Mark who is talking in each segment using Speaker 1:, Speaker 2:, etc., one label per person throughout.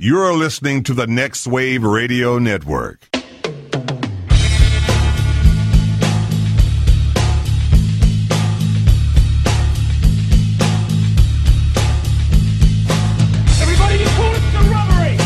Speaker 1: You're listening to the Next Wave Radio Network.
Speaker 2: Everybody, you call it the robbery!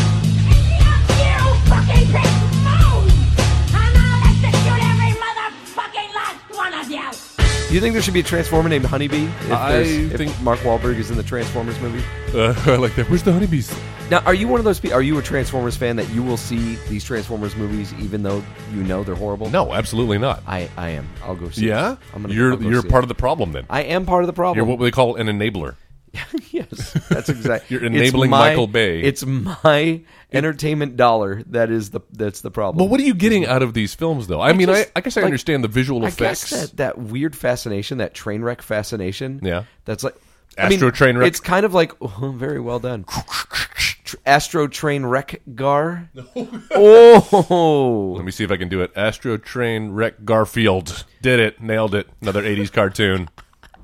Speaker 3: Do you think there should be a Transformer named Honeybee? If
Speaker 4: I
Speaker 3: there's- if
Speaker 4: think-
Speaker 3: Mark Wahlberg is in the Transformers movie.
Speaker 4: Uh, I like that. Where's the honeybees?
Speaker 3: Now, are you one of those people? Are you a Transformers fan that you will see these Transformers movies even though you know they're horrible?
Speaker 4: No, absolutely not.
Speaker 3: I, I am. I'll go see.
Speaker 4: yeah,
Speaker 3: it. I'm gonna.
Speaker 4: you're you're part of the problem then.
Speaker 3: I am part of the problem.
Speaker 4: You're what they call an enabler.
Speaker 3: yes, that's exactly.
Speaker 4: You're enabling Michael Bay.
Speaker 3: It's my entertainment dollar that is the that's the problem.
Speaker 4: But what are you getting out of these films, though? I, mean,
Speaker 3: just-
Speaker 4: I, I guess I
Speaker 3: like,
Speaker 4: understand the visual
Speaker 3: I
Speaker 4: effects.
Speaker 3: guess that, that weird fascination, that train wreck fascination.
Speaker 4: Yeah.
Speaker 3: That's like I
Speaker 4: Astro
Speaker 3: mean,
Speaker 4: train wreck.
Speaker 3: It's kind of like oh, very well done. Tr- Astro train wreck gar. oh,
Speaker 4: Let me see if I can do it. Astro Train Wreck Garfield did it, nailed it. Another '80s cartoon.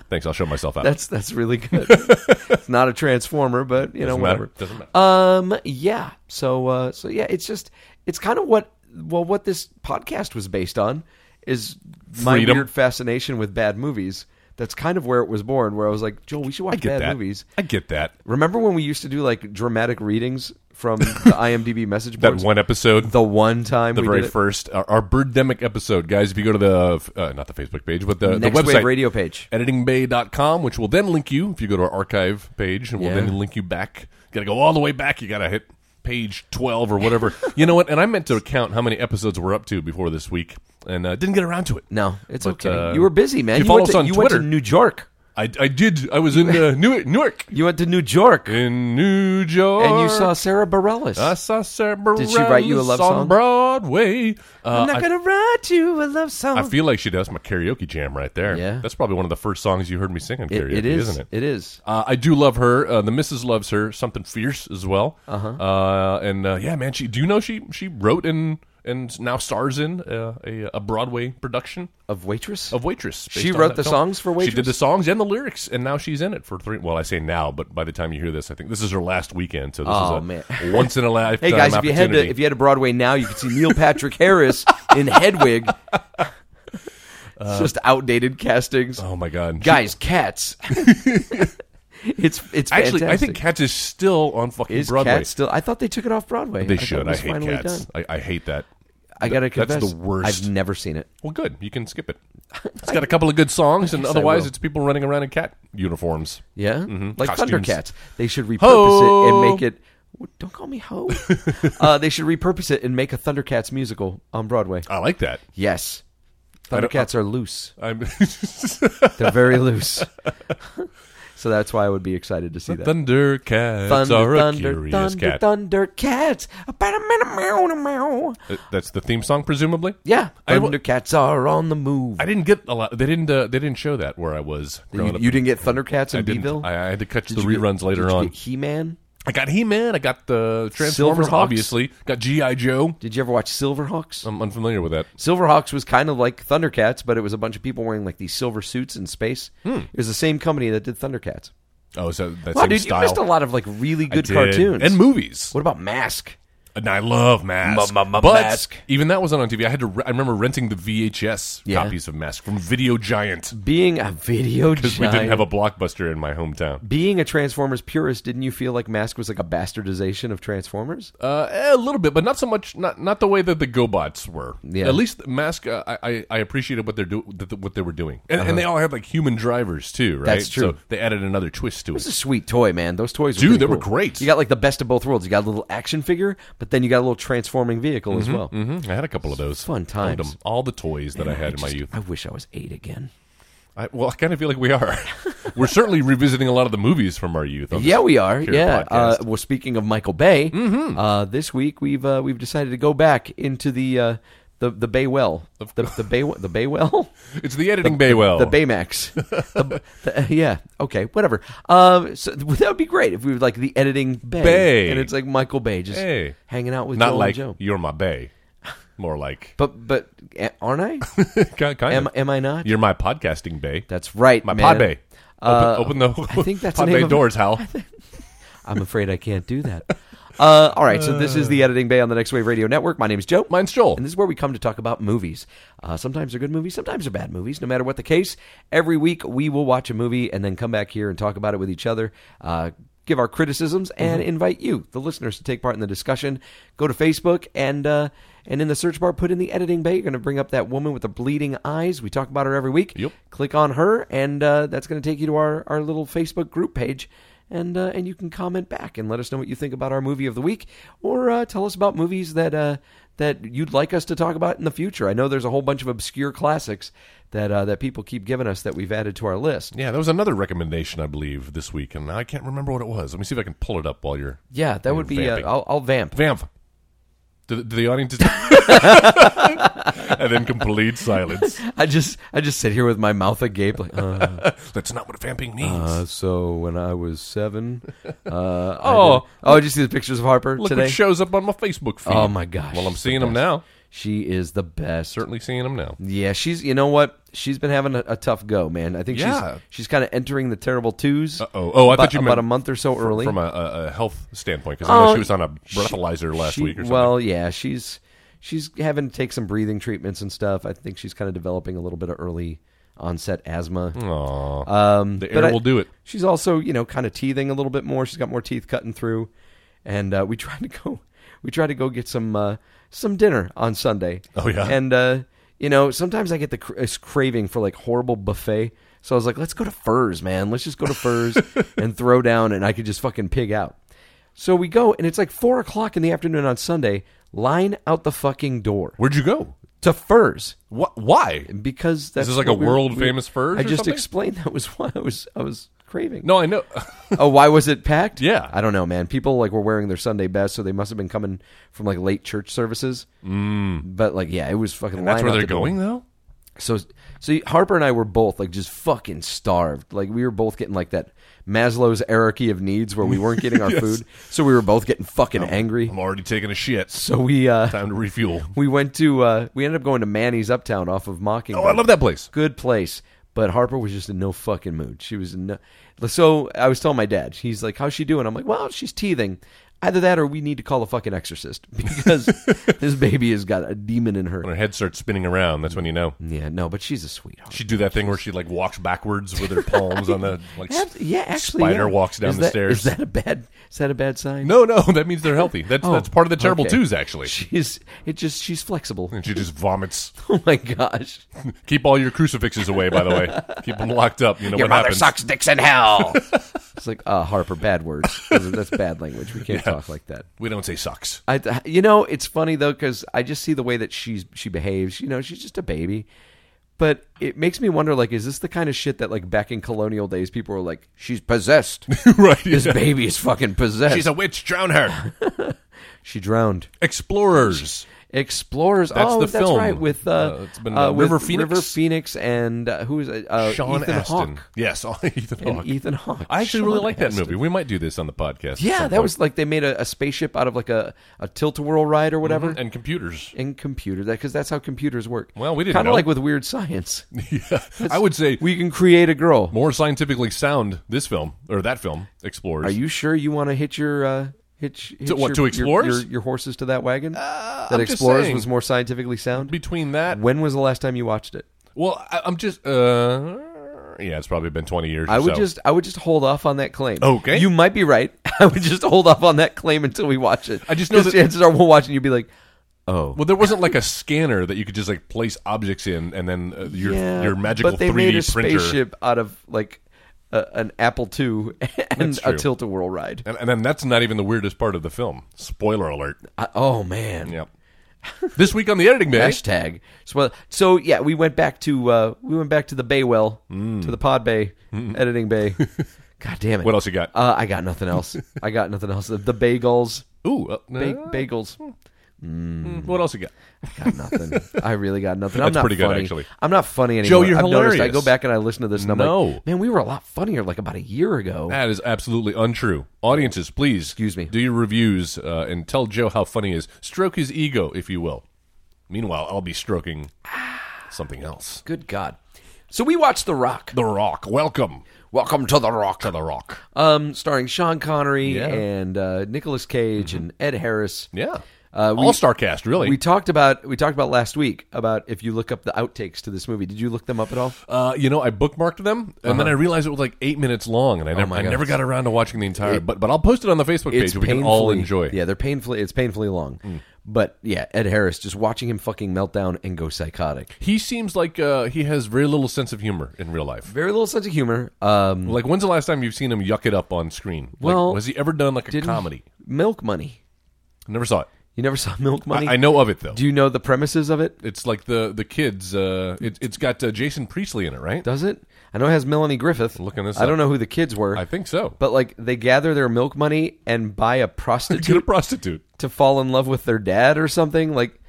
Speaker 4: Thanks. I'll show myself out.
Speaker 3: that's that's really good. it's not a transformer, but you know
Speaker 4: Doesn't
Speaker 3: whatever.
Speaker 4: matter. Doesn't matter.
Speaker 3: Um, yeah. So, uh, so yeah, it's just it's kind of what well what this podcast was based on is my
Speaker 4: Freedom.
Speaker 3: weird fascination with bad movies. That's kind of where it was born. Where I was like, Joel, we should watch
Speaker 4: I get
Speaker 3: bad
Speaker 4: that.
Speaker 3: movies.
Speaker 4: I get that.
Speaker 3: Remember when we used to do like dramatic readings from the IMDb message
Speaker 4: That
Speaker 3: boards?
Speaker 4: one episode,
Speaker 3: the one time
Speaker 4: the
Speaker 3: we
Speaker 4: very
Speaker 3: did it?
Speaker 4: first, our, our Birdemic episode, guys. If you go to the uh, not the Facebook page, but the, the
Speaker 3: Next Wave
Speaker 4: website
Speaker 3: radio page.
Speaker 4: editingbay.com, which will then link you if you go to our archive page, and
Speaker 3: Yeah.
Speaker 4: we'll then link you back. Got to go all the way back. You got to hit page 12 or whatever. you know what? And I meant to count how many episodes we're up to before this week and uh, didn't get around to it.
Speaker 3: No, it's
Speaker 4: But,
Speaker 3: okay.
Speaker 4: uh,
Speaker 3: you were busy, man.
Speaker 4: You,
Speaker 3: went
Speaker 4: follow us
Speaker 3: to-
Speaker 4: on
Speaker 3: you went
Speaker 4: Twitter.
Speaker 3: to New York.
Speaker 4: I, I did. I was in uh, Newark, Newark.
Speaker 3: You went to New York,
Speaker 4: In New York.
Speaker 3: and you saw Sarah Bareilles.
Speaker 4: I saw Sarah
Speaker 3: Did she write you a love
Speaker 4: Bareilles on
Speaker 3: song?
Speaker 4: Broadway. Uh,
Speaker 3: I'm not
Speaker 4: I-
Speaker 3: gonna write you a love song.
Speaker 4: I feel like she does my karaoke jam right there.
Speaker 3: Yeah.
Speaker 4: That's probably one of the first songs you heard me sing on
Speaker 3: It-
Speaker 4: karaoke,
Speaker 3: it is.
Speaker 4: isn't it?
Speaker 3: It is.
Speaker 4: Uh, I do love her. Uh, the missus loves her. Something fierce as well. Uh-huh. and uh, yeah, man. She do you know she she wrote and and now stars in uh, a, a Broadway production
Speaker 3: Of waitress.
Speaker 4: of Waitress. based
Speaker 3: She
Speaker 4: on
Speaker 3: wrote
Speaker 4: that
Speaker 3: the
Speaker 4: film.
Speaker 3: songs for
Speaker 4: She
Speaker 3: Waitress?
Speaker 4: did the songs and the lyrics, and now she's in it for three. Well, I say now, but by the time you hear this, I think this is her last weekend. So this
Speaker 3: Oh,
Speaker 4: is a
Speaker 3: man.
Speaker 4: once in a lifetime.
Speaker 3: Hey guys, if you
Speaker 4: opportunity.
Speaker 3: had to, if you had to Broadway now, you could see Neil Patrick Harris in Hedwig. it's just outdated castings.
Speaker 4: Uh, oh my god, She-
Speaker 3: guys, cats. it's it's
Speaker 4: actually, I
Speaker 3: fantastic.
Speaker 4: think Cats is still on fucking
Speaker 3: is
Speaker 4: Broadway.
Speaker 3: Cats still. I thought they took it off Broadway.
Speaker 4: they
Speaker 3: I thought
Speaker 4: should.
Speaker 3: it
Speaker 4: I
Speaker 3: was
Speaker 4: hate
Speaker 3: finally
Speaker 4: Cats.
Speaker 3: done.
Speaker 4: I, I hate that.
Speaker 3: I gotta
Speaker 4: That's the
Speaker 3: confess,
Speaker 4: worst.
Speaker 3: I've never seen it.
Speaker 4: Well, good. You can skip it. It's got a couple of good songs, and
Speaker 3: guess I
Speaker 4: otherwise,
Speaker 3: will.
Speaker 4: it's people running around in cat uniforms.
Speaker 3: Yeah, like
Speaker 4: Mm-hmm. Costumes.
Speaker 3: Thundercats. They should repurpose
Speaker 4: Ho!
Speaker 3: it and make it. What, Don't call me ho. uh, they should repurpose it and make a Thundercats musical on Broadway.
Speaker 4: I like that.
Speaker 3: Yes,
Speaker 4: don't- uh,
Speaker 3: Thundercats are loose.
Speaker 4: I'm
Speaker 3: They're very loose. so that's why I would be excited to see that.
Speaker 4: Thundercats are a curious
Speaker 3: thunder,
Speaker 4: cat.
Speaker 3: thunder, cats. Ba-da-ma-da-meow-da-meow.
Speaker 4: Uh, That's the theme song, presumably.
Speaker 3: Yeah,
Speaker 4: I will-
Speaker 3: Thundercats are on the move.
Speaker 4: I didn't get a lot. They didn't. Uh, they didn't show that where I was.
Speaker 3: you,
Speaker 4: growing up.
Speaker 3: you didn't get Thundercats
Speaker 4: I
Speaker 3: in
Speaker 4: didn't.
Speaker 3: Beeville.
Speaker 4: I, I had to catch
Speaker 3: Did
Speaker 4: the
Speaker 3: you get-
Speaker 4: reruns
Speaker 3: did
Speaker 4: later
Speaker 3: you
Speaker 4: on.
Speaker 3: get He-Man.
Speaker 4: I got He Man. I got the Transformers.
Speaker 3: Silverhawks?
Speaker 4: Obviously, got GI Joe.
Speaker 3: Did you ever watch Silverhawks?
Speaker 4: I'm unfamiliar with that.
Speaker 3: Silverhawks was kind of like Thundercats, but it was a bunch of people wearing like these silver suits in space.
Speaker 4: Hmm.
Speaker 3: It was the same company that did Thundercats.
Speaker 4: Oh, so that
Speaker 3: Wow,
Speaker 4: same
Speaker 3: dude,
Speaker 4: style.
Speaker 3: you missed a lot of like really
Speaker 4: I
Speaker 3: good
Speaker 4: did.
Speaker 3: cartoons
Speaker 4: and movies.
Speaker 3: What about Mask?
Speaker 4: And I love Mask.
Speaker 3: Ma- ma- ma-
Speaker 4: but
Speaker 3: Mask.
Speaker 4: even that wasn't on TV. I had to. Re- I remember renting the VHS
Speaker 3: Yeah.
Speaker 4: copies of Mask from Video Giant
Speaker 3: Being a video
Speaker 4: because
Speaker 3: giant.
Speaker 4: we didn't have a blockbuster in my hometown.
Speaker 3: being a Transformers purist, didn't you feel like Mask was like a bastardization of Transformers?
Speaker 4: Uh, eh, a little bit, but not so much. Not not the way that the GoBots were.
Speaker 3: Yeah.
Speaker 4: At least Mask. Uh, I- I I appreciated what they're do th- th- what they were doing, and, and they all had like human drivers too, right?
Speaker 3: Uh-huh. That's true.
Speaker 4: So they added another twist to
Speaker 3: It's
Speaker 4: it.
Speaker 3: a sweet toy, man. Those toys, were
Speaker 4: Dude,
Speaker 3: pretty
Speaker 4: they were
Speaker 3: cool.
Speaker 4: great.
Speaker 3: You got like the best of both worlds. You got a little action figure, but then you got a little transforming vehicle as well.
Speaker 4: Mhm. I had a couple of those.
Speaker 3: Fun
Speaker 4: Owned
Speaker 3: times.
Speaker 4: 'em. All the toys that I had in my
Speaker 3: Just-
Speaker 4: youth.
Speaker 3: I wish I was eight again.
Speaker 4: I, well, I kind of feel like we are. We're certainly revisiting a lot of the movies from our youth. on this
Speaker 3: Yeah, we are.
Speaker 4: here
Speaker 3: Yeah. Uh,
Speaker 4: podcast. Mm-hmm.
Speaker 3: well, speaking of Michael Bay, uh, this week we've uh, we've decided to go back into the uh, the the Bay Well, the the Bay the Bay Well.
Speaker 4: it's the editing bay well.
Speaker 3: the Baymax. The- the- yeah. Okay. Whatever. Um. So that would be great if we would like the editing Bay,
Speaker 4: Bay.
Speaker 3: and it's like Michael Bay just
Speaker 4: Hey.
Speaker 3: hanging out with
Speaker 4: Not
Speaker 3: Joel
Speaker 4: like
Speaker 3: and Joe.
Speaker 4: you're my bay. More like
Speaker 3: But but eh, aren't I?
Speaker 4: kind, kind
Speaker 3: am
Speaker 4: of.
Speaker 3: am I not?
Speaker 4: You're my podcasting bay.
Speaker 3: That's right,
Speaker 4: my
Speaker 3: man.
Speaker 4: pod bay.
Speaker 3: Uh,
Speaker 4: open, open the
Speaker 3: I think that's the
Speaker 4: pod
Speaker 3: name
Speaker 4: bay
Speaker 3: of-
Speaker 4: doors, Hal.
Speaker 3: I'm afraid I can't do that. Uh, all right, so this is the Editing Bay on the Next Wave Radio Network. My name is Joe.
Speaker 4: Mine's Joel.
Speaker 3: And this is where we come to talk about movies. Uh, sometimes they're good movies, sometimes they're bad movies. No matter what the case, every week we will watch a movie and then come back here and talk about it with each other. Uh, give our criticisms and
Speaker 4: Mm-hmm.
Speaker 3: invite you, the listeners, to take part in the discussion. Go to Facebook and uh, and in the search bar, put in the editing bay. You're going to bring up that woman with the bleeding eyes. We talk about her every week.
Speaker 4: Yep.
Speaker 3: Click on her, and uh, that's going to take you to our, our little Facebook group page. And, uh, and you can comment back and let us know what you think about our movie of the week, or uh, tell us about movies that uh, that you'd like us to talk about in the future. I know there's a whole bunch of obscure classics that uh, that people keep giving us that we've added to our list.
Speaker 4: Yeah, there was another recommendation I believe this week, and I can't remember what it was. Let me see if I can pull it up while you're
Speaker 3: Yeah, that would be. Uh,
Speaker 4: Vamping.
Speaker 3: I'll, I'll vamp.
Speaker 4: vamp. Do, the- do the audience? and then complete silence.
Speaker 3: I just I just sit here with my mouth agape. Like, uh,
Speaker 4: That's not what vamping means.
Speaker 3: uh, so when I was seven, uh,
Speaker 4: Oh.
Speaker 3: oh oh, did you see the pictures of Harper
Speaker 4: Look
Speaker 3: today?
Speaker 4: what shows up on my Facebook feed.
Speaker 3: Oh my gosh!
Speaker 4: Well, I'm
Speaker 3: she's
Speaker 4: seeing
Speaker 3: the
Speaker 4: them
Speaker 3: best.
Speaker 4: now.
Speaker 3: She is the best.
Speaker 4: Certainly seeing them now.
Speaker 3: Yeah, she's. You know what? She's been having a, a tough go, man. I think
Speaker 4: Yeah.
Speaker 3: she's she's kind of entering the terrible twos.
Speaker 4: Uh-oh. Oh, I
Speaker 3: about,
Speaker 4: thought you
Speaker 3: about
Speaker 4: meant
Speaker 3: a month or so early
Speaker 4: From a, a, a health standpoint, because I know
Speaker 3: Oh,
Speaker 4: she was on a breathalyzer last
Speaker 3: She-
Speaker 4: week or something.
Speaker 3: Well, yeah, she's she's having to take some breathing treatments and stuff. I think she's kind of developing a little bit of early onset asthma.
Speaker 4: Hmm. Aw.
Speaker 3: Um,
Speaker 4: the
Speaker 3: but
Speaker 4: air
Speaker 3: I-
Speaker 4: will do it.
Speaker 3: She's also, you know, kind of teething a little bit more. She's got more teeth cutting through, and uh, we tried to go, we tried to go get some uh, some dinner on Sunday.
Speaker 4: Oh, yeah?
Speaker 3: and uh, you know, sometimes I get the cra- this craving for like horrible buffet. So I was like, let's go to Furs, man. Let's just go to Furs and throw down, and I could just fucking pig out. So we go, and it's like four o'clock in the afternoon on Sunday. Line out the fucking door
Speaker 4: Where'd you go?
Speaker 3: to Furs
Speaker 4: What? Why?
Speaker 3: because that's
Speaker 4: this like
Speaker 3: what
Speaker 4: a
Speaker 3: we were-
Speaker 4: world-famous
Speaker 3: we-
Speaker 4: Furs
Speaker 3: I
Speaker 4: or
Speaker 3: just
Speaker 4: something?
Speaker 3: explained that was what I was I was craving
Speaker 4: No, I know.
Speaker 3: oh, why was it packed?
Speaker 4: Yeah.
Speaker 3: I don't know, man. People like were wearing their Sunday best, so they must have been coming from like late church services. Mm. But like, yeah, it was fucking.
Speaker 4: That's
Speaker 3: line
Speaker 4: where
Speaker 3: out
Speaker 4: they're
Speaker 3: the door.
Speaker 4: going, though.
Speaker 3: So, so Harper and I were both like just fucking starved. Like we were both getting like that Maslow's hierarchy of needs where we weren't getting our food, so we were both getting fucking angry.
Speaker 4: I'm already taking a shit.
Speaker 3: So we uh
Speaker 4: Oh, Time to refuel.
Speaker 3: we went to uh we ended up going to Manny's Uptown off of Mockingbird.
Speaker 4: Oh, I love that place.
Speaker 3: Good place. But Harper was just in no fucking mood. She was in no. So I was telling my dad, he's like, How's she doing? I'm like, Well, she's teething. Either that or we need to call a fucking exorcist because this baby has got a demon in
Speaker 4: When
Speaker 3: her.
Speaker 4: her head starts spinning around, that's when you know.
Speaker 3: Yeah, no, but she's a sweetheart.
Speaker 4: She'd do that thing where she like walks backwards with her palms on the like. s-
Speaker 3: Ab- yeah, actually.
Speaker 4: spider
Speaker 3: yeah.
Speaker 4: walks down
Speaker 3: Is
Speaker 4: the
Speaker 3: that-
Speaker 4: stairs.
Speaker 3: Is that a bad, is that a bad sign?
Speaker 4: no, no, that means they're healthy. That's
Speaker 3: Oh,
Speaker 4: that's part of the terrible
Speaker 3: okay.
Speaker 4: twos, actually.
Speaker 3: She's, it just, she's flexible.
Speaker 4: And she just vomits.
Speaker 3: Oh my gosh.
Speaker 4: Keep all your crucifixes away, by the way. Keep them locked up. You know
Speaker 3: Your
Speaker 4: what
Speaker 3: mother
Speaker 4: happens.
Speaker 3: sucks dicks in hell. it's like, uh, Harper, bad words. Those are- That's bad language. We can't talk like that.
Speaker 4: We don't say sucks.
Speaker 3: I, you know, it's funny though because I just see the way that she's she behaves. You know, she's just a baby, but it makes me wonder. Like, is this the kind of shit that like back in colonial days people were like, "She's possessed.
Speaker 4: right.
Speaker 3: this
Speaker 4: yeah.
Speaker 3: baby is fucking possessed.
Speaker 4: She's a witch. Drown her.
Speaker 3: she drowned."
Speaker 4: Explorers.
Speaker 3: Explorers.
Speaker 4: That's
Speaker 3: oh,
Speaker 4: the
Speaker 3: that's
Speaker 4: film.
Speaker 3: right. With uh,
Speaker 4: Uh, it's been, uh,
Speaker 3: with
Speaker 4: River Phoenix?
Speaker 3: River Phoenix, and uh, who is it? Uh,
Speaker 4: Sean
Speaker 3: Ethan
Speaker 4: Astin.
Speaker 3: Hawke.
Speaker 4: Yes, Ethan
Speaker 3: And
Speaker 4: Hawke.
Speaker 3: Ethan Hawke.
Speaker 4: I actually really
Speaker 3: Sean
Speaker 4: like that
Speaker 3: Astin.
Speaker 4: movie. We might do this on the podcast. at
Speaker 3: Yeah,
Speaker 4: some
Speaker 3: that
Speaker 4: point.
Speaker 3: was like they made a, a spaceship out of like a a tilt a whirl ride or whatever.
Speaker 4: and computers.
Speaker 3: in computer that because that's how computers work.
Speaker 4: Mm-hmm. Well, we didn't
Speaker 3: kind
Speaker 4: know.
Speaker 3: of like with weird science.
Speaker 4: Yeah. I would say
Speaker 3: We can create a girl.
Speaker 4: more scientifically sound this film or that film explorers.
Speaker 3: Are you sure you want to hitch your uh, hitch, hitch
Speaker 4: To what,
Speaker 3: your,
Speaker 4: to
Speaker 3: your-
Speaker 4: Explorers?
Speaker 3: your, your horses to that wagon? that
Speaker 4: I'm just
Speaker 3: explorers
Speaker 4: saying.
Speaker 3: was more scientifically sound.
Speaker 4: between that?
Speaker 3: when was the last time you watched it?
Speaker 4: Well, I, I'm just uh yeah, it's probably been 20 years.
Speaker 3: I
Speaker 4: or
Speaker 3: would
Speaker 4: so.
Speaker 3: just I would just hold off on that claim.
Speaker 4: Okay.
Speaker 3: you might be right. I would just hold off on that claim until we watch it.
Speaker 4: I just know
Speaker 3: Because
Speaker 4: that-
Speaker 3: chances are we'll watch it and you'd be like, oh.
Speaker 4: Well, there wasn't like a scanner that you could just like place objects in, and then uh, your
Speaker 3: yeah,
Speaker 4: your magical
Speaker 3: but they
Speaker 4: 3D
Speaker 3: made a
Speaker 4: printer,
Speaker 3: spaceship out of like a, an Apple II and
Speaker 4: That's
Speaker 3: a
Speaker 4: true.
Speaker 3: tilt-a-whirl ride.
Speaker 4: and, and then that's not even the weirdest part of the film. Spoiler alert.
Speaker 3: I, oh man.
Speaker 4: Yep. this week on the editing bay,
Speaker 3: Hashtag. So, so yeah, we went back to uh, we went back to the bay well to the pod bay editing bay. God damn it!
Speaker 4: Mm. What else you got?
Speaker 3: Uh, I got nothing else. I got nothing else. The, the bagels,
Speaker 4: ooh, uh,
Speaker 3: ba-
Speaker 4: uh,
Speaker 3: bagels.
Speaker 4: what else you got?
Speaker 3: Got nothing. I really got nothing. I'm
Speaker 4: That's
Speaker 3: not
Speaker 4: pretty good,
Speaker 3: funny.
Speaker 4: actually.
Speaker 3: I'm not funny anymore.
Speaker 4: Joe, you're
Speaker 3: I've noticed. I
Speaker 4: hilarious.
Speaker 3: go back and I listen to this, and I'm
Speaker 4: No.
Speaker 3: like, man, we were a lot funnier like about a year ago.
Speaker 4: That is absolutely untrue. Audiences, please,
Speaker 3: Excuse me.
Speaker 4: do your reviews uh, and tell Joe how funny he is. Stroke his ego, if you will. Meanwhile, I'll be stroking something else.
Speaker 3: Good God. So we watched The Rock.
Speaker 4: The Rock. Welcome
Speaker 3: Welcome to The Rock.
Speaker 4: to The Rock.
Speaker 3: Um, starring Sean Connery
Speaker 4: Yeah. Mm-hmm.
Speaker 3: and uh, Nicolas Cage and Ed Harris.
Speaker 4: Yeah.
Speaker 3: Uh, we-
Speaker 4: All star cast, really.
Speaker 3: We talked about we talked about last week about if you look up the outtakes to this movie. Did you look them up at all?
Speaker 4: uh, you know, I bookmarked them, and then I realized it was like eight minutes long, and I never,
Speaker 3: Uh-huh. Oh my
Speaker 4: I
Speaker 3: God.
Speaker 4: never got around to watching the entire. but but I'll post it on the Facebook page. We can all
Speaker 3: painfully-
Speaker 4: enjoy. Mm.
Speaker 3: Yeah, they're painfully. It's painfully long. But yeah, Ed Harris just watching him fucking melt down and go psychotic.
Speaker 4: He seems like uh, he has very little sense of humor in real life.
Speaker 3: Very little sense of humor. Um,
Speaker 4: Like, when's the last time you've seen him yuck it up on screen? Like,
Speaker 3: Well,
Speaker 4: has he ever done like a
Speaker 3: didn't-
Speaker 4: comedy?
Speaker 3: Milk Money.
Speaker 4: Never saw it.
Speaker 3: You never saw Milk Money?
Speaker 4: I, I know of it though.
Speaker 3: Do you know the premises of it?
Speaker 4: it's like the the kids. Uh, it, it's got uh, Jason Priestley in it, right?
Speaker 3: Does it? I know it has Melanie Griffith.
Speaker 4: Looking this
Speaker 3: I don't
Speaker 4: up.
Speaker 3: know who the kids were,
Speaker 4: I think so.
Speaker 3: but like they gather their milk money and buy a
Speaker 4: Get a
Speaker 3: prostitute
Speaker 4: prostitute.
Speaker 3: to fall in love with their dad or something. Like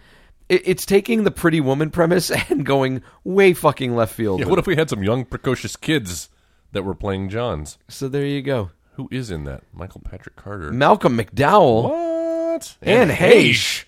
Speaker 3: it, it's taking the pretty woman premise and going way fucking left field.
Speaker 4: Yeah, what if we had some young precocious kids that were playing Johns?
Speaker 3: so there you go.
Speaker 4: Who is in that? Michael Patrick Carter.
Speaker 3: Malcolm McDowell.
Speaker 4: what?
Speaker 3: Anne Heche.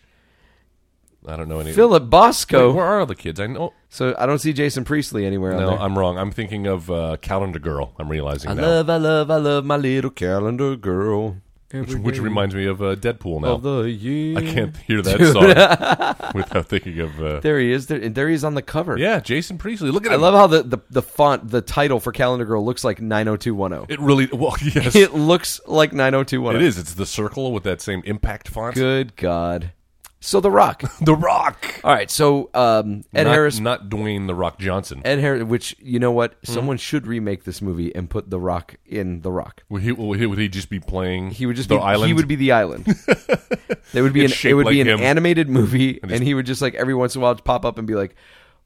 Speaker 4: I don't know any.
Speaker 3: Philip Bosco.
Speaker 4: Wait, where are the kids? I know.
Speaker 3: so I don't see Jason Priestley anywhere on
Speaker 4: No,
Speaker 3: there.
Speaker 4: I'm wrong. I'm thinking of uh, Calendar Girl. I'm realizing
Speaker 3: I
Speaker 4: now,
Speaker 3: love, I love, I love my little calendar girl.
Speaker 4: which, which reminds me of uh, Deadpool. Now
Speaker 3: of the year.
Speaker 4: I can't hear that song without thinking of. Uh,
Speaker 3: There he is. There, and there he is on the cover.
Speaker 4: yeah, Jason Priestley. Look at
Speaker 3: I
Speaker 4: him.
Speaker 3: love how the, the, the font, the title for Calendar Girl looks like 90210.
Speaker 4: it. Really? Well, yes,
Speaker 3: It looks like 90210.
Speaker 4: it is. It's the circle with that same impact font.
Speaker 3: Good God. So The Rock.
Speaker 4: The Rock.
Speaker 3: All right. So um, Ed
Speaker 4: not, Mm-hmm.
Speaker 3: Harris.
Speaker 4: not Dwayne the Rock Johnson.
Speaker 3: Ed Harris, which, you know what? Someone should remake this movie and put The Rock in The Rock.
Speaker 4: Would he, would he- would he just be playing?
Speaker 3: He would just
Speaker 4: the
Speaker 3: be
Speaker 4: island.
Speaker 3: he would be the island. there would be
Speaker 4: It's
Speaker 3: an it
Speaker 4: shaped
Speaker 3: would be an
Speaker 4: like him.
Speaker 3: animated movie, and, he would just like every once in a while pop up and be like,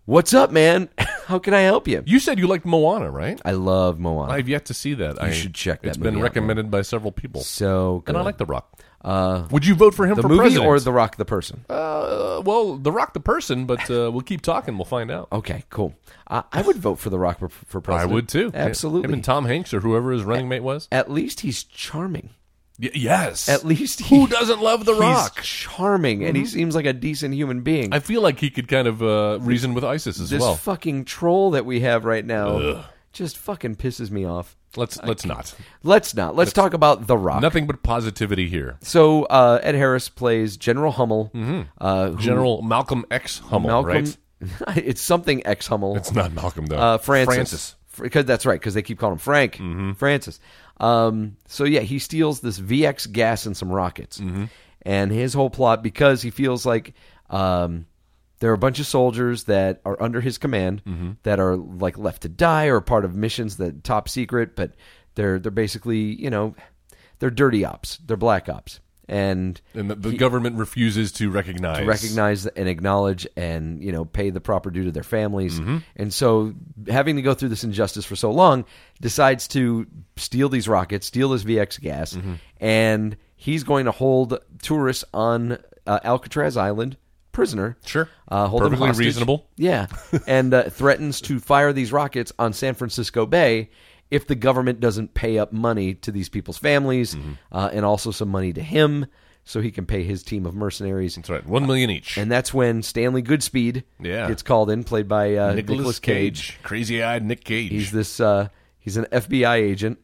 Speaker 3: "What's up, man? How can I help you?"
Speaker 4: You said you liked Moana, right?
Speaker 3: I love Moana.
Speaker 4: I've yet to see that. I
Speaker 3: should check that
Speaker 4: It's
Speaker 3: movie
Speaker 4: been
Speaker 3: out,
Speaker 4: recommended by several people,
Speaker 3: so good.
Speaker 4: and I like The Rock. Uh, Would you vote for him
Speaker 3: the
Speaker 4: for
Speaker 3: movie
Speaker 4: president?
Speaker 3: or The Rock, the person.
Speaker 4: uh, well, The Rock the person, but uh, we'll keep talking. We'll find out.
Speaker 3: okay, cool. I, I would vote for The Rock for, for
Speaker 4: I
Speaker 3: president.
Speaker 4: would too. Him
Speaker 3: Absolutely.
Speaker 4: and Tom Hanks or whoever his running mate was.
Speaker 3: At least he's charming.
Speaker 4: Y- yes.
Speaker 3: At least he,
Speaker 4: who doesn't love The
Speaker 3: he's
Speaker 4: Rock? Mm-hmm.
Speaker 3: charming, and he seems like a decent human being.
Speaker 4: I feel like he could kind of uh, reason with ISIS as
Speaker 3: this
Speaker 4: well.
Speaker 3: fucking troll that we have right now just fucking pisses me off.
Speaker 4: let's let's not.
Speaker 3: Let's not. Let's talk about The Rock.
Speaker 4: Nothing but positivity here.
Speaker 3: So uh, Ed Harris plays General Hummel. Uh, who-
Speaker 4: General Malcolm X Mm-hmm. Hummel,
Speaker 3: Malcolm.
Speaker 4: right?
Speaker 3: it's something ex Hummel.
Speaker 4: It's not Malcolm though.
Speaker 3: uh, Francis. Mm-hmm.
Speaker 4: Francis.
Speaker 3: Fr- 'cause that's right, because they keep calling him Frank. Francis. Um, so yeah, he steals this VX gas and some rockets, and his whole plot because he feels like um, there are a bunch of soldiers that are under his command that are like left to die or part of missions that top secret, but they're they're basically you know they're dirty ops, they're black ops, and
Speaker 4: And the, the government refuses to recognize.
Speaker 3: recognize and acknowledge and you know pay the proper due to their families
Speaker 4: Mm-hmm.
Speaker 3: and so having to go through this injustice for so long decides to steal these rockets steal this vx gas
Speaker 4: Mm-hmm.
Speaker 3: and he's going to hold tourists on uh, alcatraz island prisoner
Speaker 4: Sure.
Speaker 3: uh, hold them
Speaker 4: Perfectly
Speaker 3: hostage.
Speaker 4: reasonable.
Speaker 3: yeah and uh, threatens to fire these rockets on san francisco bay if the government doesn't pay up money to these people's families
Speaker 4: Mm-hmm.
Speaker 3: uh, and also some money to him so he can pay his team of mercenaries
Speaker 4: That's right. One million each.
Speaker 3: and that's when Stanley Goodspeed
Speaker 4: Yeah.
Speaker 3: gets called in, played by uh,
Speaker 4: Nicolas
Speaker 3: Nicholas Cage.
Speaker 4: Crazy eyed Nick Cage.
Speaker 3: He's this. Uh, he's an FBI agent.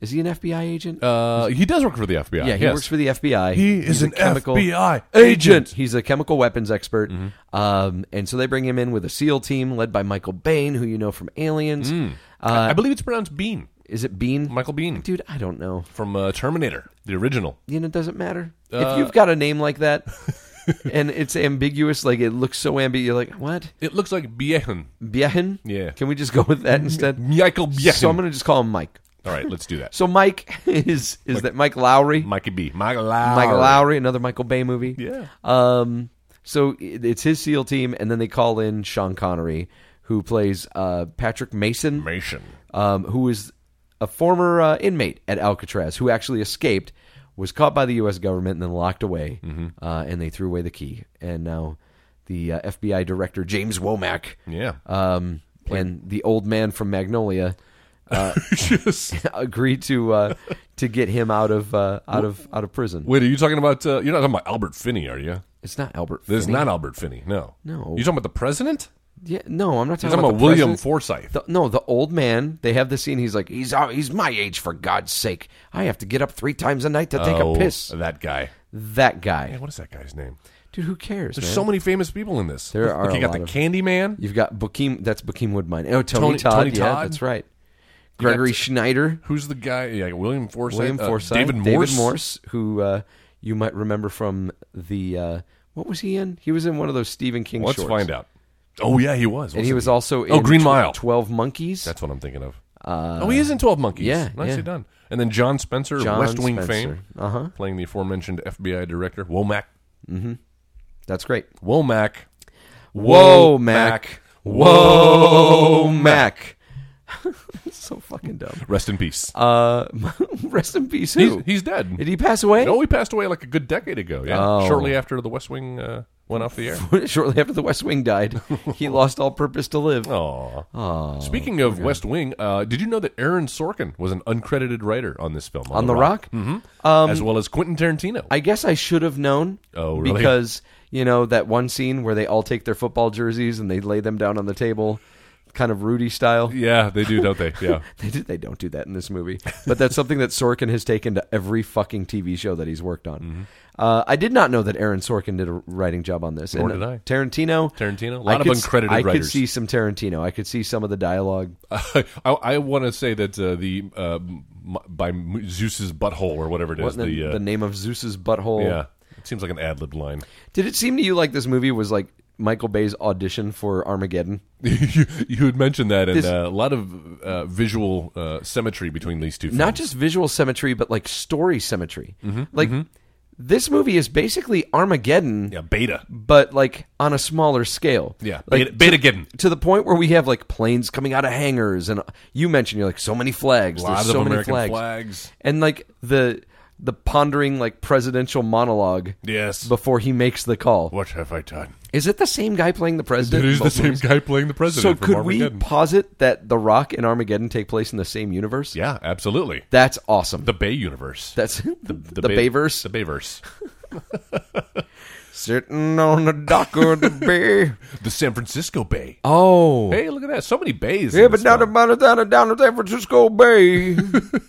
Speaker 3: Is he an FBI agent?
Speaker 4: uh, he does work for the FBI.
Speaker 3: yeah, he
Speaker 4: yes.
Speaker 3: works for the FBI.
Speaker 4: He
Speaker 3: He's
Speaker 4: is
Speaker 3: a
Speaker 4: an FBI agent.
Speaker 3: He's a chemical weapons expert,
Speaker 4: Mm-hmm.
Speaker 3: um, and so they bring him in with a SEAL team led by Michael Bain, who you know from Aliens.
Speaker 4: Uh, I believe it's pronounced Bean.
Speaker 3: Is it Bean?
Speaker 4: Mm. Michael Bean
Speaker 3: Dude, I don't know.
Speaker 4: from uh, Terminator, the original.
Speaker 3: You know, it doesn't matter
Speaker 4: Uh,
Speaker 3: if you've got a name like that. and it's ambiguous, like it looks so ambiguous. You're like, what?
Speaker 4: It looks like Biehen.
Speaker 3: Biehin?
Speaker 4: Yeah.
Speaker 3: Can we just go with that instead?
Speaker 4: Michael Biehen.
Speaker 3: So I'm going to just call him Mike.
Speaker 4: All right, let's do that.
Speaker 3: So Mike is is that Mike Lowry?
Speaker 4: Mikey B. Michael Lowry.
Speaker 3: Michael Lowry, another Michael Bay movie.
Speaker 4: Yeah.
Speaker 3: Um. So it- it's his SEAL team, and then they call in Sean Connery, who plays uh, Patrick Mason,
Speaker 4: Mason.
Speaker 3: um, who is a former uh, inmate at Alcatraz who actually escaped, was caught by the U.S. government, and then locked away. Uh, and they threw away the key, and now the uh, FBI director James Womack,
Speaker 4: Yeah.
Speaker 3: um, and the old man from Magnolia
Speaker 4: Yes.
Speaker 3: agreed to uh, to get him out of uh, out of out of prison.
Speaker 4: Wait, are you talking about? Uh, you're not talking about Albert Finney, are you?
Speaker 3: It's not Albert.
Speaker 4: This is
Speaker 3: Finney.
Speaker 4: not Albert Finney. No.
Speaker 3: No.
Speaker 4: You talking about the president?
Speaker 3: Yeah, no, I'm not talking
Speaker 4: I'm
Speaker 3: about
Speaker 4: a
Speaker 3: the
Speaker 4: William
Speaker 3: president.
Speaker 4: Forsythe.
Speaker 3: The- no, the old man. They have the scene. He's like, he's uh, he's my age for God's sake. I have to get up three times a night to take
Speaker 4: Oh,
Speaker 3: a piss.
Speaker 4: That guy.
Speaker 3: That guy,
Speaker 4: Man, what is that guy's name?
Speaker 3: dude. Who cares?
Speaker 4: There's
Speaker 3: man?
Speaker 4: so many famous people in this.
Speaker 3: There
Speaker 4: Look,
Speaker 3: are
Speaker 4: You
Speaker 3: a
Speaker 4: got
Speaker 3: lot
Speaker 4: the
Speaker 3: of-
Speaker 4: Candyman.
Speaker 3: You've got Bokeem. That's Bokeem Woodmine. Oh, Tony,
Speaker 4: Tony-
Speaker 3: Todd.
Speaker 4: Tony
Speaker 3: yeah,
Speaker 4: Todd.
Speaker 3: that's right.
Speaker 4: got
Speaker 3: Gregory
Speaker 4: t-
Speaker 3: Schneider,
Speaker 4: Who's the guy? Yeah, William Forsythe.
Speaker 3: William
Speaker 4: uh,
Speaker 3: Forsythe,
Speaker 4: David Morse.
Speaker 3: who uh, you might remember from the uh, what was he in? He was in one of those Stephen King.
Speaker 4: Let's
Speaker 3: shorts.
Speaker 4: find out. Oh yeah, he was.
Speaker 3: And
Speaker 4: wasn't
Speaker 3: he was also in
Speaker 4: Oh, Green
Speaker 3: Tw-
Speaker 4: Mile.
Speaker 3: Twelve Monkeys.
Speaker 4: That's what I'm thinking of. oh, he is in Twelve Monkeys.
Speaker 3: Uh, yeah,
Speaker 4: nicely
Speaker 3: yeah.
Speaker 4: done. And then John Spencer,
Speaker 3: John
Speaker 4: West Wing
Speaker 3: Spencer.
Speaker 4: fame,
Speaker 3: Uh-huh.
Speaker 4: playing the aforementioned FBI director Womack.
Speaker 3: that's great.
Speaker 4: Womack.
Speaker 3: Whoa, Mac.
Speaker 4: Oh,
Speaker 3: Whoa, Mac. so fucking dumb.
Speaker 4: Rest in peace.
Speaker 3: Uh, rest in peace.
Speaker 4: he's,
Speaker 3: Who
Speaker 4: he's dead.
Speaker 3: did he pass away?
Speaker 4: No, he passed away like a good decade ago. Yeah,
Speaker 3: Oh.
Speaker 4: shortly after the West Wing uh, went off the air.
Speaker 3: Shortly after the West Wing died, he lost all purpose to live.
Speaker 4: Aw.
Speaker 3: Oh,
Speaker 4: Speaking of West Wing, uh, did you know that Aaron Sorkin was an uncredited writer on this film?
Speaker 3: On the Rock,
Speaker 4: Mm-hmm. as well as Quentin Tarantino.
Speaker 3: I guess I should have known.
Speaker 4: Oh, really?
Speaker 3: Because you know that one scene where they all take their football jerseys and they lay them down on the table, kind of Rudy style.
Speaker 4: yeah, they do, don't they? Yeah.
Speaker 3: They did, they don't do that in this movie, but that's something that Sorkin has taken to every fucking TV show that he's worked on.
Speaker 4: Mm-hmm.
Speaker 3: Uh, I did not know that Aaron Sorkin did a writing job on this.
Speaker 4: Nor
Speaker 3: And uh,
Speaker 4: did I.
Speaker 3: Tarantino,
Speaker 4: Tarantino? A
Speaker 3: I
Speaker 4: lot of
Speaker 3: could-
Speaker 4: uncredited
Speaker 3: I could
Speaker 4: writers.
Speaker 3: see some Tarantino. I could see some of the dialogue.
Speaker 4: I, I want to say that uh, the uh, m- by M- Zeus's butthole or whatever it is.
Speaker 3: Wasn't
Speaker 4: The,
Speaker 3: it
Speaker 4: uh,
Speaker 3: the name of Zeus's butthole.
Speaker 4: yeah, it seems like an ad lib line.
Speaker 3: Did it seem to you like this movie was like Michael Bay's audition for Armageddon?
Speaker 4: you, you had mentioned that, and
Speaker 3: This-
Speaker 4: uh, a lot of uh, visual uh, symmetry between these two. Films.
Speaker 3: Not just visual symmetry, but like story symmetry.
Speaker 4: Mm-hmm,
Speaker 3: Like this movie is basically Armageddon.
Speaker 4: yeah, Beta.
Speaker 3: but like on a smaller scale.
Speaker 4: Yeah,
Speaker 3: like,
Speaker 4: Beta, beta Giddon.
Speaker 3: to the point where we have like planes coming out of hangars, and you mentioned you're like so many flags,
Speaker 4: Lots
Speaker 3: there's so
Speaker 4: of
Speaker 3: many
Speaker 4: American
Speaker 3: flags.
Speaker 4: flags.
Speaker 3: and like the the pondering like presidential monologue
Speaker 4: Yes.
Speaker 3: before he makes the call.
Speaker 4: what have I done?
Speaker 3: Is it the same guy playing the president?
Speaker 4: It
Speaker 3: in
Speaker 4: is the
Speaker 3: both
Speaker 4: same
Speaker 3: movies?
Speaker 4: guy playing the
Speaker 3: So
Speaker 4: president. from
Speaker 3: could we
Speaker 4: Armageddon.
Speaker 3: posit that The Rock and Armageddon take place in the same universe?
Speaker 4: Yeah, absolutely.
Speaker 3: that's awesome.
Speaker 4: The Bay universe.
Speaker 3: that's the, the,
Speaker 4: Bay-
Speaker 3: Bayverse
Speaker 4: The Bayverse.
Speaker 3: sitting on the dock of the bay.
Speaker 4: The San Francisco Bay.
Speaker 3: Oh,
Speaker 4: Hey, look at that. So many bays.
Speaker 3: Yeah,
Speaker 4: in
Speaker 3: but
Speaker 4: this
Speaker 3: not
Speaker 4: film.
Speaker 3: about it down down in San Francisco Bay.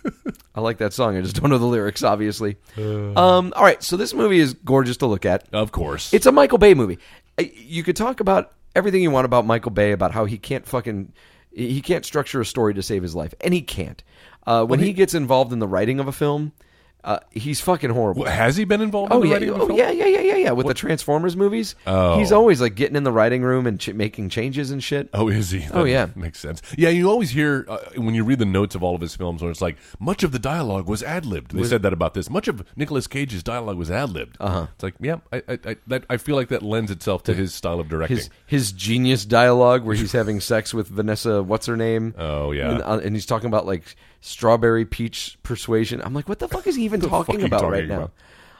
Speaker 3: I like that song. I just don't know the lyrics, obviously. Um, all right, so this movie is gorgeous to look at.
Speaker 4: Of course.
Speaker 3: It's a Michael Bay movie. Uh, You could talk about everything you want about Michael Bay about how he can't fucking he can't structure a story to save his life, and he can't. Uh, when he gets involved in the writing of a film, uh, he's fucking horrible.
Speaker 4: Has he been involved in
Speaker 3: Oh
Speaker 4: the
Speaker 3: yeah,
Speaker 4: writing of the
Speaker 3: oh
Speaker 4: film?
Speaker 3: yeah, yeah, yeah, yeah, yeah. With the Transformers movies, he's always like getting in the writing room and ch- making changes and shit.
Speaker 4: Oh, is he?
Speaker 3: Oh,
Speaker 4: That
Speaker 3: yeah.
Speaker 4: makes sense. Yeah, you always hear uh, when you read the notes of all of his films, where it's like much of the dialogue was ad libbed. They said that about this. Much of Nicolas Cage's dialogue was ad libbed. Uh-huh. It's like, yeah, I, I, I, that, I feel like that lends itself to his style of directing.
Speaker 3: his his genius dialogue where he's having sex with Vanessa, what's her name?
Speaker 4: Oh, yeah.
Speaker 3: and, uh, and he's talking about like strawberry peach persuasion. I'm like, what the fuck is he even
Speaker 4: fuck
Speaker 3: talking
Speaker 4: are you
Speaker 3: about
Speaker 4: talking
Speaker 3: right
Speaker 4: about?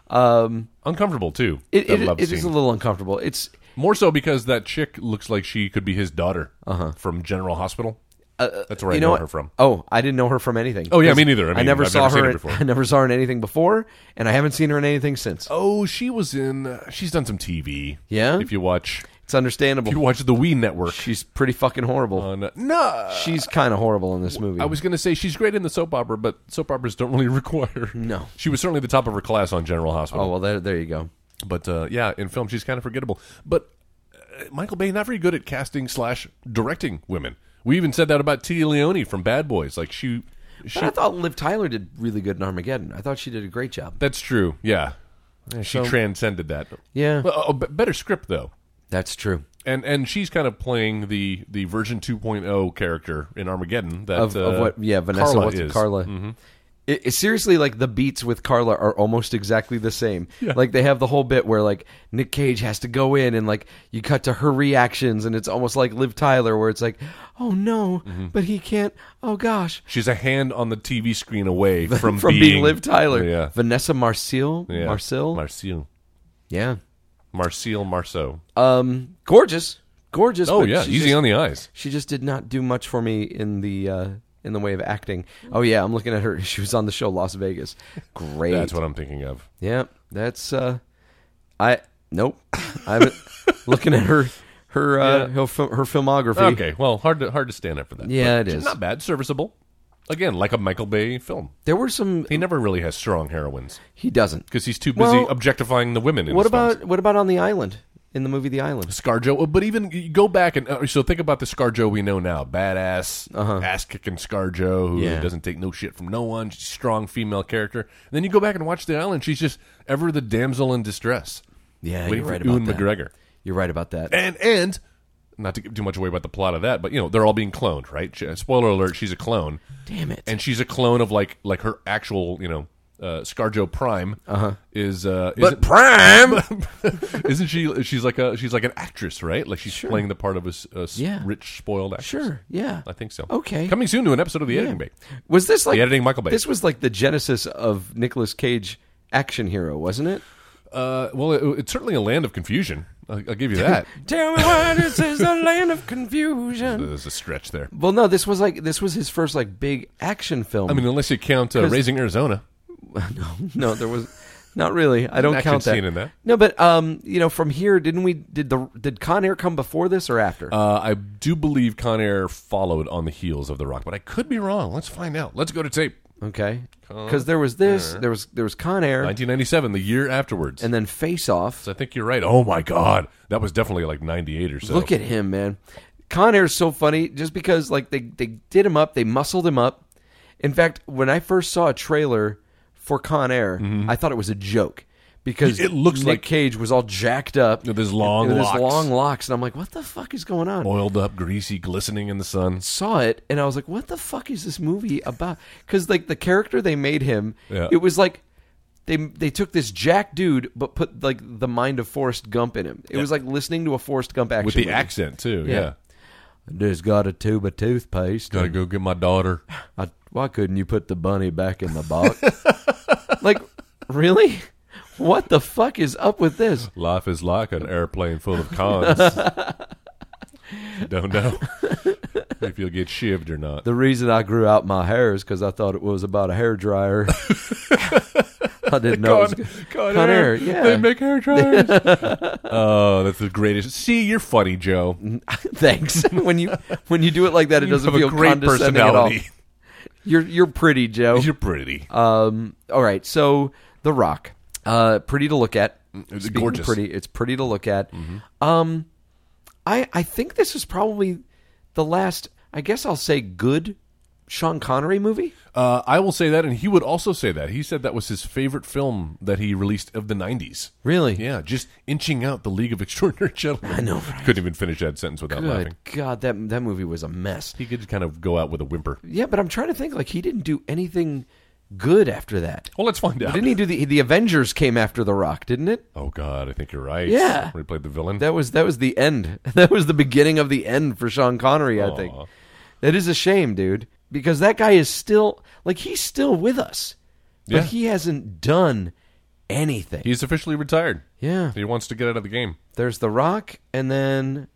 Speaker 3: now? Um,
Speaker 4: Uncomfortable too.
Speaker 3: it
Speaker 4: that
Speaker 3: it,
Speaker 4: love
Speaker 3: it is a
Speaker 4: scene.
Speaker 3: little uncomfortable. It's
Speaker 4: More so because that chick looks like she could be his daughter from General Hospital. That's where
Speaker 3: Uh-huh. Uh,
Speaker 4: I
Speaker 3: you know
Speaker 4: know
Speaker 3: what?
Speaker 4: her from.
Speaker 3: Oh, I didn't know her from anything.
Speaker 4: Oh, yeah,
Speaker 3: 'Cause
Speaker 4: me neither. I mean,
Speaker 3: never
Speaker 4: I've
Speaker 3: saw
Speaker 4: never seen
Speaker 3: her.
Speaker 4: her
Speaker 3: in-
Speaker 4: before.
Speaker 3: I never saw her in anything before, and I haven't seen her in anything since.
Speaker 4: Oh, she was in. Uh, she's done some TV.
Speaker 3: Yeah?
Speaker 4: If you watch,
Speaker 3: It's understandable.
Speaker 4: if you watch the Wii Network.
Speaker 3: She's pretty fucking horrible.
Speaker 4: on, uh, no,
Speaker 3: She's kind of horrible in this movie.
Speaker 4: I was going to say she's great in the soap opera, but soap operas don't really require.
Speaker 3: No.
Speaker 4: she was certainly the top of her class on General Hospital.
Speaker 3: oh well, there there you go.
Speaker 4: But uh, yeah, in film she's kind of forgettable. But uh, Michael Bay not very good at casting slash directing women. We even said that about Tia Leone from Bad Boys. Like she, she
Speaker 3: But I thought Liv Tyler did really good in Armageddon. I thought she did a great job.
Speaker 4: That's true. Yeah, she transcended that.
Speaker 3: Yeah.
Speaker 4: Well, a b- better script though,
Speaker 3: That's true.
Speaker 4: and and she's kind of playing the the version 2.0 character in Armageddon. That
Speaker 3: Of, of
Speaker 4: uh,
Speaker 3: what? Yeah, Vanessa.
Speaker 4: Carla
Speaker 3: what's it,
Speaker 4: is. Mm-hmm.
Speaker 3: Carla? It, it- seriously, like the beats with Carla are almost exactly the same. Like they have the whole bit where like Nick Cage has to go in and like you cut to her reactions, and it's almost like Liv Tyler, where it's like, oh no,
Speaker 4: Mm-hmm.
Speaker 3: but he can't. Oh gosh.
Speaker 4: She's a hand on the TV screen away from
Speaker 3: From being, Liv Tyler,
Speaker 4: Yeah.
Speaker 3: Vanessa Marcil,
Speaker 4: yeah.
Speaker 3: Marcil,
Speaker 4: Marcel.
Speaker 3: yeah,
Speaker 4: Marcel Marceau.
Speaker 3: um, gorgeous, gorgeous.
Speaker 4: oh
Speaker 3: but
Speaker 4: yeah,
Speaker 3: she
Speaker 4: easy
Speaker 3: just-
Speaker 4: on the eyes.
Speaker 3: She just did not do much for me in the uh, in the way of acting. Oh yeah, I'm looking at her. She was on the show Las Vegas. Great.
Speaker 4: That's what I'm thinking of.
Speaker 3: yeah, that's. Uh, I nope. I'm looking at her her uh,
Speaker 4: Yeah.
Speaker 3: her, fil- her filmography.
Speaker 4: Okay, well, hard to hard to stand up for that.
Speaker 3: Yeah,
Speaker 4: But
Speaker 3: it
Speaker 4: it's
Speaker 3: is.
Speaker 4: not bad, serviceable. Again, like a Michael Bay film.
Speaker 3: There were some.
Speaker 4: He never really has strong heroines
Speaker 3: He doesn't.
Speaker 4: because he's too busy
Speaker 3: Mm. Well,
Speaker 4: objectifying the women. In
Speaker 3: What
Speaker 4: his films.
Speaker 3: about what about on the island in the movie The Island?
Speaker 4: ScarJo? uh, But even you go back and uh, so think about the ScarJo we know now: badass, ass kicking ScarJo who
Speaker 3: Uh-huh. Yeah.
Speaker 4: doesn't take no shit from no one. She's a strong female character. And then you go back and watch The Island; she's just ever the damsel in distress.
Speaker 3: Yeah,
Speaker 4: waiting
Speaker 3: you're right
Speaker 4: for
Speaker 3: about
Speaker 4: Ewan
Speaker 3: that.
Speaker 4: McGregor.
Speaker 3: You're right about that.
Speaker 4: and and not to give too much away about the plot of that, but you know they're all being cloned, right? She- Spoiler alert: she's a clone,
Speaker 3: Damn it.
Speaker 4: and she's a clone of like like her actual, you know, uh, ScarJo Prime uh-huh. is uh,
Speaker 3: But
Speaker 4: isn't, Prime isn't she? She's like a she's like an actress, right? Like she's playing the part of a, s- a s-
Speaker 3: Yeah.
Speaker 4: rich spoiled actress.
Speaker 3: Sure, yeah.
Speaker 4: I think so.
Speaker 3: Okay.
Speaker 4: coming soon to an episode of the
Speaker 3: Yeah.
Speaker 4: Editing Bay.
Speaker 3: Was this like
Speaker 4: The editing Michael Bay.
Speaker 3: This was like the genesis of Nicolas Cage action hero, wasn't it?
Speaker 4: Uh, well, it, it's certainly a land of confusion. I'll, I'll give you that.
Speaker 3: Tell me why this is the land of confusion.
Speaker 4: There's a stretch there.
Speaker 3: Well, no, this was like this was his first like big action film.
Speaker 4: I mean, unless you count uh,
Speaker 3: 'Cause-
Speaker 4: Raising Arizona.
Speaker 3: no, no, there was not really. I don't
Speaker 4: An action
Speaker 3: count that.
Speaker 4: scene in that.
Speaker 3: No, but um, you know, from here, didn't we? Did the did Con Air come before this or after?
Speaker 4: Uh, I do believe Con Air followed on the heels of The Rock, but I could be wrong. Let's find out. Let's go to tape.
Speaker 3: okay, because there was this, there was there was Con Air,
Speaker 4: 1997, the year afterwards.
Speaker 3: and then Face Off.
Speaker 4: So I think you're right. Oh my God, that was definitely like 98 or so.
Speaker 3: Look at him, man. Con Air's so funny just because like they they did him up, they muscled him up. In fact, when I first saw a trailer for Con Air, I thought it was a joke because
Speaker 4: Mm-hmm. It looks
Speaker 3: Nick
Speaker 4: like-
Speaker 3: Cage was all jacked up
Speaker 4: With his long
Speaker 3: with
Speaker 4: locks.
Speaker 3: his long locks, and I'm like, what the fuck is going on?
Speaker 4: oiled up, greasy, glistening in the sun.
Speaker 3: saw it and I was like, "What the fuck is this movie about?" Because like the character they made him,
Speaker 4: Yeah.
Speaker 3: it was like they they took this jack dude but put like the mind of Forrest Gump in him. It was like listening to a Forrest Gump action
Speaker 4: With the
Speaker 3: movie.
Speaker 4: accent too, yeah.
Speaker 3: Yeah. There's got a tube of toothpaste.
Speaker 4: Gotta go get my daughter.
Speaker 3: I, why couldn't you put the bunny back in the box? like, really? What the fuck is up with this?
Speaker 4: Life is like an airplane full of cons. Don't know if you'll get shivved or not.
Speaker 3: The reason I grew out my hair is because I thought it was about a hair dryer. I didn't know. it was
Speaker 4: Con
Speaker 3: Con Air,
Speaker 4: Air.
Speaker 3: yeah.
Speaker 4: They make hair dryers. oh, that's the greatest. See, you're funny, Joe.
Speaker 3: Thanks. when you when you do it like that, it
Speaker 4: You
Speaker 3: doesn't
Speaker 4: have a
Speaker 3: feel
Speaker 4: great
Speaker 3: condescending at all. Oh. You're you're pretty, Joe.
Speaker 4: You're pretty.
Speaker 3: um, all right. So The Rock, uh, pretty to look at.
Speaker 4: Mm, It's
Speaker 3: Speaking of
Speaker 4: gorgeous. Mm-hmm.
Speaker 3: Pretty. It's pretty to look at. Um, I I think this is probably the last. I guess I'll say good Sean Connery movie.
Speaker 4: Uh, I will say that, and he would also say that. He said that was his favorite film that he released of the '90s.
Speaker 3: Really?
Speaker 4: Yeah, just inching out the League of Extraordinary Gentlemen. I
Speaker 3: know,
Speaker 4: Couldn't even finish that sentence without laughing.
Speaker 3: Good God, that that movie was a mess.
Speaker 4: He could kind of go out with a whimper.
Speaker 3: Yeah, but I'm trying to think. Like he didn't do anything good after that.
Speaker 4: Well, let's find out.
Speaker 3: Didn't he do the the Avengers came after The Rock, didn't it?
Speaker 4: Oh God, I think you're right.
Speaker 3: Yeah.
Speaker 4: where he played the villain.
Speaker 3: That was that was the end. That was the beginning of the end for Sean Connery, I think.
Speaker 4: Aw.
Speaker 3: That is a shame, dude, because that guy is still like he's still with us. But
Speaker 4: Yeah.
Speaker 3: he hasn't done anything.
Speaker 4: He's officially retired.
Speaker 3: yeah.
Speaker 4: He wants to get out of the game.
Speaker 3: There's The Rock and then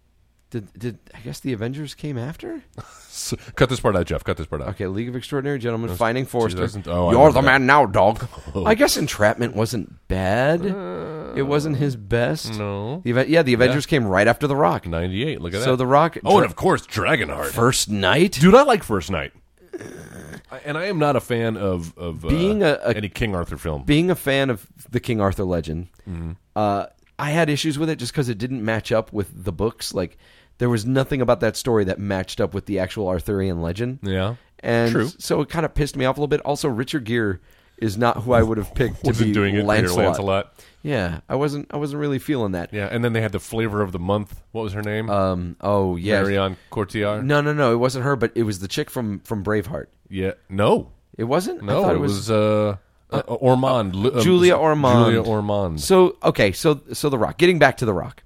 Speaker 3: did did I guess the Avengers came after?
Speaker 4: S- Cut this part out, Jeff. Cut this part out.
Speaker 3: Okay, League of Extraordinary Gentlemen, Finding Forrester.
Speaker 4: 2000 oh,
Speaker 3: You're
Speaker 4: I remember
Speaker 3: the
Speaker 4: that.
Speaker 3: man now, dog. I guess Entrapment wasn't bad. it wasn't his best.
Speaker 4: no.
Speaker 3: The, Aven- yeah, the Avengers came right after The Rock.
Speaker 4: '98. Look at that.
Speaker 3: So The Rock
Speaker 4: Oh, and of course, Dragonheart.
Speaker 3: first night?
Speaker 4: Dude, I like First Night. I- And I am not a fan of of uh,
Speaker 3: Being a- a-
Speaker 4: any King Arthur film.
Speaker 3: being a fan of the King Arthur legend,
Speaker 4: Mm-hmm.
Speaker 3: uh, I had issues with it just because it didn't match up with the books. Like there was nothing about that story that matched up with the actual Arthurian legend.
Speaker 4: Yeah.
Speaker 3: and
Speaker 4: True.
Speaker 3: so it kind of pissed me off a little bit. Also, Richard Gere is not who I would have picked to
Speaker 4: Wasn't
Speaker 3: be
Speaker 4: doing it for your
Speaker 3: Lancelot.
Speaker 4: Lancelot.
Speaker 3: Yeah, I wasn't. I wasn't really feeling that.
Speaker 4: Yeah, and then they had the flavor of the month. What was her name?
Speaker 3: Um. Oh yeah.
Speaker 4: Marion Cotillard.
Speaker 3: No, no, no. It wasn't her, but it was the chick from from Braveheart.
Speaker 4: Yeah, no,
Speaker 3: It wasn't. I
Speaker 4: no,
Speaker 3: thought
Speaker 4: it was, uh, uh, Ormond. Lu- uh,
Speaker 3: Julia Ormond.
Speaker 4: Julia Ormond.
Speaker 3: So okay. So so the Rock. Getting back to the Rock.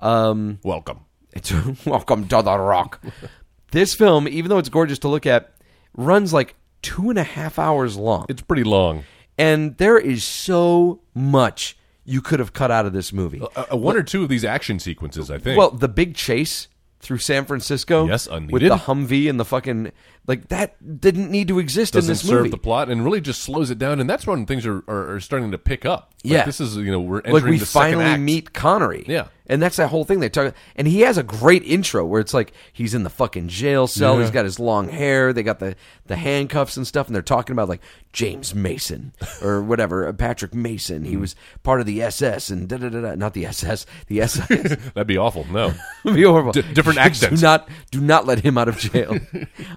Speaker 3: Um.
Speaker 4: Welcome.
Speaker 3: It's welcome to the rock. this film, even though it's gorgeous to look at, runs like two and a half hours long,
Speaker 4: It's pretty long.
Speaker 3: and there is so much you could have cut out of this movie.
Speaker 4: Uh, uh, one or two of these action sequences, I think.
Speaker 3: Well, the big chase through San Francisco,
Speaker 4: Yes,
Speaker 3: with
Speaker 4: unneeded.
Speaker 3: the Humvee and the fucking like that didn't need to exist
Speaker 4: doesn't
Speaker 3: in this
Speaker 4: serve
Speaker 3: movie.
Speaker 4: the plot and really just slows it down, and that's when things are, are, are starting to pick up. Like,
Speaker 3: Yeah.
Speaker 4: this is you know we're entering
Speaker 3: like we
Speaker 4: the second
Speaker 3: finally
Speaker 4: act.
Speaker 3: meet Connery.
Speaker 4: Yeah.
Speaker 3: And that's that whole thing they talk. And he has a great intro where it's like he's in the fucking jail cell. He's got his long hair. They got the the handcuffs and stuff. And they're talking about like James Mason or whatever, uh, Patrick Mason.
Speaker 4: Mm-hmm.
Speaker 3: He was part of the SS and da da da da. Not the SS, the SS.
Speaker 4: That'd be awful. No.
Speaker 3: It'd be horrible.
Speaker 4: D- different accents.
Speaker 3: Do not do not let him out of jail.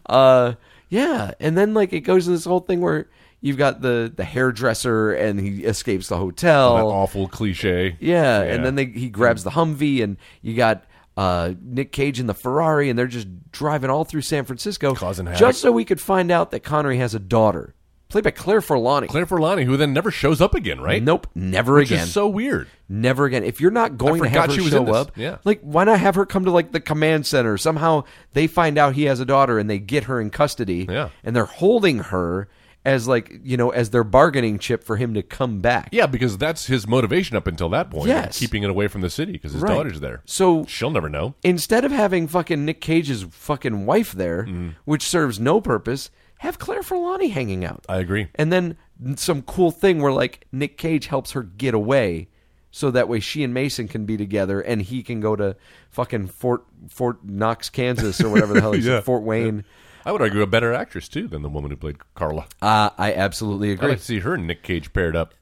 Speaker 3: uh, yeah, and then like it goes to this whole thing where you've got the the hairdresser and he escapes the hotel.
Speaker 4: That awful cliche.
Speaker 3: Oh. Yeah,
Speaker 4: Yeah. Hmm.
Speaker 3: and then they, he grabs the Humvee, and you got uh, Nick Cage in the Ferrari, and they're just driving all through San Francisco,
Speaker 4: Causing havoc.
Speaker 3: just so we could find out that Connery has a daughter, played by Claire Forlani.
Speaker 4: Claire Forlani, who then never shows up again, right?
Speaker 3: Nope, never
Speaker 4: Which
Speaker 3: again.
Speaker 4: is so weird.
Speaker 3: Never again. If you're not going to
Speaker 4: forgot
Speaker 3: have her
Speaker 4: she was in
Speaker 3: show
Speaker 4: this.
Speaker 3: up,
Speaker 4: Yeah.
Speaker 3: like why not have her come to like the command center? Somehow they find out he has a daughter and they get her in custody.
Speaker 4: Yeah.
Speaker 3: And they're holding her as like, you know, as their bargaining chip for him to come back.
Speaker 4: Yeah, because that's his motivation up until that point.
Speaker 3: Yes.
Speaker 4: Keeping it away from the city because his
Speaker 3: Right.
Speaker 4: daughter's there.
Speaker 3: So
Speaker 4: She'll never know.
Speaker 3: instead of having fucking Nick Cage's fucking wife there,
Speaker 4: Mm-hmm.
Speaker 3: which serves no purpose, have Claire Forlani hanging out.
Speaker 4: I agree.
Speaker 3: And then some cool thing where like Nick Cage helps her get away, so that way she and Mason can be together, and he can go to fucking Fort Fort Knox, Kansas, or whatever the hell he's
Speaker 4: Yeah.
Speaker 3: Fort Wayne.
Speaker 4: I would argue a better actress, too, than the woman who played Carla.
Speaker 3: Uh, I absolutely
Speaker 4: I'd
Speaker 3: agree.
Speaker 4: like to see her and Nick Cage paired up.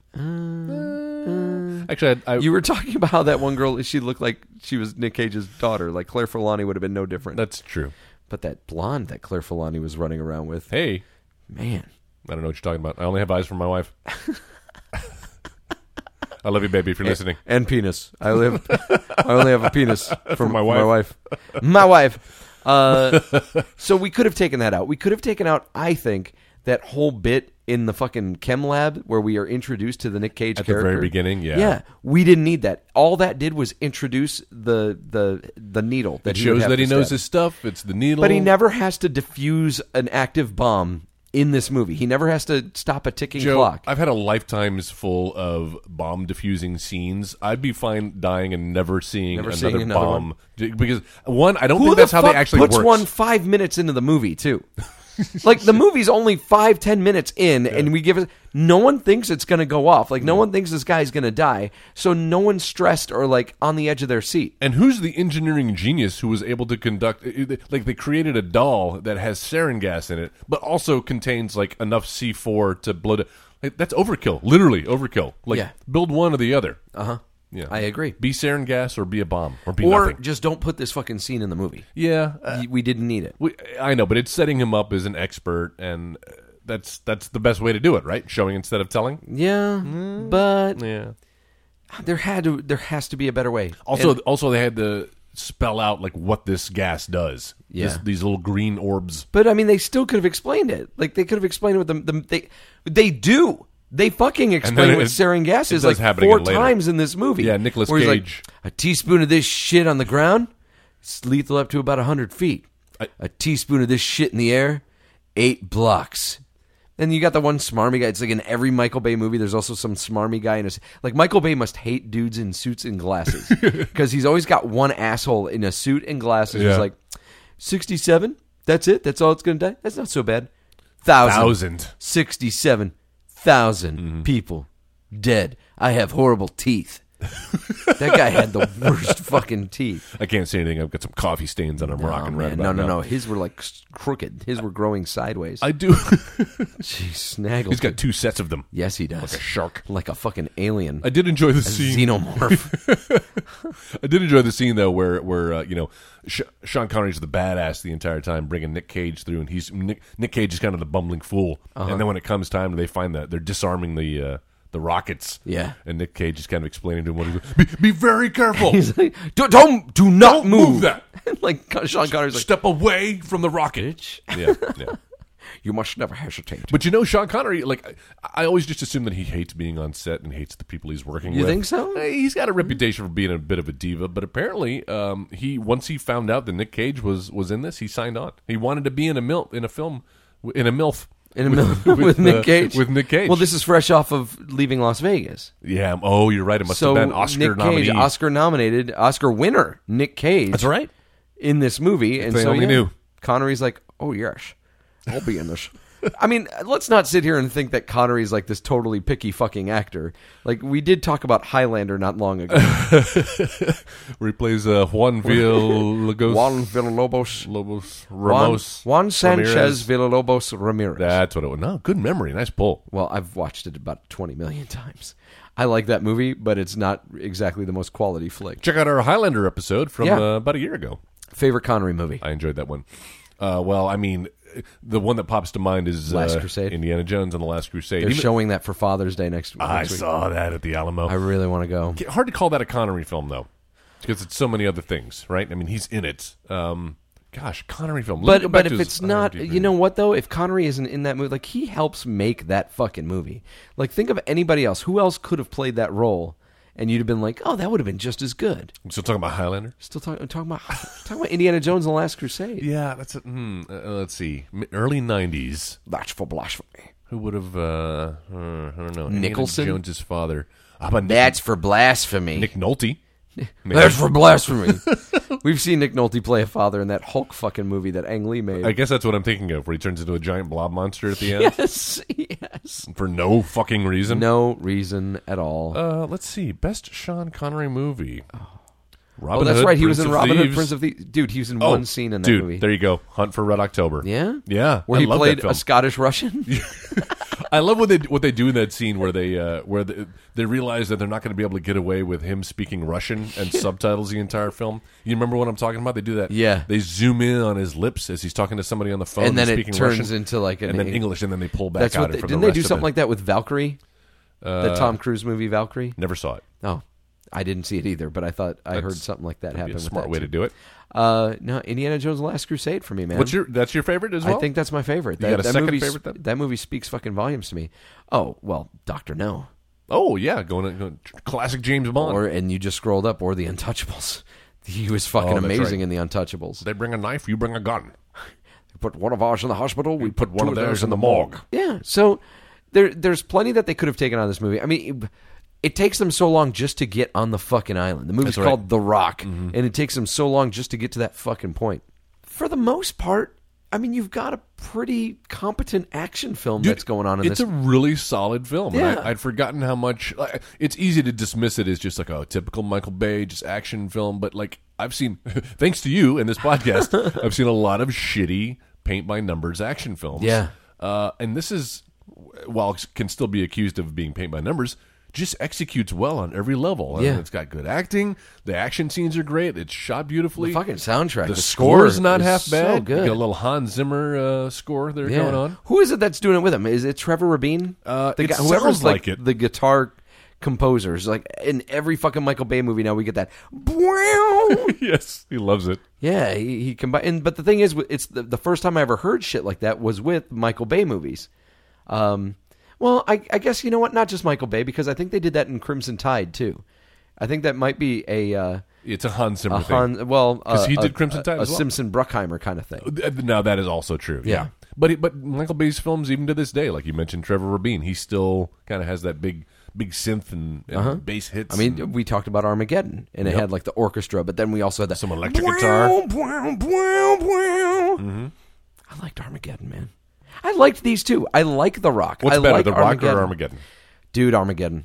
Speaker 4: Actually, I, I,
Speaker 3: You were talking about how that one girl she looked like she was Nick Cage's daughter. Like Claire Forlani would have been no different.
Speaker 4: that's true.
Speaker 3: but that blonde that Claire Forlani was running around with,
Speaker 4: Hey,
Speaker 3: man.
Speaker 4: I don't know what you're talking about. I only have eyes for my wife. I love you, baby, if you're listening.
Speaker 3: and penis. I live. I only have a penis for,
Speaker 4: my
Speaker 3: my wife. My wife. My wife. Uh, so we could have taken that out. We could have taken out. I think that whole bit in the fucking chem lab where we are introduced to the Nick Cage
Speaker 4: At the very
Speaker 3: character
Speaker 4: beginning, yeah.
Speaker 3: yeah. We didn't need that. All that did was introduce the the the needle that
Speaker 4: It
Speaker 3: he would
Speaker 4: shows
Speaker 3: have
Speaker 4: that he
Speaker 3: to
Speaker 4: knows
Speaker 3: stab.
Speaker 4: his stuff. It's the needle.
Speaker 3: But he never has to defuse an active bomb in this movie. He never has to stop a ticking
Speaker 4: Joe,
Speaker 3: clock.
Speaker 4: I've had a lifetime's full of bomb defusing scenes. I'd be fine dying and never seeing
Speaker 3: Never
Speaker 4: another
Speaker 3: seeing another
Speaker 4: bomb D- because one, I don't
Speaker 3: Who
Speaker 4: think
Speaker 3: the
Speaker 4: that's how
Speaker 3: fuck
Speaker 4: they actually
Speaker 3: puts
Speaker 4: works.
Speaker 3: one five minutes into the movie too? like the movie's only five ten minutes in, and we give it. No one thinks it's going to go off. Like no one thinks this guy's going to die. So no one's stressed or like on the edge of their seat.
Speaker 4: and who's the engineering genius who was able to conduct it- it- like they created a doll that has sarin gas in it, but also contains like enough C four to blow. To, like, that's overkill, literally overkill. Like
Speaker 3: Yeah. Uh-huh.
Speaker 4: build one or the other. Uh huh. Yeah,
Speaker 3: I agree.
Speaker 4: Be sarin gas or be a bomb or be
Speaker 3: Or
Speaker 4: nothing. Uh,
Speaker 3: just don't put this fucking scene in the movie.
Speaker 4: Yeah,
Speaker 3: Y- we didn't need it.
Speaker 4: We, I know, but it's setting him up as an expert, and uh, that's that's the best way to do it, right? Showing instead of telling.
Speaker 3: Yeah, but
Speaker 4: Yeah.
Speaker 3: there had to there has to be a better way.
Speaker 4: Also, also they had to spell out like what this gas does.
Speaker 3: Yeah.
Speaker 4: This- these little green orbs.
Speaker 3: But I mean, they still could have explained it. Like they could have explained it with them. The, they they do. They fucking explain
Speaker 4: it-
Speaker 3: what
Speaker 4: it-
Speaker 3: sarin gas
Speaker 4: it
Speaker 3: is
Speaker 4: does
Speaker 3: like
Speaker 4: happen
Speaker 3: four
Speaker 4: again later.
Speaker 3: times in this movie.
Speaker 4: Yeah, Nicolas
Speaker 3: Where he's
Speaker 4: Cage.
Speaker 3: Like, a teaspoon of this shit on the ground, it's lethal up to about hundred feet. A
Speaker 4: I-
Speaker 3: teaspoon of this shit in the air, eight blocks. Then you got the one smarmy guy. It's like in every Michael Bay movie. There's also some smarmy guy in his like Michael Bay must hate dudes in suits and glasses because he's always got one asshole in a suit and glasses.
Speaker 4: Yeah.
Speaker 3: Who's like, 67. That's it. That's all it's going to die. That's not so bad. Thousand.
Speaker 4: Thousand. Mm-hmm.
Speaker 3: 67,000 people dead. I have horrible teeth. that guy had the worst fucking teeth.
Speaker 4: I can't see anything. I've got some coffee stains on them rocking
Speaker 3: Oh,
Speaker 4: right
Speaker 3: man.
Speaker 4: about
Speaker 3: no, no,
Speaker 4: now.
Speaker 3: no. His were like s- crooked. His were growing sideways.
Speaker 4: I do.
Speaker 3: Jeez, snaggle.
Speaker 4: He's got two sets of them.
Speaker 3: Yes, he does.
Speaker 4: Like a shark.
Speaker 3: Like a fucking alien.
Speaker 4: I did enjoy the scene.
Speaker 3: Xenomorph.
Speaker 4: I did enjoy the scene though, where where uh, you know Sh- Sean Connery's the badass the entire time, bringing Nick Cage through, and he's Nick, Nick Cage is kind of the bumbling fool.
Speaker 3: Uh-huh.
Speaker 4: And then when it comes time, they find that they're disarming the uh, the rockets.
Speaker 3: Yeah.
Speaker 4: and Nick Cage is kind of explaining to him what he's be, be very careful.
Speaker 3: He's like, don't, don't, do not
Speaker 4: Don't move
Speaker 3: move.
Speaker 4: that.
Speaker 3: like Sean Connery's like,
Speaker 4: Step away from the rocket. Yeah, yeah.
Speaker 3: you must never hesitate.
Speaker 4: But you know, Sean Connery, like I, I always just assume that he hates being on set and hates the people he's working
Speaker 3: You
Speaker 4: with.
Speaker 3: think so? Mm-hmm.
Speaker 4: Uh, He's got a reputation for being a bit of a diva, but apparently, um, he once he found out that Nick Cage was was in this, he signed on. He wanted to be in a mil in a film w- in a milf
Speaker 3: In a with, with, Nick
Speaker 4: uh,
Speaker 3: Cage.
Speaker 4: with Nick Cage.
Speaker 3: Well, this is fresh off of leaving Las Vegas.
Speaker 4: yeah. Oh, you're right. It must
Speaker 3: So
Speaker 4: have been Oscar
Speaker 3: Nick
Speaker 4: nominee.
Speaker 3: Cage, Oscar nominated, Oscar winner, Nick Cage.
Speaker 4: That's right.
Speaker 3: In this movie, and
Speaker 4: they
Speaker 3: so
Speaker 4: only
Speaker 3: yeah,
Speaker 4: knew.
Speaker 3: Connery's like, oh yes, I'll be in this. I mean, let's not sit here and think that Connery's like this totally picky fucking actor. Like we did talk about Highlander not long ago.
Speaker 4: Where he plays uh, Juan Villalobos.
Speaker 3: Juan Villalobos.
Speaker 4: Lobos
Speaker 3: Juan,
Speaker 4: Ramos.
Speaker 3: Juan Sanchez
Speaker 4: Ramirez.
Speaker 3: Villalobos Ramirez.
Speaker 4: That's what it was. No, good memory. Nice pull.
Speaker 3: Well, I've watched it about 20 million times. I like that movie, but it's not exactly the most quality flick.
Speaker 4: Check out our Highlander episode from
Speaker 3: Yeah.
Speaker 4: uh, about a year ago.
Speaker 3: Favorite Connery movie?
Speaker 4: I enjoyed that one. Uh, well, I mean, the one that pops to mind is
Speaker 3: Last
Speaker 4: uh,
Speaker 3: Crusade.
Speaker 4: Indiana Jones and the Last Crusade.
Speaker 3: They're
Speaker 4: Even-
Speaker 3: showing that for Father's Day next week.
Speaker 4: I
Speaker 3: next week.
Speaker 4: saw that at the Alamo.
Speaker 3: I really want to go.
Speaker 4: Hard to call that a Connery film though, because it's so many other things, right? I mean, he's in it. Um, gosh, Connery film. Let me go
Speaker 3: But
Speaker 4: back
Speaker 3: but
Speaker 4: to
Speaker 3: if
Speaker 4: his
Speaker 3: it's not,
Speaker 4: IMDb.
Speaker 3: you know what though? If Connery isn't in that movie, like he helps make that fucking movie. Like think of anybody else. Who else could have played that role? And you'd have been like, oh, that would have been just as good.
Speaker 4: I'm still talking about Highlander.
Speaker 3: Still talking talking about talking about Indiana Jones and the Last Crusade.
Speaker 4: Yeah, that's a, hmm, uh, uh, let's see, M- early '90s.
Speaker 3: That's for blasphemy.
Speaker 4: Who would have? Uh, uh, I don't know. Indiana
Speaker 3: Nicholson?
Speaker 4: Jones's father. How about Nick,
Speaker 3: That's for blasphemy.
Speaker 4: Nick Nolte? Maybe.
Speaker 3: That's for blasphemy. We've seen Nick Nolte play a father in that Hulk fucking movie that Ang Lee made.
Speaker 4: I guess that's what I'm thinking of, where he turns into a giant blob monster at the end
Speaker 3: yes, yes.
Speaker 4: for no fucking reason.
Speaker 3: No reason at all.
Speaker 4: Uh, let's see, best Sean Connery movie.
Speaker 3: oh,
Speaker 4: Robin
Speaker 3: that's
Speaker 4: Hood,
Speaker 3: right. He
Speaker 4: Prince
Speaker 3: was in
Speaker 4: of
Speaker 3: Robin Hood,
Speaker 4: Thieves.
Speaker 3: Prince of Thieves. Dude, he was in
Speaker 4: Oh,
Speaker 3: one scene in that
Speaker 4: dude,
Speaker 3: movie.
Speaker 4: There you go. Hunt for Red October.
Speaker 3: yeah,
Speaker 4: Yeah.
Speaker 3: Where
Speaker 4: I
Speaker 3: he
Speaker 4: love that
Speaker 3: played
Speaker 4: film.
Speaker 3: a Scottish Russian.
Speaker 4: I love what they what they do in that scene where they uh, where the, they realize that they're not going to be able to get away with him speaking Russian and subtitles the entire film. You remember what I'm talking about? They do that.
Speaker 3: Yeah.
Speaker 4: They zoom in on his lips as he's talking to somebody on the phone,
Speaker 3: And then
Speaker 4: he's
Speaker 3: it
Speaker 4: speaking
Speaker 3: turns
Speaker 4: Russian,
Speaker 3: into, like, an
Speaker 4: and then
Speaker 3: Eng-
Speaker 4: English, and then they pull back
Speaker 3: That's
Speaker 4: out.
Speaker 3: what. They,
Speaker 4: it for
Speaker 3: didn't
Speaker 4: the
Speaker 3: they
Speaker 4: rest
Speaker 3: do
Speaker 4: of it. Uh,
Speaker 3: something like that with Valkyrie? the Tom Cruise movie Valkyrie.
Speaker 4: Never saw it.
Speaker 3: Oh, I didn't see it either, but I thought I heard
Speaker 4: That's-
Speaker 3: something like that happen.
Speaker 4: That'd be a
Speaker 3: with
Speaker 4: smart
Speaker 3: that,
Speaker 4: way
Speaker 3: too.
Speaker 4: to do it.
Speaker 3: Uh, no, Indiana Jones: The Last Crusade for me, man.
Speaker 4: What's your that's your favorite as well?
Speaker 3: I think that's my favorite.
Speaker 4: You
Speaker 3: That,
Speaker 4: got a
Speaker 3: that
Speaker 4: second
Speaker 3: movie,
Speaker 4: favorite then?
Speaker 3: That movie speaks fucking volumes to me. Oh well, Doctor No,
Speaker 4: Oh yeah, going, going classic James Bond.
Speaker 3: or and you just scrolled up, or The Untouchables. He was fucking
Speaker 4: Oh, that's
Speaker 3: amazing
Speaker 4: right.
Speaker 3: in The Untouchables.
Speaker 4: they bring a knife, you bring a gun.
Speaker 3: We put one of ours in the hospital. We
Speaker 4: put
Speaker 3: put
Speaker 4: one
Speaker 3: two
Speaker 4: of theirs in the morgue.
Speaker 3: Yeah. So there, there's plenty that they could have taken on this movie. I mean. It, it takes them so long just to get on the fucking island. The movie's
Speaker 4: That's right. Mm-hmm.
Speaker 3: called The Rock, and it takes them so long just to get to that fucking point. For the most part, I mean, you've got a pretty competent action film
Speaker 4: Dude,
Speaker 3: that's going on in this.
Speaker 4: it's a really solid film. and
Speaker 3: Yeah.
Speaker 4: I, I'd forgotten how much. Like, it's easy to dismiss it as just like a typical Michael Bay, just action film. But like I've seen, thanks to you and this podcast, I've seen a lot of shitty paint by numbers action films.
Speaker 3: Yeah.
Speaker 4: uh, and this is while it can still be accused of being paint by numbers. Just executes well on every level. I mean,
Speaker 3: Yeah.
Speaker 4: it's got good acting. The action scenes are great. It's shot beautifully.
Speaker 3: The fucking soundtrack.
Speaker 4: The,
Speaker 3: The
Speaker 4: score is
Speaker 3: score
Speaker 4: not
Speaker 3: is
Speaker 4: half
Speaker 3: so
Speaker 4: bad.
Speaker 3: good.
Speaker 4: You got a little Hans Zimmer uh, score there going on.
Speaker 3: Who is it that's doing it with him? Is it Trevor Rabin?
Speaker 4: Uh,
Speaker 3: the
Speaker 4: it
Speaker 3: guy, whoever's
Speaker 4: sounds
Speaker 3: like,
Speaker 4: like it.
Speaker 3: the guitar composers, like in every fucking Michael Bay movie now, we get that. Bwow!
Speaker 4: yes, he loves it.
Speaker 3: yeah, he, he combined. But the thing is, it's the, the first time I ever heard shit like that was with Michael Bay movies. Um, well, I, I guess you know what? Not just Michael Bay because I think they did that in Crimson Tide too. I think that might be a uh,
Speaker 4: It's a Hans Zimmer
Speaker 3: a Han, well,
Speaker 4: because he
Speaker 3: uh,
Speaker 4: did
Speaker 3: a-
Speaker 4: Crimson Tide
Speaker 3: a,
Speaker 4: as well.
Speaker 3: Simpson Bruckheimer kind of thing.
Speaker 4: Th- Now that is also true. Yeah,
Speaker 3: Yeah.
Speaker 4: but he, but Michael Bay's films, even to this day, like you mentioned, Trevor Rabin, he still kind of has that big big synth and, and bass hits.
Speaker 3: Uh-huh. I
Speaker 4: and-
Speaker 3: mean, we talked about Armageddon, and it had like the orchestra, but then we also had that
Speaker 4: Some electric guitar.
Speaker 3: Mm-hmm. I liked Armageddon, man. I liked these two. I like The Rock.
Speaker 4: what's
Speaker 3: I
Speaker 4: better,
Speaker 3: like
Speaker 4: The Rock
Speaker 3: Armageddon.
Speaker 4: or Armageddon?
Speaker 3: Dude, Armageddon.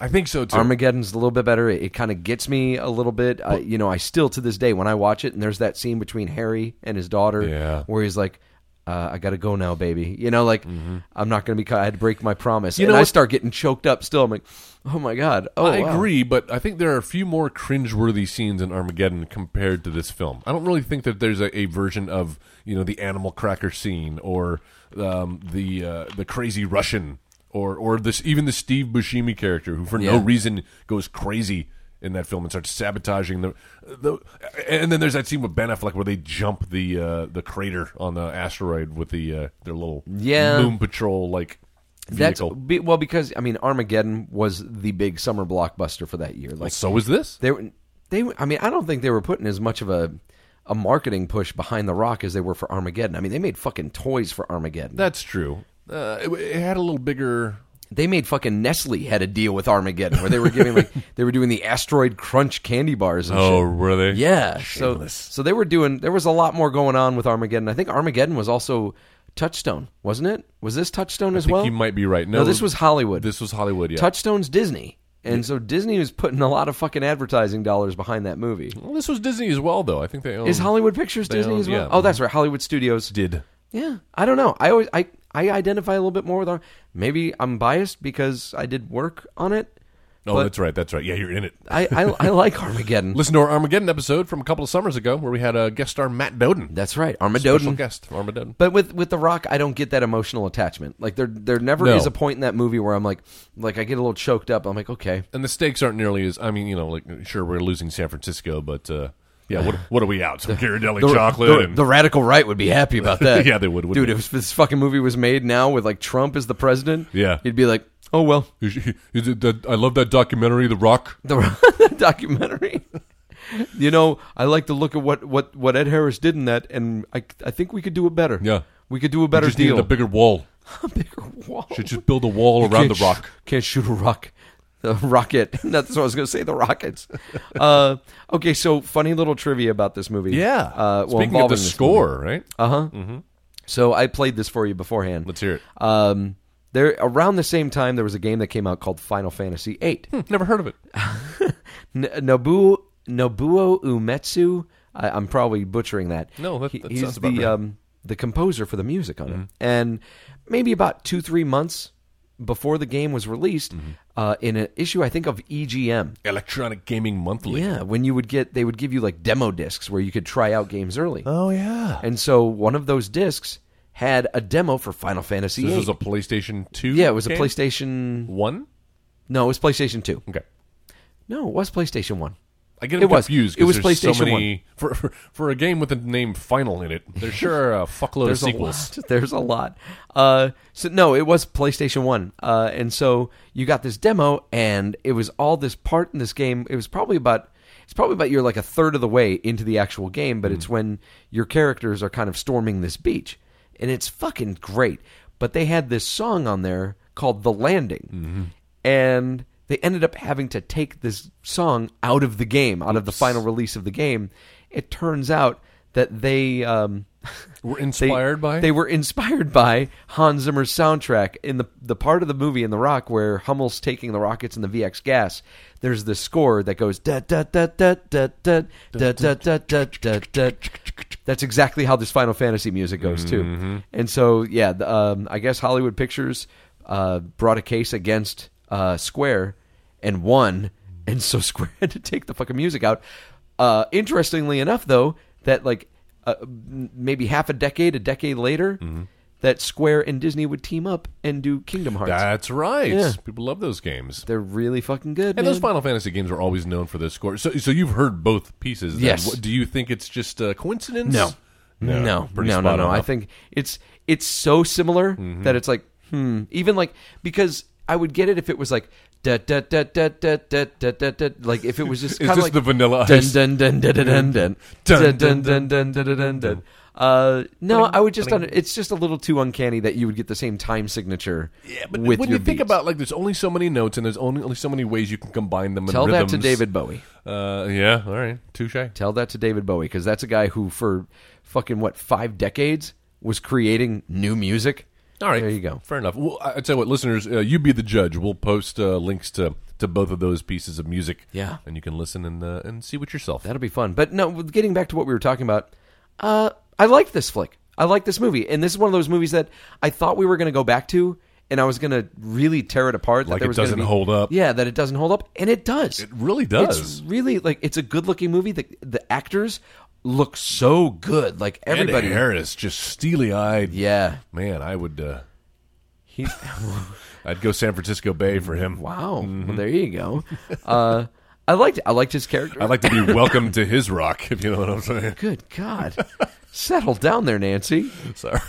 Speaker 4: I think so too.
Speaker 3: Armageddon's a little bit better. It, kind of gets me a little bit. I, you know, I still to this day when I watch it, and there's that scene between Harry and his daughter,
Speaker 4: Yeah.
Speaker 3: where he's like. Uh, I gotta go now, baby. You know, like I'm not gonna be. Cut. I had to break my promise,
Speaker 4: Mm-hmm. You
Speaker 3: and
Speaker 4: know
Speaker 3: I
Speaker 4: what-
Speaker 3: start getting choked up. Still, I'm like, oh my god. Oh,
Speaker 4: I
Speaker 3: wow.
Speaker 4: agree, but I think there are a few more cringeworthy scenes in Armageddon compared to this film. I don't really think that there's a, a version of you know the animal cracker scene or um, the uh, the crazy Russian or or this even the Steve Buscemi character who for no
Speaker 3: Yeah.
Speaker 4: reason goes crazy in that film and starts sabotaging the, the and then there's that scene with Ben Affleck where they jump the uh, the crater on the asteroid with the uh, their little
Speaker 3: Yeah.
Speaker 4: moon patrol like
Speaker 3: That's
Speaker 4: vehicle.
Speaker 3: be, well because I mean Armageddon was the big summer blockbuster for that year. Like
Speaker 4: so is this.
Speaker 3: they were, they were- I mean I don't think they were putting as much of a a marketing push behind The Rock as they were for Armageddon. I mean they made fucking toys for Armageddon.
Speaker 4: That's true. Uh, it, it had a little bigger.
Speaker 3: they made fucking Nestle had a deal with Armageddon where they were giving like they were doing the asteroid crunch candy bars and shit.
Speaker 4: Oh, were they?
Speaker 3: Yeah. So, so they were doing there was a lot more going on with Armageddon. I think Armageddon was also Touchstone, wasn't it? Was this Touchstone as
Speaker 4: I think
Speaker 3: well?
Speaker 4: you might be right. No,
Speaker 3: No, this was Hollywood.
Speaker 4: This was Hollywood. Yeah.
Speaker 3: Touchstone's Disney. And so Disney was putting a lot of fucking advertising dollars behind that movie.
Speaker 4: Well, this was Disney as well, though. I think they own.
Speaker 3: Is Hollywood Pictures
Speaker 4: They
Speaker 3: Disney
Speaker 4: own-
Speaker 3: as well?
Speaker 4: yeah.
Speaker 3: Oh, that's right. Hollywood Studios.
Speaker 4: did?
Speaker 3: Yeah, I don't know. I always I I identify a little bit more with our. Maybe I'm biased because I did work on it.
Speaker 4: Oh,
Speaker 3: But-
Speaker 4: that's right. That's right. Yeah, you're in it.
Speaker 3: I I, I like Armageddon.
Speaker 4: Listen to our Armageddon episode from a couple of summers ago, where we had a guest star Matt Doden.
Speaker 3: That's right,
Speaker 4: Special
Speaker 3: Armageddon.
Speaker 4: guest Armageddon.
Speaker 3: But with with The Rock, I don't get that emotional attachment. Like there there never
Speaker 4: No.
Speaker 3: is a point in that movie where I'm like like I get a little choked up. I'm like okay,
Speaker 4: and the stakes aren't nearly as. I mean, you know, like sure we're losing San Francisco, but uh, yeah, what what are we out? Some Ghirardelli chocolate.
Speaker 3: The,
Speaker 4: and,
Speaker 3: the radical right would be happy about that.
Speaker 4: Yeah, they would, wouldn't
Speaker 3: Dude,
Speaker 4: they?
Speaker 3: if this fucking movie was made now with like Trump as the president,
Speaker 4: Yeah.
Speaker 3: you'd be like, oh well,
Speaker 4: Is it that- I love that documentary, The Rock.
Speaker 3: the, the documentary. you know, I like the look of what what what Ed Harris did in that, and I I think we could do it better.
Speaker 4: Yeah.
Speaker 3: we could do a better
Speaker 4: just
Speaker 3: deal.
Speaker 4: needed a bigger wall.
Speaker 3: A bigger wall.
Speaker 4: Should just build a wall around
Speaker 3: Can't
Speaker 4: The
Speaker 3: sh-
Speaker 4: Rock.
Speaker 3: can't shoot a rock. The rocket. That's what I was going to say. The rockets. Uh, okay, so funny little trivia about this movie. Uh, well,
Speaker 4: Speaking of
Speaker 3: involving
Speaker 4: the
Speaker 3: this
Speaker 4: score, right?
Speaker 3: Uh huh. So I played this for you beforehand.
Speaker 4: Let's hear it.
Speaker 3: Um, there around the same time there was a game that came out called Final Fantasy VIII.
Speaker 4: Never heard of it.
Speaker 3: N- Nobu Nobuo Umetsu. I, I'm probably butchering that.
Speaker 4: No, that- that
Speaker 3: he's
Speaker 4: sounds about
Speaker 3: the
Speaker 4: right. Mm-hmm.
Speaker 3: um, the composer for the music on it, and maybe about two three months before the game was released,
Speaker 4: Mm-hmm.
Speaker 3: uh, in an issue I think of EGM.
Speaker 4: Electronic Gaming Monthly.
Speaker 3: Yeah, when you would get, they would give you like demo discs where you could try out games early,
Speaker 4: Oh yeah.
Speaker 3: and so one of those discs had a demo for Final Fantasy.
Speaker 4: This
Speaker 3: VIII.
Speaker 4: was a PlayStation Two.
Speaker 3: yeah, it was a
Speaker 4: game?
Speaker 3: PlayStation.
Speaker 4: One.
Speaker 3: No, it was PlayStation Two.
Speaker 4: Okay.
Speaker 3: No, it was PlayStation One.
Speaker 4: I get
Speaker 3: It
Speaker 4: them
Speaker 3: was.
Speaker 4: confused.
Speaker 3: It was
Speaker 4: 'cause there's so
Speaker 3: PlayStation
Speaker 4: many, for, for for a game with the name Final in it. There sure are a fuckload
Speaker 3: There's
Speaker 4: of sequels.
Speaker 3: a lot. There's a lot. Uh, so no, it was PlayStation One, uh, and so you got this demo, and it was all this part in this game. It was probably about it's probably about you're like a third of the way into the actual game, but it's when your characters are kind of storming this beach, and it's fucking great. But they had this song on there called "The Landing," and they ended up having to take this song out of the game, out of the final release of the game. It turns out that they um,
Speaker 4: Were inspired
Speaker 3: they,
Speaker 4: by?
Speaker 3: they were inspired by Hans Zimmer's soundtrack in the the part of the movie in The Rock where Hummel's taking the rockets and the VX gas. There's this score that goes da da da da da da da da da da da da. That's exactly how this Final Fantasy music goes
Speaker 4: Mm-hmm.
Speaker 3: too. And so yeah, the, um, I guess Hollywood Pictures uh, brought a case against uh, Square and won, and so Square had to take the fucking music out. Uh, interestingly enough, though, that like uh, m- maybe half a decade, a decade later,
Speaker 4: Mm-hmm.
Speaker 3: that Square and Disney would team up and do Kingdom Hearts.
Speaker 4: That's right.
Speaker 3: Yeah.
Speaker 4: People love those games.
Speaker 3: They're really fucking good.
Speaker 4: And those
Speaker 3: man.
Speaker 4: Final Fantasy games are always known for their score. So, so you've heard both pieces. then.
Speaker 3: Yes.
Speaker 4: What- do you think it's just a coincidence?
Speaker 3: No. No, no,
Speaker 4: pretty
Speaker 3: no, no,
Speaker 4: spot on, Mm-hmm.
Speaker 3: I
Speaker 4: huh?
Speaker 3: think it's it's so similar that it's like, hmm. Even like because I would get it if it was like da da da da da da da da da. Like if it was just
Speaker 4: Is
Speaker 3: kind of
Speaker 4: this
Speaker 3: like
Speaker 4: the Vanilla
Speaker 3: dun
Speaker 4: Ice?
Speaker 3: dun dun dun dun dun dun
Speaker 4: Dun,
Speaker 3: dun
Speaker 4: dun,
Speaker 3: dun dun dun dun dun. Uh, no, I would just. Under, it's just a little too uncanny that you would get the same time signature.
Speaker 4: Yeah, but
Speaker 3: with
Speaker 4: when
Speaker 3: your
Speaker 4: you think
Speaker 3: beats.
Speaker 4: about like, there's only so many notes, and there's only, only so many ways you can combine them.
Speaker 3: tell
Speaker 4: and
Speaker 3: that
Speaker 4: rhythms.
Speaker 3: to David Bowie.
Speaker 4: Uh, yeah, all right, touche.
Speaker 3: Tell that to David Bowie because that's a guy who, for fucking what five decades, was creating new music.
Speaker 4: All right,
Speaker 3: there you go.
Speaker 4: Fair enough. Well, I- I'd say what listeners, uh, you be the judge. We'll post uh, links to to both of those pieces of music.
Speaker 3: Yeah.
Speaker 4: and you can listen and uh, and see what yourself.
Speaker 3: That'll be fun. But no, getting back to what we were talking about, uh, I like this flick. I like this movie, and this is one of those movies that I thought we were going to go back to, and I was going to really tear it apart. that
Speaker 4: Like
Speaker 3: there
Speaker 4: it
Speaker 3: was gonna
Speaker 4: doesn't
Speaker 3: be-
Speaker 4: hold up.
Speaker 3: Yeah, that it doesn't hold up, and it does. It
Speaker 4: really does.
Speaker 3: It's really like it's a good-looking movie. The the actors look so good. Like everybody.
Speaker 4: Andy Harris just steely eyed.
Speaker 3: yeah.
Speaker 4: man, I would. Uh,
Speaker 3: He.
Speaker 4: I'd go San Francisco Bay for him.
Speaker 3: Wow.
Speaker 4: Mm-hmm.
Speaker 3: Well, there you go. Uh, I liked I liked his character.
Speaker 4: I'd like to be welcome to his rock, if you know what I'm saying.
Speaker 3: Good God. Settle down there, Nancy. Um,
Speaker 4: Sorry.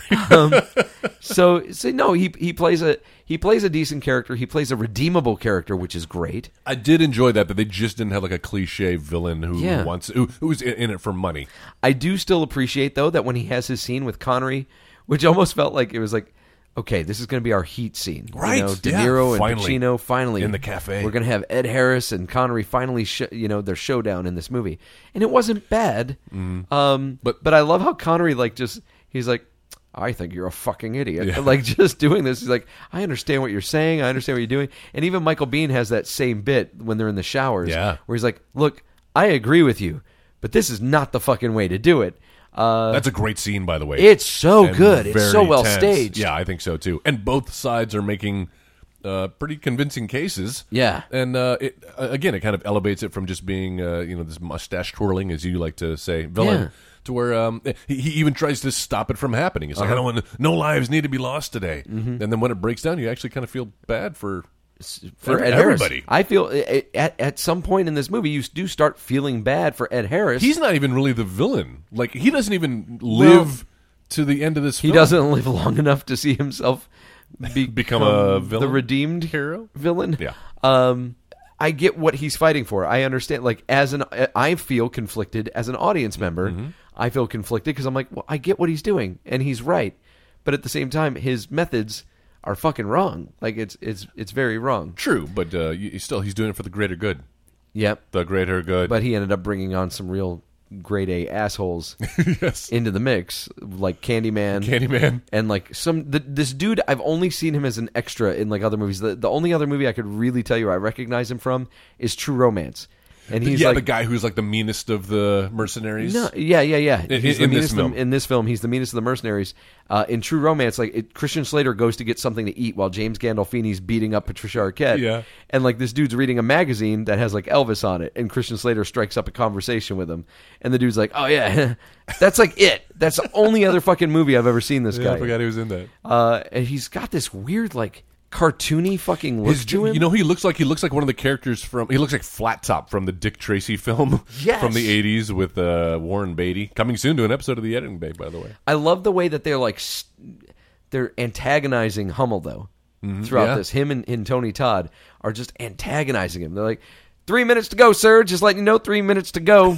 Speaker 3: So, so no, he he plays a he plays a decent character. He plays a redeemable character, which is great.
Speaker 4: I did enjoy that, but they just didn't have like a cliche villain who
Speaker 3: Yeah.
Speaker 4: wants who, who's in, in it for money.
Speaker 3: I do still appreciate though that when he has his scene with Connery, which almost felt like it was like, okay, this is going to be our heat scene, You
Speaker 4: Right,
Speaker 3: know, De
Speaker 4: yeah.
Speaker 3: Niro and
Speaker 4: Finally.
Speaker 3: Pacino finally
Speaker 4: In the cafe.
Speaker 3: We're going to have Ed Harris and Connery finally, sh- you know, their showdown in this movie, and it wasn't bad. Um, but
Speaker 4: Mm-hmm. But-
Speaker 3: but I love how Connery like just he's like, I think you're a fucking idiot. Like just doing this, he's like, I understand what you're saying. I understand what you're doing. And even Michael Bean has that same bit when they're in the showers,
Speaker 4: Yeah.
Speaker 3: where he's like, Look, I agree with you, but this is not the fucking way to do it. Uh,
Speaker 4: That's a great scene, by the way.
Speaker 3: it's so
Speaker 4: And
Speaker 3: good. It's so
Speaker 4: very
Speaker 3: well
Speaker 4: tense.
Speaker 3: staged.
Speaker 4: Yeah, I think so too. And both sides are making uh, pretty convincing cases.
Speaker 3: Yeah.
Speaker 4: and uh, it uh, again, it kind of elevates it from just being uh, you know this mustache twirling, as you like to say, villain.
Speaker 3: Yeah.
Speaker 4: To where um, he, he even tries to stop it from happening.
Speaker 3: Uh-huh.
Speaker 4: It's like I don't want no lives need to be lost today.
Speaker 3: Mm-hmm.
Speaker 4: And then when it breaks down, you actually kind of feel bad for
Speaker 3: for
Speaker 4: every-
Speaker 3: Ed Harris.
Speaker 4: everybody.
Speaker 3: I feel i- i- at at some point in this movie, you do start feeling bad for Ed Harris.
Speaker 4: He's not even really the villain. Like he doesn't even live to the end of this.
Speaker 3: he
Speaker 4: film.
Speaker 3: doesn't live long enough to see himself be-
Speaker 4: Become a villain?
Speaker 3: the redeemed
Speaker 4: Hero?
Speaker 3: villain.
Speaker 4: Yeah.
Speaker 3: Um, I get what he's fighting for. I understand. Like as an, I feel conflicted as an audience member.
Speaker 4: Mm-hmm.
Speaker 3: I feel conflicted because I'm like, well, I get what he's doing, and he's right, but at the same time, his methods are fucking wrong. Like it's it's it's very wrong.
Speaker 4: True, but uh, you, still, he's doing it for the greater good.
Speaker 3: Yep.
Speaker 4: The greater good.
Speaker 3: But he ended up bringing on some real grade A assholes
Speaker 4: yes,
Speaker 3: into the mix, like Candyman.
Speaker 4: Candyman.
Speaker 3: and like some th this dude i've only seen him as an extra in like other movies the, the only other movie i could really tell you i recognize him from is true romance and he's
Speaker 4: yeah,
Speaker 3: like
Speaker 4: the guy who's like the meanest of the mercenaries.
Speaker 3: no, yeah, yeah, yeah.
Speaker 4: In-
Speaker 3: He's the
Speaker 4: in this
Speaker 3: meanest of-
Speaker 4: film.
Speaker 3: in this film, he's the meanest of the mercenaries. Uh, in True Romance, like it, Christian Slater goes to get something to eat while James Gandolfini's beating up Patricia Arquette.
Speaker 4: Yeah.
Speaker 3: and like this dude's reading a magazine that has like Elvis on it, and Christian Slater strikes up a conversation with him, and the dude's like, "Oh yeah, that's like it. That's the only other fucking movie I've ever seen this
Speaker 4: Yeah,
Speaker 3: guy."
Speaker 4: I forgot he was in that.
Speaker 3: uh, and he's got this weird like cartoony fucking look
Speaker 4: His-
Speaker 3: to him.
Speaker 4: You know, he looks like he looks like one of the characters from. He looks like Flat Top from the Dick Tracy film
Speaker 3: Yes.
Speaker 4: from the '80s with uh, Warren Beatty. Coming soon to an episode of the Editing Bay, by the way.
Speaker 3: I love the way that they're like s- they're antagonizing Hummel though throughout
Speaker 4: Mm-hmm. yeah.
Speaker 3: this. Him and, and Tony Todd are just antagonizing him. They're like. Three minutes to go, sir. Just letting you know, three minutes to go.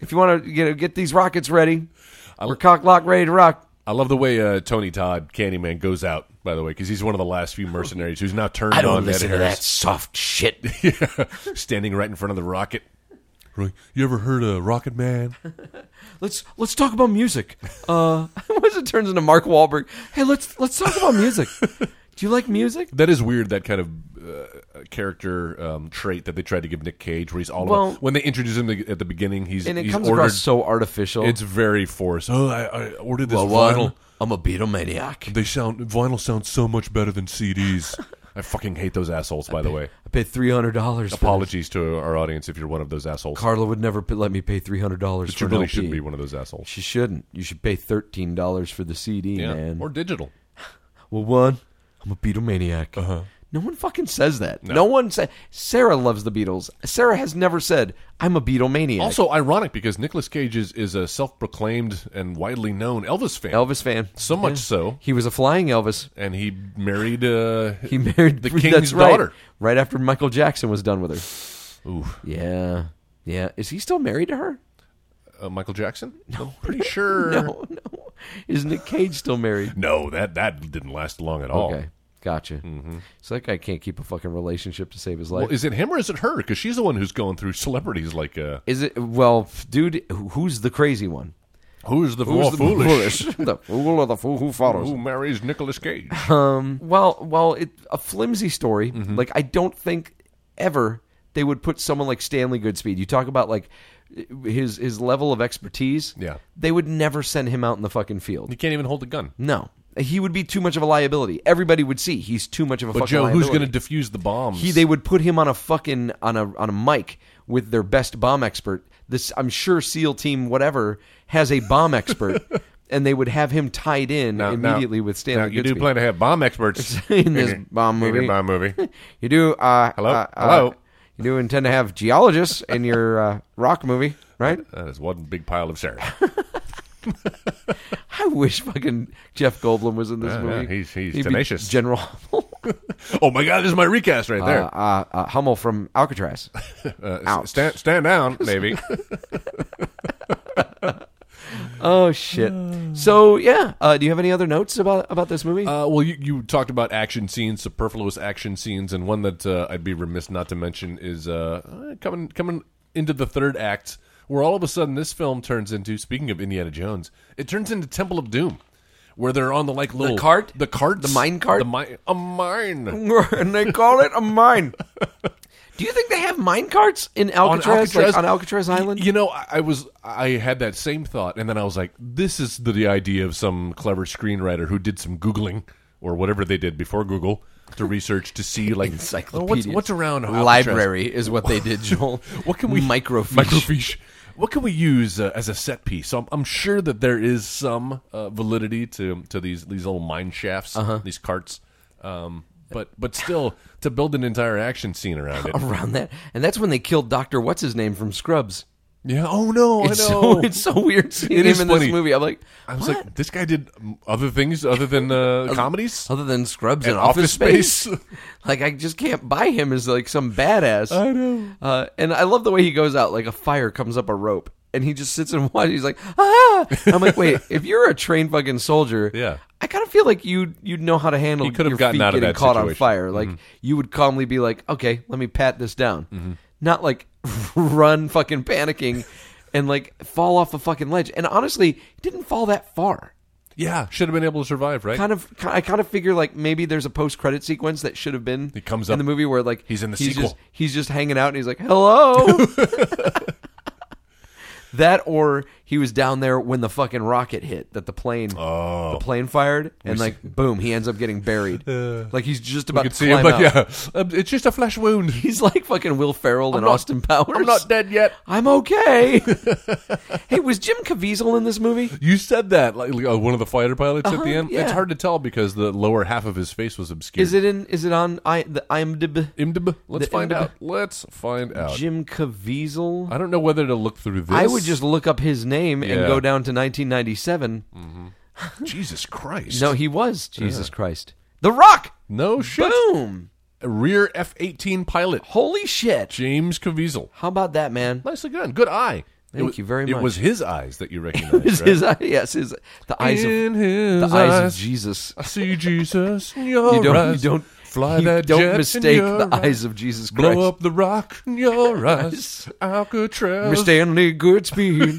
Speaker 3: if you want to you know, get these rockets ready, we're cock lock ready to rock.
Speaker 4: I love the way uh, Tony Todd Candyman goes out. By the way, because he's one of the last few mercenaries who's now turned
Speaker 3: I don't
Speaker 4: on
Speaker 3: listen
Speaker 4: Ed
Speaker 3: to
Speaker 4: Harris.
Speaker 3: that soft shit.
Speaker 4: yeah, standing right in front of the rocket. Roy, You ever heard of Rocket Man?
Speaker 3: let's let's talk about music. Uh, once it turns into Mark Wahlberg, hey, let's let's talk about music. Do you like music?
Speaker 4: That is weird. That kind of uh, character um, trait that they tried to give Nick Cage, where he's all
Speaker 3: Well-
Speaker 4: about when they introduce him at the beginning, he's
Speaker 3: and it
Speaker 4: he's
Speaker 3: comes
Speaker 4: ordered.
Speaker 3: across so artificial.
Speaker 4: it's very forced. Oh, I, I ordered this
Speaker 3: well,
Speaker 4: vinyl.
Speaker 3: one, I'm a Beatlemaniac.
Speaker 4: They sound vinyl sounds so much better than CDs. I fucking hate those assholes. By the way,
Speaker 3: I paid three hundred dollars.
Speaker 4: apologies to our audience if you're one of those assholes.
Speaker 3: Carla would never p- let me pay three hundred dollars.
Speaker 4: but you really shouldn't be one of those assholes.
Speaker 3: She shouldn't. You should pay thirteen dollars for the CD, man.
Speaker 4: or digital.
Speaker 3: well, one, I'm a Beatlemaniac. Uh-huh. No one fucking says that. No, one said. Sarah loves the Beatles. Sarah has never said I'm a Beatlemaniac.
Speaker 4: Also ironic because Nicolas Cage is, is a self-proclaimed and widely known Elvis fan.
Speaker 3: Elvis fan.
Speaker 4: So much so,
Speaker 3: He was a flying Elvis.
Speaker 4: and he married. Uh,
Speaker 3: He married
Speaker 4: the
Speaker 3: that's
Speaker 4: king's
Speaker 3: right,
Speaker 4: daughter.
Speaker 3: right after Michael Jackson was done with her. Ooh. Yeah. Yeah. Is he still married to her?
Speaker 4: uh, Michael Jackson. No, I'm pretty sure.
Speaker 3: No, Oh, no. Is Nick Cage still married?
Speaker 4: No, that that didn't last long at all.
Speaker 3: Okay, gotcha. So that guy can't keep a fucking relationship to save his life.
Speaker 4: Mm-hmm. Well, is it him or is it her? Because she's the one who's going through celebrities like uh,
Speaker 3: is it well, f- dude? who- Who's the crazy one?
Speaker 4: who's the more foolish?
Speaker 3: the fool or the fool who follows?
Speaker 4: Who marries Nicolas Cage?
Speaker 3: Well, well, it a flimsy story.
Speaker 4: Mm-hmm.
Speaker 3: Like I don't think ever they would put someone like Stanley Goodspeed. You talk about like his his level of expertise.
Speaker 4: Yeah.
Speaker 3: they would never send him out in the fucking field.
Speaker 4: he can't even hold a gun.
Speaker 3: No, he would be too much of a liability. Everybody would see he's too much of a
Speaker 4: But
Speaker 3: fucking.
Speaker 4: Joe, who's
Speaker 3: liability.
Speaker 4: going to defuse the bombs?
Speaker 3: he they would put him on a fucking on a on a mic with their best bomb expert. This I'm sure SEAL team whatever has a bomb expert, and they would have him tied in
Speaker 4: Now- now-
Speaker 3: immediately with Stanley.
Speaker 4: now, you do
Speaker 3: Goodspeed.
Speaker 4: plan to have bomb experts
Speaker 3: In this bomb
Speaker 4: In your
Speaker 3: movie.
Speaker 4: bomb movie.
Speaker 3: You do. Uh,
Speaker 4: Hello?
Speaker 3: uh, uh,
Speaker 4: Hello?
Speaker 3: you do intend to have geologists in your uh, rock movie, right?
Speaker 4: That is one big pile of Sarah.
Speaker 3: I wish fucking Jeff Goldblum was in this
Speaker 4: Yeah,
Speaker 3: movie.
Speaker 4: yeah, he's- he's
Speaker 3: He'd be
Speaker 4: tenacious.
Speaker 3: General Hummel.
Speaker 4: oh my God! This is my recast right
Speaker 3: uh,
Speaker 4: there.
Speaker 3: uh, uh, Hummel from Alcatraz.
Speaker 4: Uh, stand, stand down, Navy.
Speaker 3: Oh shit! So yeah, uh, do you have any other notes about about this movie?
Speaker 4: Uh, well, you, you talked about action scenes, superfluous action scenes, and one that uh, I'd be remiss not to mention is uh, uh, coming coming into the third act, where all of a sudden this film turns into. Speaking of Indiana Jones, it turns into Temple of Doom, where they're on the like little
Speaker 3: cart?
Speaker 4: the carts,
Speaker 3: The mine cart?
Speaker 4: the mine, a mine.
Speaker 3: and they call it a mine. Do you think they have mine carts in Alcatraz, like on Alcatraz Island?
Speaker 4: You know, I, I was I had that same thought, and then I was like, this is the, the idea of some clever screenwriter who did some googling or whatever they did before Google to research to see like oh, what's, what's around Alcatraz?
Speaker 3: library is what they did, Joel.
Speaker 4: What can we
Speaker 3: microfiche?
Speaker 4: Microfiche. What can we use uh, as a set piece? So I'm, I'm sure that there is some uh, validity to to these these little mine shafts,
Speaker 3: Uh-huh.
Speaker 4: these carts. Um, but but still, to build an entire action scene around it.
Speaker 3: around that, and that's when they killed Doctor What's his name from Scrubs.
Speaker 4: Yeah. Oh no,
Speaker 3: It's
Speaker 4: I
Speaker 3: so
Speaker 4: know.
Speaker 3: it's so weird seeing
Speaker 4: It
Speaker 3: him
Speaker 4: is
Speaker 3: in
Speaker 4: funny.
Speaker 3: this movie. I'm like,
Speaker 4: I was
Speaker 3: what?
Speaker 4: like, this guy did mm, other things other than uh, comedies.
Speaker 3: other than Scrubs and,
Speaker 4: And
Speaker 3: Office
Speaker 4: Office
Speaker 3: Space,
Speaker 4: Space.
Speaker 3: like I just can't buy him as like some badass.
Speaker 4: I know.
Speaker 3: Uh, and I love the way he goes out. Like a fire comes up a rope, and he just sits and watches. He's like, ah. I'm like, wait, if you're a trained fucking soldier,
Speaker 4: Yeah.
Speaker 3: I kind of feel like you you'd know how to handle.
Speaker 4: He could have
Speaker 3: your
Speaker 4: gotten
Speaker 3: feet
Speaker 4: out of
Speaker 3: getting
Speaker 4: that
Speaker 3: caught on
Speaker 4: situation. Mm-hmm.
Speaker 3: fire. Like you would calmly be like, okay, let me pat this down. Not like run fucking panicking. And like fall off a fucking ledge, and honestly, he didn't fall that far
Speaker 4: Yeah, should have been able to survive, right?
Speaker 3: kind of ki- I kind of figure like maybe there's a post credit sequence that should have been
Speaker 4: He comes
Speaker 3: in
Speaker 4: up.
Speaker 3: the movie where like
Speaker 4: He's in the sequel.
Speaker 3: just, he's just hanging out and he's like hello that or he was down there when the fucking rocket hit that the plane
Speaker 4: Oh.
Speaker 3: the plane fired and like boom he ends up getting buried like he's just about
Speaker 4: you
Speaker 3: to
Speaker 4: could see
Speaker 3: climb
Speaker 4: him, but
Speaker 3: out.
Speaker 4: yeah, um, it's just a flesh wound.
Speaker 3: He's like fucking Will Ferrell and
Speaker 4: not-
Speaker 3: Austin Powers.
Speaker 4: I'm not dead yet.
Speaker 3: I'm okay. hey, was Jim Caviezel in this movie?
Speaker 4: You said that like like, uh, one of the fighter pilots at the end. It's
Speaker 3: Uh-huh, yeah.
Speaker 4: hard to tell because the lower half of his face was obscured.
Speaker 3: Is it in? Is it on? I the IMDb.
Speaker 4: IMDb? Let's
Speaker 3: The
Speaker 4: find
Speaker 3: IMDb.
Speaker 4: out. Let's find out.
Speaker 3: Jim Caviezel.
Speaker 4: I don't know whether to look through this.
Speaker 3: I would just look up his name and
Speaker 4: Yeah. Mm.
Speaker 3: go down to 1997.
Speaker 4: Jesus Christ.
Speaker 3: No, he was Jesus Christ. The Rock.
Speaker 4: no shit.
Speaker 3: Boom.
Speaker 4: Rear F eighteen pilot
Speaker 3: Holy shit.
Speaker 4: James Caviezel.
Speaker 3: How about that, man?
Speaker 4: Nicely done. Good eye.
Speaker 3: Thank
Speaker 4: It wa-
Speaker 3: you very
Speaker 4: It was
Speaker 3: much.
Speaker 4: his eyes that you recognized.
Speaker 3: His,
Speaker 4: right?
Speaker 3: his eye- yes, his the eyes of
Speaker 4: In his
Speaker 3: the eyes
Speaker 4: eyes.
Speaker 3: of Jesus.
Speaker 4: I see Jesus. In
Speaker 3: You
Speaker 4: your
Speaker 3: don't you
Speaker 4: eyes.
Speaker 3: don't
Speaker 4: fly
Speaker 3: you
Speaker 4: that
Speaker 3: don't
Speaker 4: jet in
Speaker 3: mistake
Speaker 4: your
Speaker 3: the
Speaker 4: eyes.
Speaker 3: eyes of Jesus Christ.
Speaker 4: Blow up the rock in your eyes. Alcatraz.
Speaker 3: Mr. Stanley Goodspeed.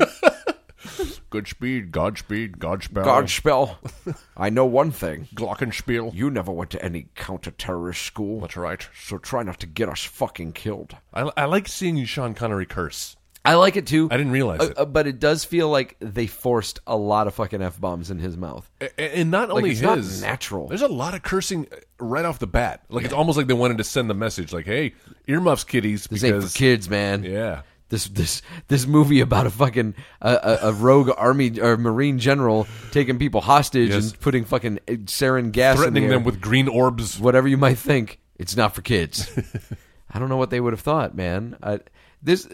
Speaker 4: Good speed. Godspeed. Godspell.
Speaker 3: Godspell. I know one thing.
Speaker 4: Glockenspiel.
Speaker 3: You never went to any counter-terrorist school,
Speaker 4: That's right.
Speaker 3: so try not to get us fucking killed.
Speaker 4: I, I like seeing Sean Connery curse.
Speaker 3: I like it too.
Speaker 4: I didn't realize
Speaker 3: Uh,
Speaker 4: it.
Speaker 3: uh, but it does feel like they forced a lot of fucking f bombs in his mouth.
Speaker 4: A- a- and not only
Speaker 3: it's not
Speaker 4: his
Speaker 3: natural.
Speaker 4: There's a lot of cursing uh, right off the bat. Like it's almost like they wanted to send the message, like, "Hey, earmuffs, kiddies,"
Speaker 3: This ain't
Speaker 4: because
Speaker 3: for kids, man.
Speaker 4: yeah,
Speaker 3: This this this movie about a fucking uh, a, a rogue army or marine general taking people hostage
Speaker 4: Yes.
Speaker 3: and putting fucking uh, sarin gas, in
Speaker 4: threatening
Speaker 3: the
Speaker 4: them
Speaker 3: air.
Speaker 4: with green orbs.
Speaker 3: whatever you might think. It's not for kids. I don't know what they would have thought, man. I, this. uh,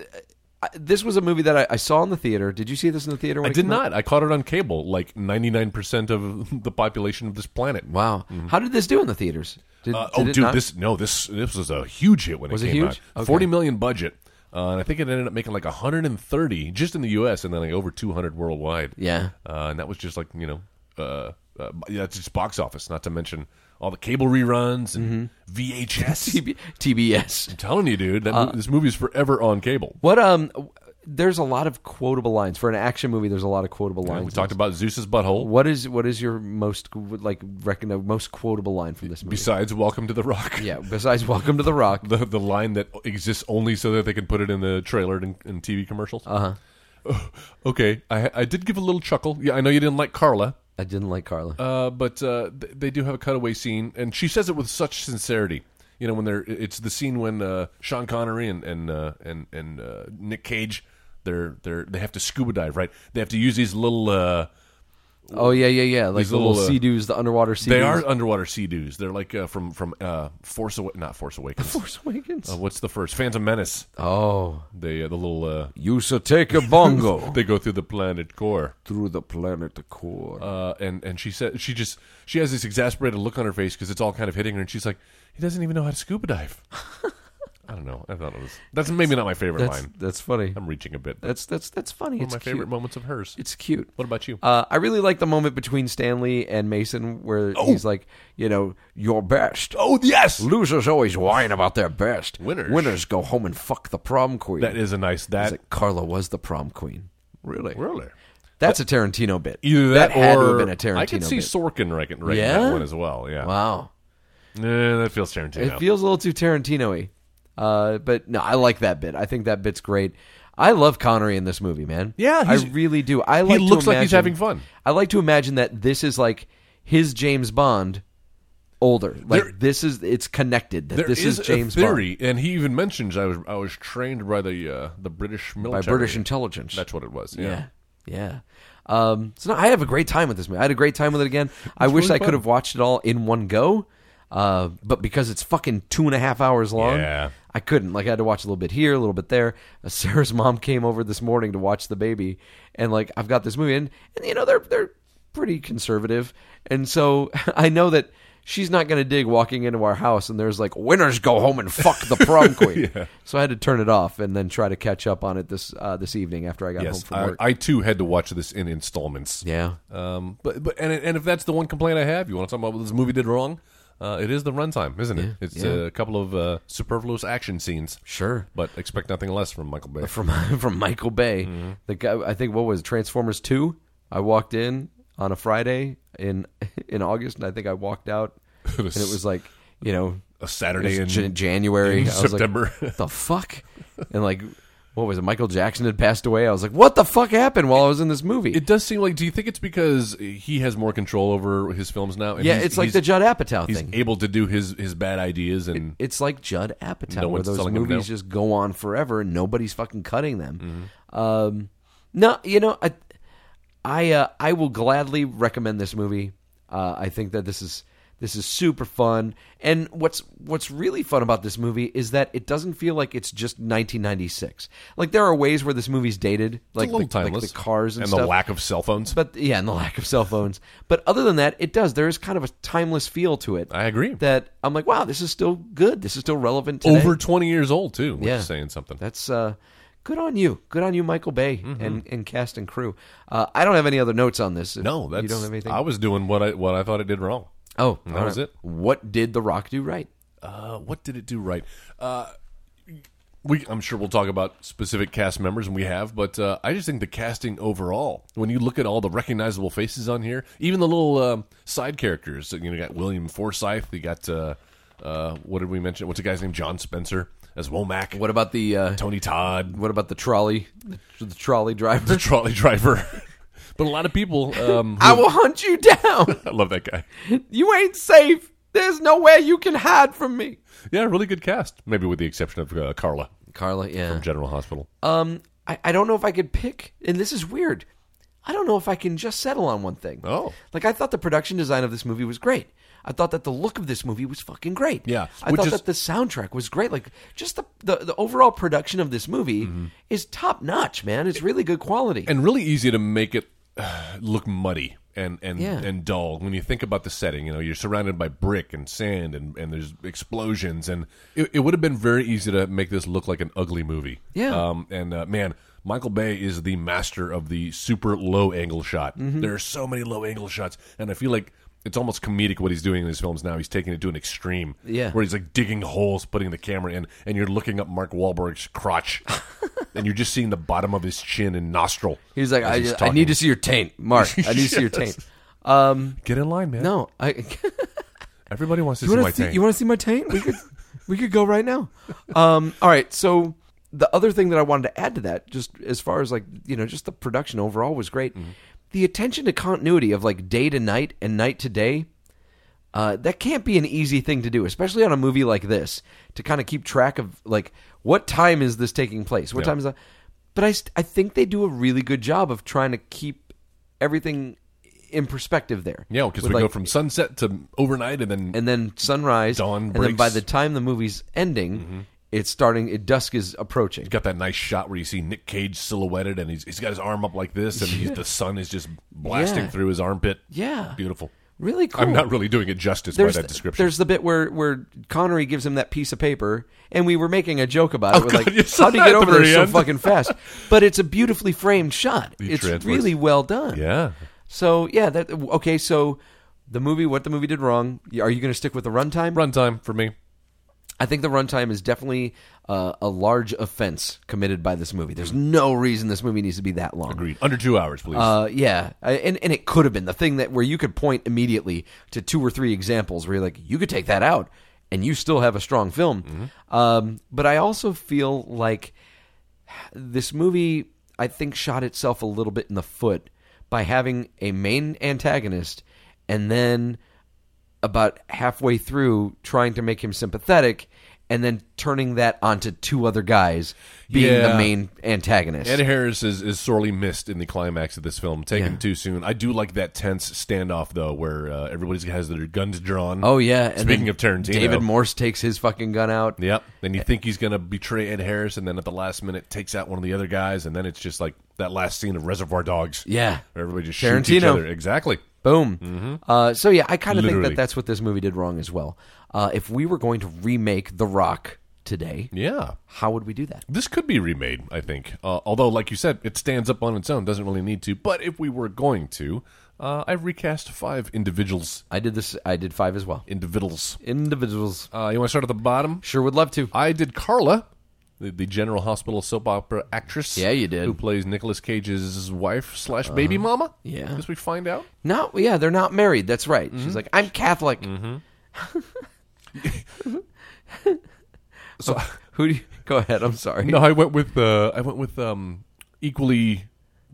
Speaker 3: I, this was a movie that I, I saw in the theater. Did you see this in the theater? When
Speaker 4: I
Speaker 3: it
Speaker 4: did
Speaker 3: came out?
Speaker 4: not. I caught it on cable. Like 99 percent of the population of this planet.
Speaker 3: Wow. How did this do in the theaters? Did,
Speaker 4: Mm-hmm. Uh,
Speaker 3: did
Speaker 4: oh,
Speaker 3: it
Speaker 4: dude,
Speaker 3: not?
Speaker 4: this no, this this was a huge hit when
Speaker 3: Was it
Speaker 4: it came
Speaker 3: huge?
Speaker 4: out.
Speaker 3: Okay.
Speaker 4: Forty million budget, uh, and I think it ended up making like 130 just in the U.S. and then like over 200 worldwide.
Speaker 3: Yeah.
Speaker 4: uh, and that was just like you know, uh, uh, b- yeah, it's just box office. Not to mention all the cable reruns and
Speaker 3: Mm-hmm.
Speaker 4: VHS.
Speaker 3: TB, TBS.
Speaker 4: I'm telling you, dude, that
Speaker 3: Uh,
Speaker 4: mo- this movie's forever on cable.
Speaker 3: What um, w- there's a lot of quotable lines for an action movie. There's a lot of quotable lines.
Speaker 4: We talked about Zeus's butthole.
Speaker 3: what is what is your most like reckon the most quotable line from this movie?
Speaker 4: Besides, "Welcome to the Rock."
Speaker 3: yeah, besides "Welcome to the Rock,"
Speaker 4: the the line that exists only so that they can put it in the trailer and, and TV commercials. Uh huh. Okay, I I did give a little chuckle. Yeah, I know you didn't like Carla,
Speaker 3: I didn't like Carla.
Speaker 4: uh, but uh, th- they do have a cutaway scene, and she says it with such sincerity. You know, when they're it's the scene when uh, Sean Connery and and uh, and and uh, Nick Cage they're they're they have to scuba dive, right? They have to use these little. Uh,
Speaker 3: oh yeah, yeah, yeah. Like
Speaker 4: these
Speaker 3: the little,
Speaker 4: little, uh,
Speaker 3: sea doos, the underwater sea.
Speaker 4: they
Speaker 3: doos.
Speaker 4: are underwater sea doos. They're like uh, from from uh, Force Awakens, not Force Awakens.
Speaker 3: Force Awakens.
Speaker 4: Uh, what's the first Phantom Menace?
Speaker 3: oh,
Speaker 4: They uh, the little uh,
Speaker 3: you should take a bongo
Speaker 4: they go through the planet core
Speaker 3: through the planet core.
Speaker 4: uh, and and she said she just she has this exasperated look on her face because it's all kind of hitting her and she's like he doesn't even know how to scuba dive i don't know i thought it was that's maybe not my favorite
Speaker 3: that's
Speaker 4: line
Speaker 3: that's funny.
Speaker 4: i'm reaching a bit but
Speaker 3: That's that's that's funny.
Speaker 4: one
Speaker 3: it's
Speaker 4: of my
Speaker 3: cute.
Speaker 4: favorite moments of hers
Speaker 3: It's cute.
Speaker 4: what about you
Speaker 3: Uh, I really like the moment between Stanley and Mason where he's like, you know, your best.
Speaker 4: oh yes
Speaker 3: Losers always whine about their best.
Speaker 4: Winners.
Speaker 3: Winners go home and fuck the prom queen.
Speaker 4: that is a nice
Speaker 3: It's
Speaker 4: that
Speaker 3: like Carla was the prom queen. Really?
Speaker 4: really
Speaker 3: That's a Tarantino bit.
Speaker 4: Either that,
Speaker 3: had to
Speaker 4: or
Speaker 3: have been a Tarantino
Speaker 4: I could see
Speaker 3: bit.
Speaker 4: Sorkin writing, writing
Speaker 3: Yeah?
Speaker 4: that one as well. Yeah,
Speaker 3: wow.
Speaker 4: Eh, that feels Tarantino.
Speaker 3: It feels a little too Tarantino-y. Uh, but no, I like that bit. I think that bit's great. I love Connery in this movie, man.
Speaker 4: Yeah,
Speaker 3: I
Speaker 4: he's-
Speaker 3: really do. I like.
Speaker 4: looks
Speaker 3: to
Speaker 4: like he's
Speaker 3: imagine-
Speaker 4: having fun.
Speaker 3: I like to imagine that this is like his James Bond, older. Like
Speaker 4: There-
Speaker 3: this is it's connected. That
Speaker 4: There
Speaker 3: this is, James
Speaker 4: a theory, and he even mentions I was I was trained by the uh, the British military
Speaker 3: Bond by British intelligence.
Speaker 4: That's what it was. Yeah.
Speaker 3: yeah, yeah. Um, so no, I have a great time with this movie. I had a great time with it again. I wish
Speaker 4: really
Speaker 3: I could
Speaker 4: fun.
Speaker 3: have watched it all in one go, uh, but because it's fucking two and a half hours long,
Speaker 4: Yeah.
Speaker 3: I couldn't. Like I had to watch a little bit here, a little bit there. Uh, Sarah's mom came over this morning to watch the baby, and like I've got this movie, and, and you know they're they're pretty conservative, and so I know that. She's not going to dig walking into our house, and there's like winners go home and fuck the prom queen. So I had to turn it off and then try to catch up on it this uh, this evening after I got home
Speaker 4: Yes,
Speaker 3: from
Speaker 4: I,
Speaker 3: work.
Speaker 4: I too had to watch this in installments.
Speaker 3: Yeah.
Speaker 4: Um, but but and and if that's the one complaint I have, you want to talk about what this movie did wrong? Uh, it is the runtime, isn't it? it's
Speaker 3: yeah.
Speaker 4: a couple of uh, superfluous action scenes.
Speaker 3: Sure.
Speaker 4: but expect nothing less from Michael Bay.
Speaker 3: From from Michael Bay.
Speaker 4: Mm-hmm.
Speaker 3: The guy I think what was it, Transformers 2? I walked in on a Friday in in August and I think I walked out and it was like, you know,
Speaker 4: a
Speaker 3: it
Speaker 4: Saturday
Speaker 3: was
Speaker 4: in
Speaker 3: Jan- January,
Speaker 4: in
Speaker 3: I was
Speaker 4: September.
Speaker 3: Like, "What the fuck? And like what was it? Michael Jackson had passed away. I was like, "What the fuck happened while I was in this movie?"
Speaker 4: It does seem like. Do you think it's because he has more control over his films now? And
Speaker 3: yeah,
Speaker 4: he's-
Speaker 3: it's like
Speaker 4: he's-
Speaker 3: the Judd Apatow
Speaker 4: He's
Speaker 3: thing.
Speaker 4: able to do his his bad ideas and
Speaker 3: it's like Judd Apatow,
Speaker 4: No
Speaker 3: where
Speaker 4: one's
Speaker 3: those
Speaker 4: telling him
Speaker 3: movies
Speaker 4: no.
Speaker 3: just go on forever and nobody's fucking cutting them.
Speaker 4: Mm-hmm.
Speaker 3: Um, no, you know, I I, uh, I will gladly recommend this movie. Uh, I think that this is this is super fun, and what's what's really fun about this movie is that it doesn't feel like it's just 1996. Like there are ways where this movie's dated, like,
Speaker 4: a little
Speaker 3: the, like
Speaker 4: timeless.
Speaker 3: the cars and,
Speaker 4: and
Speaker 3: stuff.
Speaker 4: the lack of cell phones.
Speaker 3: But yeah, and the lack of cell phones. But other than that, it does. There is kind of a timeless feel to it.
Speaker 4: I agree.
Speaker 3: That I'm like, wow, this is still good. This is still relevant today.
Speaker 4: over twenty years old too, which
Speaker 3: Yeah.
Speaker 4: is saying something.
Speaker 3: That's uh, good on you. Good on you, Michael Bay
Speaker 4: Mm-hmm.
Speaker 3: and, and cast and crew. Uh, I don't have any other notes on this. If
Speaker 4: no, that's
Speaker 3: you don't have anything.
Speaker 4: I was doing what I what I thought it did wrong.
Speaker 3: oh,
Speaker 4: that
Speaker 3: all
Speaker 4: was it.
Speaker 3: What did The Rock do right?
Speaker 4: Uh, what did it do right? Uh, we, I'm sure we'll talk about specific cast members, and we have, but uh, I just think the casting overall, when you look at all the recognizable faces on here, even the little um, side characters, you know, you got William Forsythe, you got, uh, uh, what did we mention? What's the guy's name? John Spencer as Womack,
Speaker 3: What about the uh,
Speaker 4: Tony Todd,
Speaker 3: what about the trolley? The, the trolley driver.
Speaker 4: the trolley driver. but a lot of people, um, who-
Speaker 3: I will hunt you down.
Speaker 4: I love that guy.
Speaker 3: you ain't safe. There's nowhere you can hide from me.
Speaker 4: Yeah, really good cast, maybe with the exception of uh, Carla
Speaker 3: Carla, yeah.
Speaker 4: from General Hospital.
Speaker 3: Um, I, I don't know if I could pick, and this is weird. I don't know if I can just settle on one thing.
Speaker 4: Oh.
Speaker 3: like I thought the production design of this movie was great. I thought that the look of this movie was fucking great.
Speaker 4: Yeah,
Speaker 3: I
Speaker 4: which
Speaker 3: thought
Speaker 4: is-
Speaker 3: that the soundtrack was great. Like just the the, the overall production of this movie is top notch, man. It's really good quality.
Speaker 4: Mm-hmm. and really easy to make it uh, look muddy and and
Speaker 3: Yeah.
Speaker 4: and dull when you think about the setting. You know, you're surrounded by brick and sand, and and there's explosions, and it, it would have been very easy to make this look like an ugly movie.
Speaker 3: Yeah.
Speaker 4: Um, and uh, man. Michael Bay is the master of the super low angle shot.
Speaker 3: Mm-hmm.
Speaker 4: There are so many low angle shots, and I feel like it's almost comedic what he's doing in these films now. He's taking it to an extreme,
Speaker 3: Yeah.
Speaker 4: where he's like digging holes, putting the camera in, and you're looking up Mark Wahlberg's crotch, and you're just seeing the bottom of his chin and nostril.
Speaker 3: He's like,
Speaker 4: as
Speaker 3: I, I
Speaker 4: talking.
Speaker 3: need to see your taint, Mark. I need to see your taint. Um,
Speaker 4: get in line, man.
Speaker 3: no, I.
Speaker 4: everybody wants to
Speaker 3: You
Speaker 4: see my
Speaker 3: wanna see-
Speaker 4: tank.
Speaker 3: You want to see my taint? We could, we could go right now. Um, all right. So the other thing that I wanted to add to that, just as far as like you know, just the production overall was great.
Speaker 4: Mm-hmm.
Speaker 3: The attention to continuity of like day to night and night to day. Uh, that can't be an easy thing to do, especially on a movie like this, to kind of keep track of like what time is this taking place, what time is that. But I, st- I think they do a really good job of trying to keep everything in perspective there.
Speaker 4: yeah, because
Speaker 3: With,
Speaker 4: we go
Speaker 3: like,
Speaker 4: from sunset to overnight, and then
Speaker 3: and then sunrise,
Speaker 4: Dawn
Speaker 3: and then
Speaker 4: breaks.
Speaker 3: by the time the movie's ending, it's starting. It, dusk is approaching.
Speaker 4: you got that nice shot where you see Nick Cage silhouetted, and he's he's got his arm up like this, and he's, the sun is just blasting
Speaker 3: Yeah.
Speaker 4: through his armpit.
Speaker 3: Yeah.
Speaker 4: beautiful.
Speaker 3: Really cool.
Speaker 4: I'm not really doing it justice
Speaker 3: There's
Speaker 4: by
Speaker 3: the-
Speaker 4: that description.
Speaker 3: there's the bit where where Connery gives him that piece of paper, and we were making a joke about it. we're
Speaker 4: Oh, God,
Speaker 3: like,
Speaker 4: you saw
Speaker 3: how do you
Speaker 4: that
Speaker 3: get
Speaker 4: at
Speaker 3: over
Speaker 4: the
Speaker 3: there
Speaker 4: very
Speaker 3: so
Speaker 4: end?"
Speaker 3: fucking fast? But it's a beautifully framed shot.
Speaker 4: He
Speaker 3: it's
Speaker 4: transfers.
Speaker 3: really well done.
Speaker 4: yeah,
Speaker 3: So yeah, that okay. So the movie, what the movie did wrong? Are you going to stick with the runtime?
Speaker 4: runtime for me.
Speaker 3: I think the runtime is definitely uh, a large offense committed by this movie. There's no reason this movie needs to be that long.
Speaker 4: Agreed. Under two hours, please.
Speaker 3: Uh, yeah, I- and and it could have been the thing that where you could point immediately to two or three examples where you're like, you could take that out, and you still have a strong film. Um, but I also feel like this movie, I think, shot itself a little bit in the foot by having a main antagonist, and then about halfway through trying to make him sympathetic. And then turning that onto two other guys being the
Speaker 4: Yeah.
Speaker 3: main antagonist.
Speaker 4: Ed Harris is, is sorely missed in the climax of this film, taken too soon. I do like that tense standoff though, where uh, everybody's has their guns drawn.
Speaker 3: Oh yeah. And
Speaker 4: Speaking
Speaker 3: then
Speaker 4: of Tarantino,
Speaker 3: David Morse takes his fucking gun out.
Speaker 4: Yep. And you think he's going to betray Ed Harris, and then at the last minute takes out one of the other guys, and then it's just like that last scene of Reservoir Dogs.
Speaker 3: Yeah.
Speaker 4: Where everybody just shoots each
Speaker 3: Tarantino.
Speaker 4: other. Exactly.
Speaker 3: Boom. Uh, so yeah, I kind of think that
Speaker 4: Mm-hmm. Literally.
Speaker 3: that's what this movie did wrong as well. Uh, if we were going to remake The Rock today,
Speaker 4: Yeah.
Speaker 3: how would we do that?
Speaker 4: This could be remade, I think. Uh, although, like you said, it stands up on its own, doesn't really need to. But if we were going to, uh, I've recast five individuals.
Speaker 3: I did this. I did five as well.
Speaker 4: Individuals.
Speaker 3: Individuals.
Speaker 4: Uh, you want to start at the bottom?
Speaker 3: Sure would love to.
Speaker 4: I did Carla, the, the General Hospital soap opera actress.
Speaker 3: Yeah, you did. Uh-huh.
Speaker 4: Who plays Nicolas Cage's wife slash baby mama?
Speaker 3: Yeah.
Speaker 4: As we find out.
Speaker 3: No, yeah, they're not married. That's right.
Speaker 4: Mm-hmm.
Speaker 3: She's like, I'm Catholic.
Speaker 4: So
Speaker 3: Who do you go ahead? I'm sorry.
Speaker 4: no, I went with uh, I went with um, equally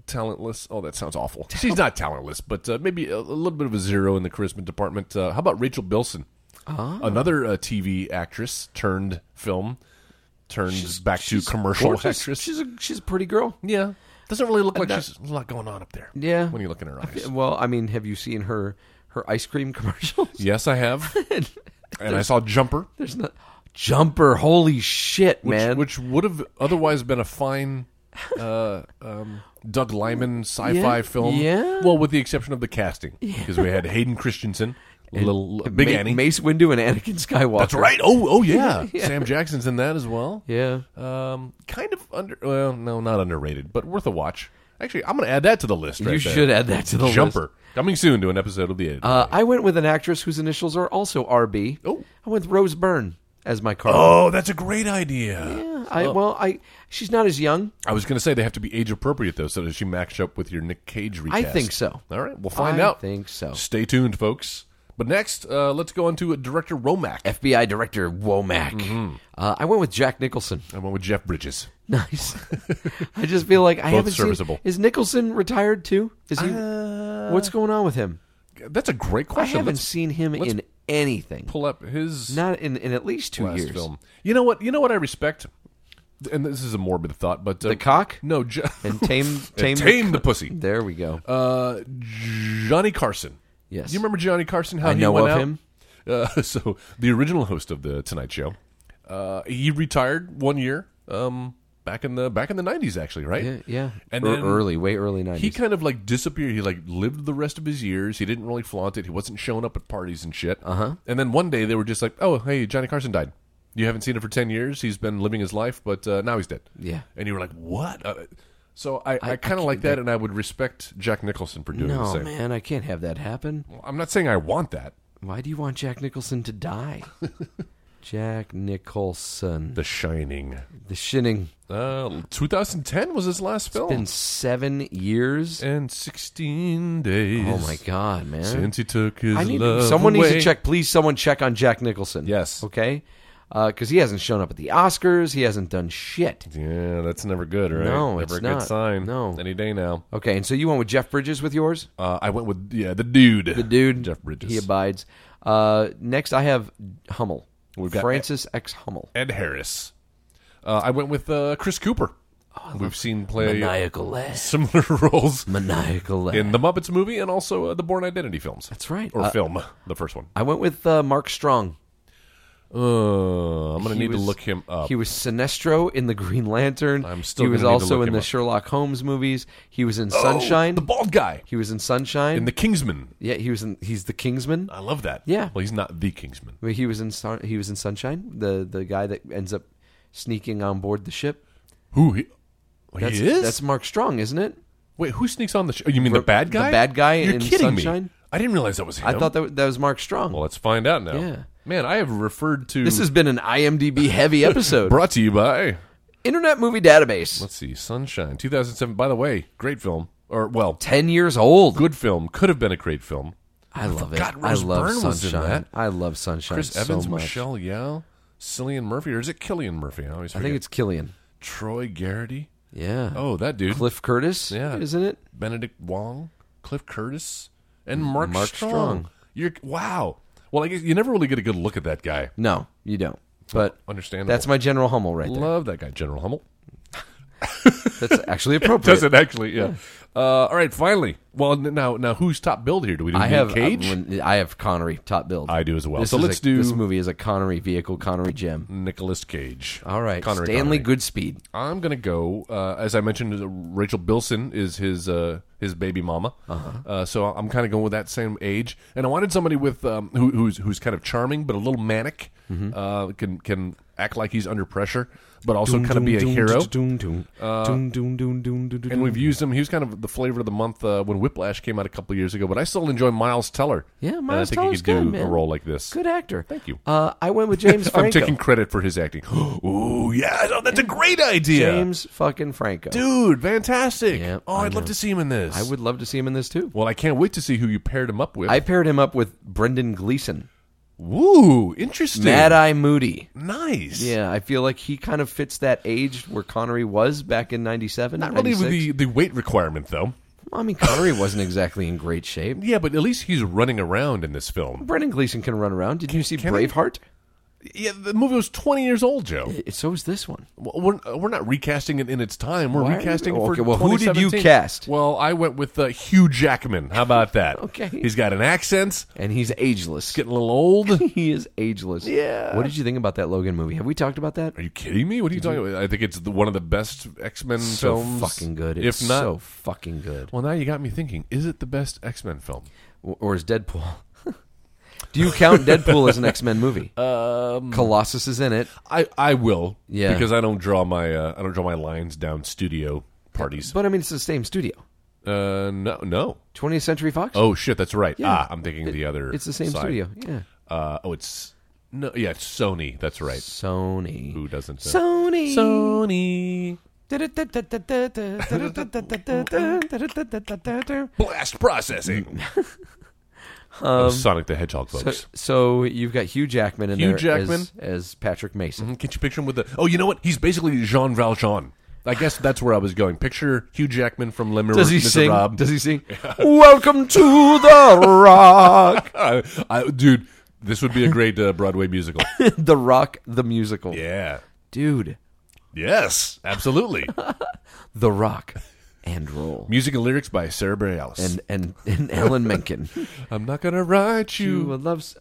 Speaker 4: talentless. Oh, that sounds awful. She's not talentless, but uh, maybe a, a little bit of a zero in the charisma department. Uh, how about Rachel Bilson?
Speaker 3: Ah.
Speaker 4: Another uh, TV actress turned film, turned back to commercial
Speaker 3: Gorgeous.
Speaker 4: actress.
Speaker 3: She's a she's a pretty girl.
Speaker 4: yeah, doesn't really look like she's there's a lot going on up there.
Speaker 3: Yeah.
Speaker 4: when you look in her eyes.
Speaker 3: Well, I mean, have you seen her her ice cream commercials?
Speaker 4: Yes, I have. and I saw Jumper,
Speaker 3: There's not jumper. Holy shit,
Speaker 4: which,
Speaker 3: man!
Speaker 4: which would have otherwise been a fine uh, um, Doug Lyman sci-fi
Speaker 3: Yeah,
Speaker 4: film.
Speaker 3: yeah.
Speaker 4: Well, with the exception of the casting, because we had Hayden Christensen, little Big
Speaker 3: Ma-
Speaker 4: Annie.
Speaker 3: Mace Windu, and Anakin Skywalker.
Speaker 4: That's right. Oh, oh yeah. Sam Jackson's in that as well.
Speaker 3: Yeah.
Speaker 4: Um, kind of under. Well, no, not underrated, but worth a watch. Actually, I'm going to add that to the list. Right
Speaker 3: You
Speaker 4: there.
Speaker 3: should add that to the list.
Speaker 4: Jumper coming soon to an episode of the Edge.
Speaker 3: Uh, I went with an actress whose initials are also RB.
Speaker 4: Oh.
Speaker 3: I went with Rose Byrne as my card.
Speaker 4: oh, that's a great idea.
Speaker 3: I,
Speaker 4: Oh.
Speaker 3: well, I she's not as young.
Speaker 4: I was going to say they have to be age appropriate though, so does she match up with your Nick Cage recast?
Speaker 3: think so.
Speaker 4: All right, we'll find
Speaker 3: I
Speaker 4: out.
Speaker 3: think so.
Speaker 4: Stay tuned, folks. But next, uh, let's go on to director Romack.
Speaker 3: FBI director Womack.
Speaker 4: Mm-hmm.
Speaker 3: Uh, I went with Jack Nicholson.
Speaker 4: I went with Jeff Bridges.
Speaker 3: Nice. I just feel like I
Speaker 4: Both
Speaker 3: haven't
Speaker 4: serviceable. Uh,
Speaker 3: seen. Is Nicholson retired too? Is he? what's going on with him?
Speaker 4: That's a great
Speaker 3: I
Speaker 4: question.
Speaker 3: haven't
Speaker 4: Let's
Speaker 3: seen him
Speaker 4: let's
Speaker 3: in anything.
Speaker 4: pull up his
Speaker 3: Not in, in at least two
Speaker 4: last
Speaker 3: years.
Speaker 4: film. You know what? You know what I respect. And this is a morbid thought, but uh,
Speaker 3: The cock?
Speaker 4: No, jo-
Speaker 3: And tame tame,
Speaker 4: tame the pussy.
Speaker 3: There we go.
Speaker 4: Uh, Johnny Carson.
Speaker 3: Yes.
Speaker 4: Do you remember Johnny Carson? How
Speaker 3: I
Speaker 4: he
Speaker 3: know
Speaker 4: went
Speaker 3: of
Speaker 4: out?
Speaker 3: him.
Speaker 4: Uh, so the original host of the Tonight Show, uh, he retired one year um, back in the back in the nineties, actually, right?
Speaker 3: yeah, yeah.
Speaker 4: And
Speaker 3: Ear-
Speaker 4: then
Speaker 3: early, way early nineties.
Speaker 4: He kind of like disappeared. He like lived the rest of his years. He didn't really flaunt it. He wasn't showing up at parties and shit. Uh
Speaker 3: Uh-huh.
Speaker 4: huh. And then one day they were just like, "Oh, hey, Johnny Carson died. You haven't seen him for ten years. He's been living his life, but uh, now he's dead."
Speaker 3: Yeah.
Speaker 4: And you were like, "What?" Uh, so I, I, kind of like that, and I would respect Jack Nicholson for doing the
Speaker 3: No,
Speaker 4: same.
Speaker 3: man, I can't have that happen.
Speaker 4: I'm not saying I want that.
Speaker 3: Why do you want Jack Nicholson to die? Jack Nicholson.
Speaker 4: The Shining.
Speaker 3: The Shinning.
Speaker 4: Uh, 2010 was his last film.
Speaker 3: Been seven years.
Speaker 4: and 16 days.
Speaker 3: Oh my god, man!
Speaker 4: Since he took his
Speaker 3: I need
Speaker 4: love
Speaker 3: someone needs
Speaker 4: away.
Speaker 3: to check. Please, someone check on Jack Nicholson.
Speaker 4: Yes.
Speaker 3: Okay. Because he hasn't shown up at the Oscars. He hasn't done shit.
Speaker 4: Yeah, that's never good, right?
Speaker 3: No,
Speaker 4: never
Speaker 3: it's
Speaker 4: a good
Speaker 3: not.
Speaker 4: sign.
Speaker 3: No.
Speaker 4: any day now.
Speaker 3: Okay, and so you went with Jeff Bridges with yours.
Speaker 4: Uh, I went with yeah the dude,
Speaker 3: The dude,
Speaker 4: Jeff Bridges,
Speaker 3: he abides. Uh, next, I have Hummel.
Speaker 4: We've got-
Speaker 3: Francis X. Hummel.
Speaker 4: Ed Harris. Uh, I went with uh, Chris Cooper.
Speaker 3: Oh,
Speaker 4: We've seen play
Speaker 3: Maniacal laugh.
Speaker 4: similar roles
Speaker 3: Maniacal laugh.
Speaker 4: in the Muppets movie and also uh, the Born Identity films.
Speaker 3: That's right.
Speaker 4: or
Speaker 3: Uh,
Speaker 4: film the first one.
Speaker 3: I went with uh, Mark Strong.
Speaker 4: Uh, I'm gonna
Speaker 3: He
Speaker 4: need to
Speaker 3: was-
Speaker 4: look him up.
Speaker 3: He was Sinestro in the Green Lantern.
Speaker 4: I'm still
Speaker 3: He was
Speaker 4: gonna need to
Speaker 3: also
Speaker 4: look
Speaker 3: in
Speaker 4: him
Speaker 3: the
Speaker 4: up.
Speaker 3: Sherlock Holmes movies. He was in
Speaker 4: Oh,
Speaker 3: Sunshine.
Speaker 4: the bald guy
Speaker 3: He was in Sunshine.
Speaker 4: in the Uh. Kingsman.
Speaker 3: yeah, he was in. He's the Kingsman.
Speaker 4: I love that.
Speaker 3: Yeah.
Speaker 4: Well, he's not the Kingsman.
Speaker 3: I mean, he was in. Sun- He was in Sunshine. The the guy that ends up sneaking on board the ship.
Speaker 4: Who he,
Speaker 3: That's,
Speaker 4: he is?
Speaker 3: That's Mark Strong, isn't it?
Speaker 4: Wait, who sneaks on the? Sh- oh, you mean the bad guy?
Speaker 3: The bad guy
Speaker 4: You're
Speaker 3: in
Speaker 4: kidding
Speaker 3: Sunshine?
Speaker 4: me. I didn't realize that was him.
Speaker 3: I thought that, that was Mark Strong.
Speaker 4: Well, let's find out now.
Speaker 3: Yeah.
Speaker 4: Man, I have referred to.
Speaker 3: this has been an IMDb heavy episode.
Speaker 4: brought to you by.
Speaker 3: Internet Movie Database.
Speaker 4: Let's see, Sunshine, 2007. By the way, great film. Or well,
Speaker 3: Ten years old.
Speaker 4: good film. Could have been a great film.
Speaker 3: I love it.
Speaker 4: forgot
Speaker 3: I
Speaker 4: Rose
Speaker 3: love
Speaker 4: Byrne was in
Speaker 3: sunshine.
Speaker 4: that.
Speaker 3: I love sunshine
Speaker 4: Chris
Speaker 3: so
Speaker 4: Evans,
Speaker 3: much.
Speaker 4: Michelle Yao, Cillian Murphy, or is it Killian Murphy? I always
Speaker 3: I
Speaker 4: forget.
Speaker 3: think it's Killian.
Speaker 4: Troy Garrity.
Speaker 3: Yeah.
Speaker 4: Oh, that dude.
Speaker 3: Cliff Curtis.
Speaker 4: Yeah.
Speaker 3: Isn't it?
Speaker 4: Benedict Wong, Cliff Curtis, and Mark,
Speaker 3: Mark
Speaker 4: Strong.
Speaker 3: Strong.
Speaker 4: You're wow. Well, I guess you never really get a good look at that guy.
Speaker 3: No, you don't. But
Speaker 4: Understandable.
Speaker 3: that's my General Hummel right there.
Speaker 4: love that guy, General Hummel.
Speaker 3: That's actually appropriate.
Speaker 4: Does it actually? Yeah. Uh, all right. Finally. Well, n- now now who's top build here? Do we do
Speaker 3: I
Speaker 4: Nick
Speaker 3: have
Speaker 4: Cage?
Speaker 3: I, when- I have Connery top build.
Speaker 4: I do as well.
Speaker 3: This
Speaker 4: So
Speaker 3: is
Speaker 4: let's
Speaker 3: a-
Speaker 4: do-
Speaker 3: this movie is a Connery vehicle, Connery gem.
Speaker 4: Nicholas Cage.
Speaker 3: All right,
Speaker 4: Connery,
Speaker 3: Stanley
Speaker 4: Connery.
Speaker 3: Goodspeed.
Speaker 4: I'm gonna go. Uh, as I mentioned, uh, Rachel Bilson is his uh, his baby mama. Uh-huh. so I'm kind of going with that same age, and I wanted somebody with um, who, who's who's kind of charming but a little manic,
Speaker 3: Mm-hmm.
Speaker 4: uh, can can act like he's under pressure, but also kind of be a hero. And we've used him. He was kind of the flavor of the month uh, when Whiplash came out a couple years ago. But I still enjoy Miles Teller.
Speaker 3: Yeah,
Speaker 4: And
Speaker 3: Miles
Speaker 4: I think
Speaker 3: Teller's
Speaker 4: he could do
Speaker 3: good,
Speaker 4: a
Speaker 3: man.
Speaker 4: role like this.
Speaker 3: Good actor.
Speaker 4: Thank you.
Speaker 3: Uh, I went with James Franco.
Speaker 4: I'm taking credit for his acting. oh yeah, oh, that's a great idea.
Speaker 3: James fucking Franco.
Speaker 4: Dude, fantastic!
Speaker 3: Yeah,
Speaker 4: oh,
Speaker 3: I
Speaker 4: I'd love
Speaker 3: know.
Speaker 4: to see him in this.
Speaker 3: I would love to see him in this too.
Speaker 4: Well, I can't wait to see who you paired him up with.
Speaker 3: I paired him up with Brendan Gleeson,
Speaker 4: Woo, interesting.
Speaker 3: Mad Eye Moody.
Speaker 4: nice.
Speaker 3: Yeah, I feel like he kind of fits that age where Connery was back in '97.
Speaker 4: Not really with
Speaker 3: 96.
Speaker 4: the, the weight requirement though.
Speaker 3: I mean, Connery wasn't exactly in great shape.
Speaker 4: Yeah, but at least he's running around in this film.
Speaker 3: Brendan Gleeson can run around. Did you see
Speaker 4: can he?
Speaker 3: Braveheart?
Speaker 4: Yeah, the movie was 20 years old, Joe.
Speaker 3: It, so is this one.
Speaker 4: We're, we're not recasting it in its time. We're
Speaker 3: Why are you-
Speaker 4: recasting it
Speaker 3: okay,
Speaker 4: for
Speaker 3: well, who did you
Speaker 4: 2017.
Speaker 3: cast?
Speaker 4: Well, I went with uh, Hugh Jackman. How about that?
Speaker 3: Okay.
Speaker 4: He's got an accent,
Speaker 3: And he's ageless.
Speaker 4: getting a little old. Are
Speaker 3: he is ageless.
Speaker 4: Yeah.
Speaker 3: What did you think about that Logan movie? Have we talked about that?
Speaker 4: you kidding me? What are you talking about? I think it's the, one of the best X-Men
Speaker 3: So
Speaker 4: films.
Speaker 3: fucking good.
Speaker 4: If
Speaker 3: It's
Speaker 4: not
Speaker 3: so fucking good.
Speaker 4: Well, now you got me thinking. Is it the best X Men film?
Speaker 3: W- Or is Deadpool? Do you count Deadpool as an X Men movie? Um, Colossus is in it.
Speaker 4: I, I will.
Speaker 3: Yeah.
Speaker 4: Because I don't draw my uh, I don't draw my lines down studio parties.
Speaker 3: But I mean, it's the same studio.
Speaker 4: uh, no, no.
Speaker 3: 20th Century Fox.
Speaker 4: Oh shit, that's right.
Speaker 3: Yeah.
Speaker 4: Ah, I'm thinking of the other.
Speaker 3: it's the same
Speaker 4: side.
Speaker 3: studio. Yeah,
Speaker 4: Uh, oh, it's no. Yeah, it's Sony. That's right.
Speaker 3: Sony.
Speaker 4: Who doesn't? know?
Speaker 3: Sony.
Speaker 4: Sony. Blast processing. That was Sonic the Hedgehog, folks.
Speaker 3: Um, so you've got Hugh Jackman in
Speaker 4: Hugh
Speaker 3: there
Speaker 4: Jackman. Mm-hmm.
Speaker 3: As, as Patrick Mason.
Speaker 4: Mm, Can't you picture him with the? Oh, you know what? He's basically Jean Valjean. I guess that's where I was going. Picture Hugh Jackman from Les Mis-
Speaker 3: Does he sing?
Speaker 4: Miserables.
Speaker 3: Does he sing? Welcome to the Rock,
Speaker 4: I, I, dude, this would be a great uh, Broadway musical.
Speaker 3: the Rock, the musical.
Speaker 4: yeah.
Speaker 3: Dude,
Speaker 4: Yes, absolutely.
Speaker 3: the Rock, and roll,
Speaker 4: Music and lyrics by Sarah Bareilles.
Speaker 3: and and and Alan Menken.
Speaker 4: I'm not gonna write
Speaker 3: Who
Speaker 4: you.
Speaker 3: loves?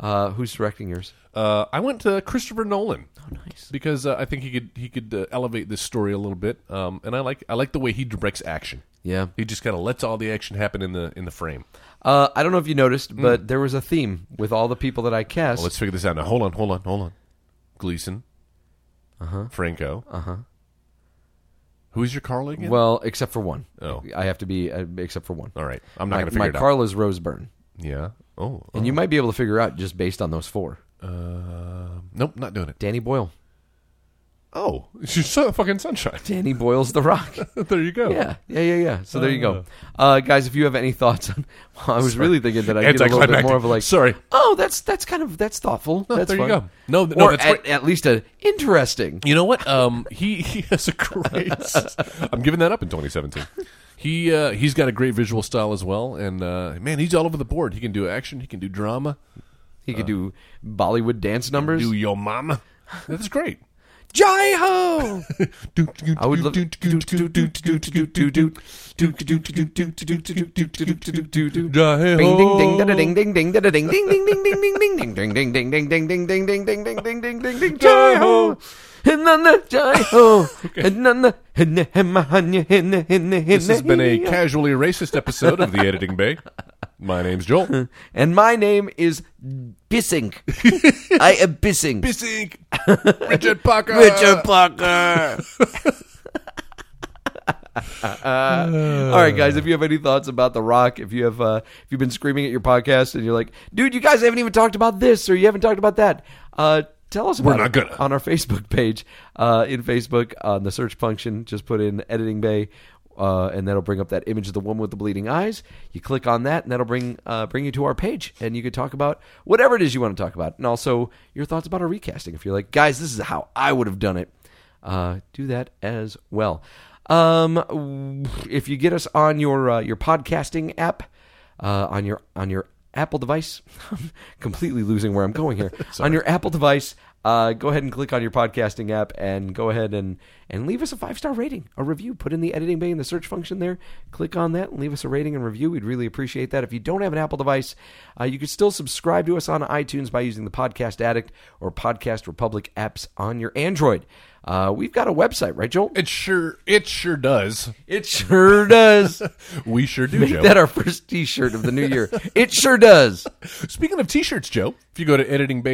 Speaker 3: Uh, who's directing yours?
Speaker 4: Uh, I went to Christopher Nolan
Speaker 3: Oh, Nice.
Speaker 4: because uh, I think he could he could uh, elevate this story a little bit. Um, and I like I like the way he directs action.
Speaker 3: Yeah.
Speaker 4: He just kind of lets all the action happen in the in the frame.
Speaker 3: Uh, I don't know if you noticed, but there was a theme with all the people that I cast.
Speaker 4: Hmm. Well, let's figure this out now. Hold on, hold on, hold on. Gleason.
Speaker 3: Uh-huh.
Speaker 4: Uh huh. Franco. Uh huh. Who is your Carl again?
Speaker 3: Well, except for one.
Speaker 4: Oh.
Speaker 3: I have to be uh, except for one.
Speaker 4: all right. I'm not
Speaker 3: my
Speaker 4: gonna figure
Speaker 3: my
Speaker 4: it out.
Speaker 3: Carla's Rose Byrne,
Speaker 4: Yeah. Oh.
Speaker 3: and you might be able to figure out just based on those four.
Speaker 4: Uh, nope, not doing it.
Speaker 3: Danny Boyle.
Speaker 4: Oh, she's so fucking sunshine.
Speaker 3: Danny Boyle's The Rock.
Speaker 4: there you go.
Speaker 3: Yeah, yeah, yeah, yeah. So there you go, uh, guys. If you have any thoughts on, well, I was really thinking that I get a little bit
Speaker 4: Anticlimactic.
Speaker 3: more of a like.
Speaker 4: Sorry.
Speaker 3: Oh, that's that's kind of that's thoughtful. that's
Speaker 4: there you
Speaker 3: fun.
Speaker 4: go. No, th- no,
Speaker 3: Or
Speaker 4: that's
Speaker 3: at,
Speaker 4: great.
Speaker 3: at least a interesting.
Speaker 4: You know what? Um, he, he has a great. I'm giving that up in 2017. He uh, he's got a great visual style as well, and uh, man, he's all over the board. He can do action. He can do drama.
Speaker 3: He could do Bollywood dance numbers.
Speaker 4: Do yo mama? That's great.
Speaker 3: Jai ho!
Speaker 4: I
Speaker 3: would love- Bing ding ding da da ding ding ding da da ding ding ding ding ding ding ding ding ding ding ding ding ding ding ding ding ding ding ding ding ding jai ho and then the jai ho and then the and the hemma hanya hinna hinna hinna
Speaker 4: This has been a casually racist episode of the Editing Bay. My name's Joel.
Speaker 3: And my name is Bissing. I am Bissing.
Speaker 4: Bissink. Richard Parker.
Speaker 3: Richard Parker. All right, guys. If you have any thoughts about The Rock, if you have uh, if you've been screaming at your podcast and you're like, dude, you guys haven't even talked about this or you haven't talked about that, uh, tell us. About
Speaker 4: We're not
Speaker 3: it
Speaker 4: gonna.
Speaker 3: on our Facebook page uh, in Facebook on the search function. Just put in editing bay. Uh, and that'll bring up that image of the woman with the bleeding eyes. You click on that, and that'll bring uh, bring you to our page, and you can talk about whatever it is you want to talk about, and also your thoughts about our recasting. If you're like, guys, this is how I would have done it, uh, do that as well. Um, w- if you get us on your uh, your podcasting app, uh, on your on your Apple device, I'm completely losing where I'm going here. on your Apple device, uh, go ahead and click on your podcasting app and go ahead and and leave us a five star rating, a review. Put in the editing bay in the search function there. Click on that and leave us a rating and review. We'd really appreciate that. If you don't have an Apple device, uh, you can still subscribe to us on iTunes by using the Podcast Addict or Podcast Republic apps on your Android. Uh, we've got a website, right, Joel?
Speaker 4: It sure, it sure does.
Speaker 3: It sure does.
Speaker 4: We sure do,
Speaker 3: Make
Speaker 4: Joe.
Speaker 3: that our first T-shirt of the new year. It sure does.
Speaker 4: Speaking of t-shirts, Joe, if you go to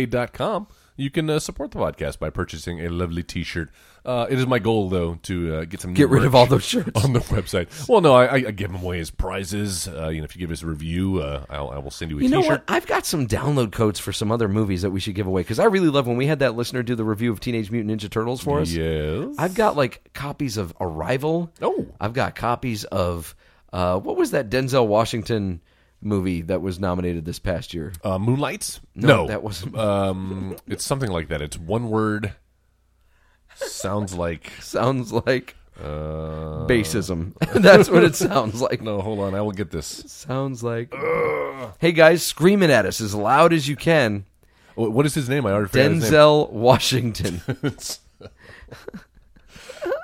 Speaker 4: editingbay.com, you can uh, support the podcast by purchasing a lovely t-shirt. Uh, it is my goal, though, to uh, get some
Speaker 3: Get
Speaker 4: new
Speaker 3: rid of
Speaker 4: merch
Speaker 3: all those shirts.
Speaker 4: on the website. Well, no, I, I I give them away as prizes. Uh, you know, if you give us a review, uh, I'll, I will send you a
Speaker 3: You know
Speaker 4: shirt
Speaker 3: what? I've got some download codes for some other movies that we should give away because I really love when we had that listener do the review of Teenage Mutant Ninja Turtles for us.
Speaker 4: Yes.
Speaker 3: I've got like copies of Arrival.
Speaker 4: Oh.
Speaker 3: I've got copies of uh, what was that Denzel Washington movie that was nominated this past year?
Speaker 4: Uh, Moonlights?
Speaker 3: No, that wasn't-
Speaker 4: Um, it's something like that. It's one word. Sounds like.
Speaker 3: Sounds like basism. That's what it sounds like.
Speaker 4: Uh, No, hold on. I will get this.
Speaker 3: Sounds like. Hey guys, scream it at us as loud as you can.
Speaker 4: Wh- What is his name? I already forgot his name.
Speaker 3: Denzel Washington.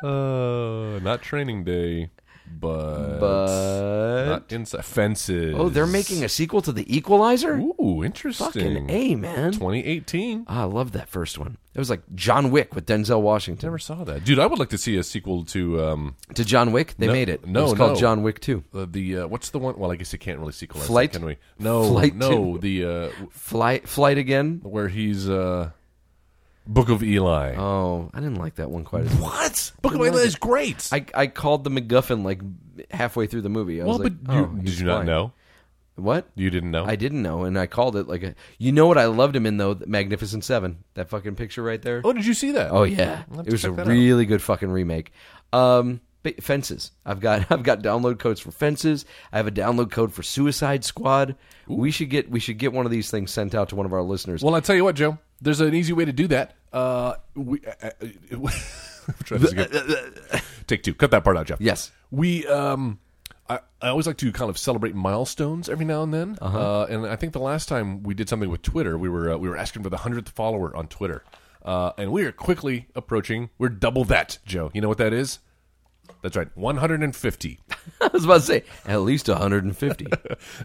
Speaker 4: Uh, not training day, but,
Speaker 3: But
Speaker 4: not inside fences.
Speaker 3: oh, they're making a sequel to The Equalizer.
Speaker 4: Ooh, interesting.
Speaker 3: Fucking a man.
Speaker 4: 2018.
Speaker 3: Ah, I love that first one. It was like John Wick with Denzel Washington.
Speaker 4: Never saw that, dude. I would like to see a sequel to um
Speaker 3: To John Wick, they
Speaker 4: No-
Speaker 3: made it.
Speaker 4: no,
Speaker 3: it was called
Speaker 4: no.
Speaker 3: John Wick Two.
Speaker 4: uh, the uh, what's the one? Well, I guess you can't really sequelize
Speaker 3: Flight?
Speaker 4: that, can we? No,
Speaker 3: Flight
Speaker 4: no. The uh, w-
Speaker 3: Flight, flight again.
Speaker 4: where he's uh, Book of Eli.
Speaker 3: Oh, I didn't like that one quite as much.
Speaker 4: What? Book of Eli is great.
Speaker 3: I, I called the MacGuffin like halfway through the movie. I
Speaker 4: well,
Speaker 3: was like,
Speaker 4: but you,
Speaker 3: oh,
Speaker 4: did
Speaker 3: he's
Speaker 4: you not
Speaker 3: flying.
Speaker 4: know?
Speaker 3: What?
Speaker 4: You didn't know?
Speaker 3: I didn't know, and I called it like a. You know what I loved him in though? The Magnificent Seven. That fucking picture right there.
Speaker 4: oh, did you see that?
Speaker 3: Oh yeah,
Speaker 4: I'll have
Speaker 3: it
Speaker 4: to
Speaker 3: was a
Speaker 4: check that out.
Speaker 3: really good fucking remake. Um, but fences. I've got I've got download codes for fences. I have a download code for Suicide Squad. We should get we should get one of these things sent out to one of our listeners.
Speaker 4: Well, I tell you what, Joe. There's an easy way to do that. Uh, we, uh, uh, try this again. Take two. Cut that part out, Jeff.
Speaker 3: Yes.
Speaker 4: We. Um, I, I always like to kind of celebrate milestones every now and then. uh and I think the last time we did something with Twitter, we were uh, we were asking for the hundredth follower on Twitter, uh, and we are quickly approaching. We're double that, Joe. You know what that is? That's right, 150.
Speaker 3: I was about to say at least 150.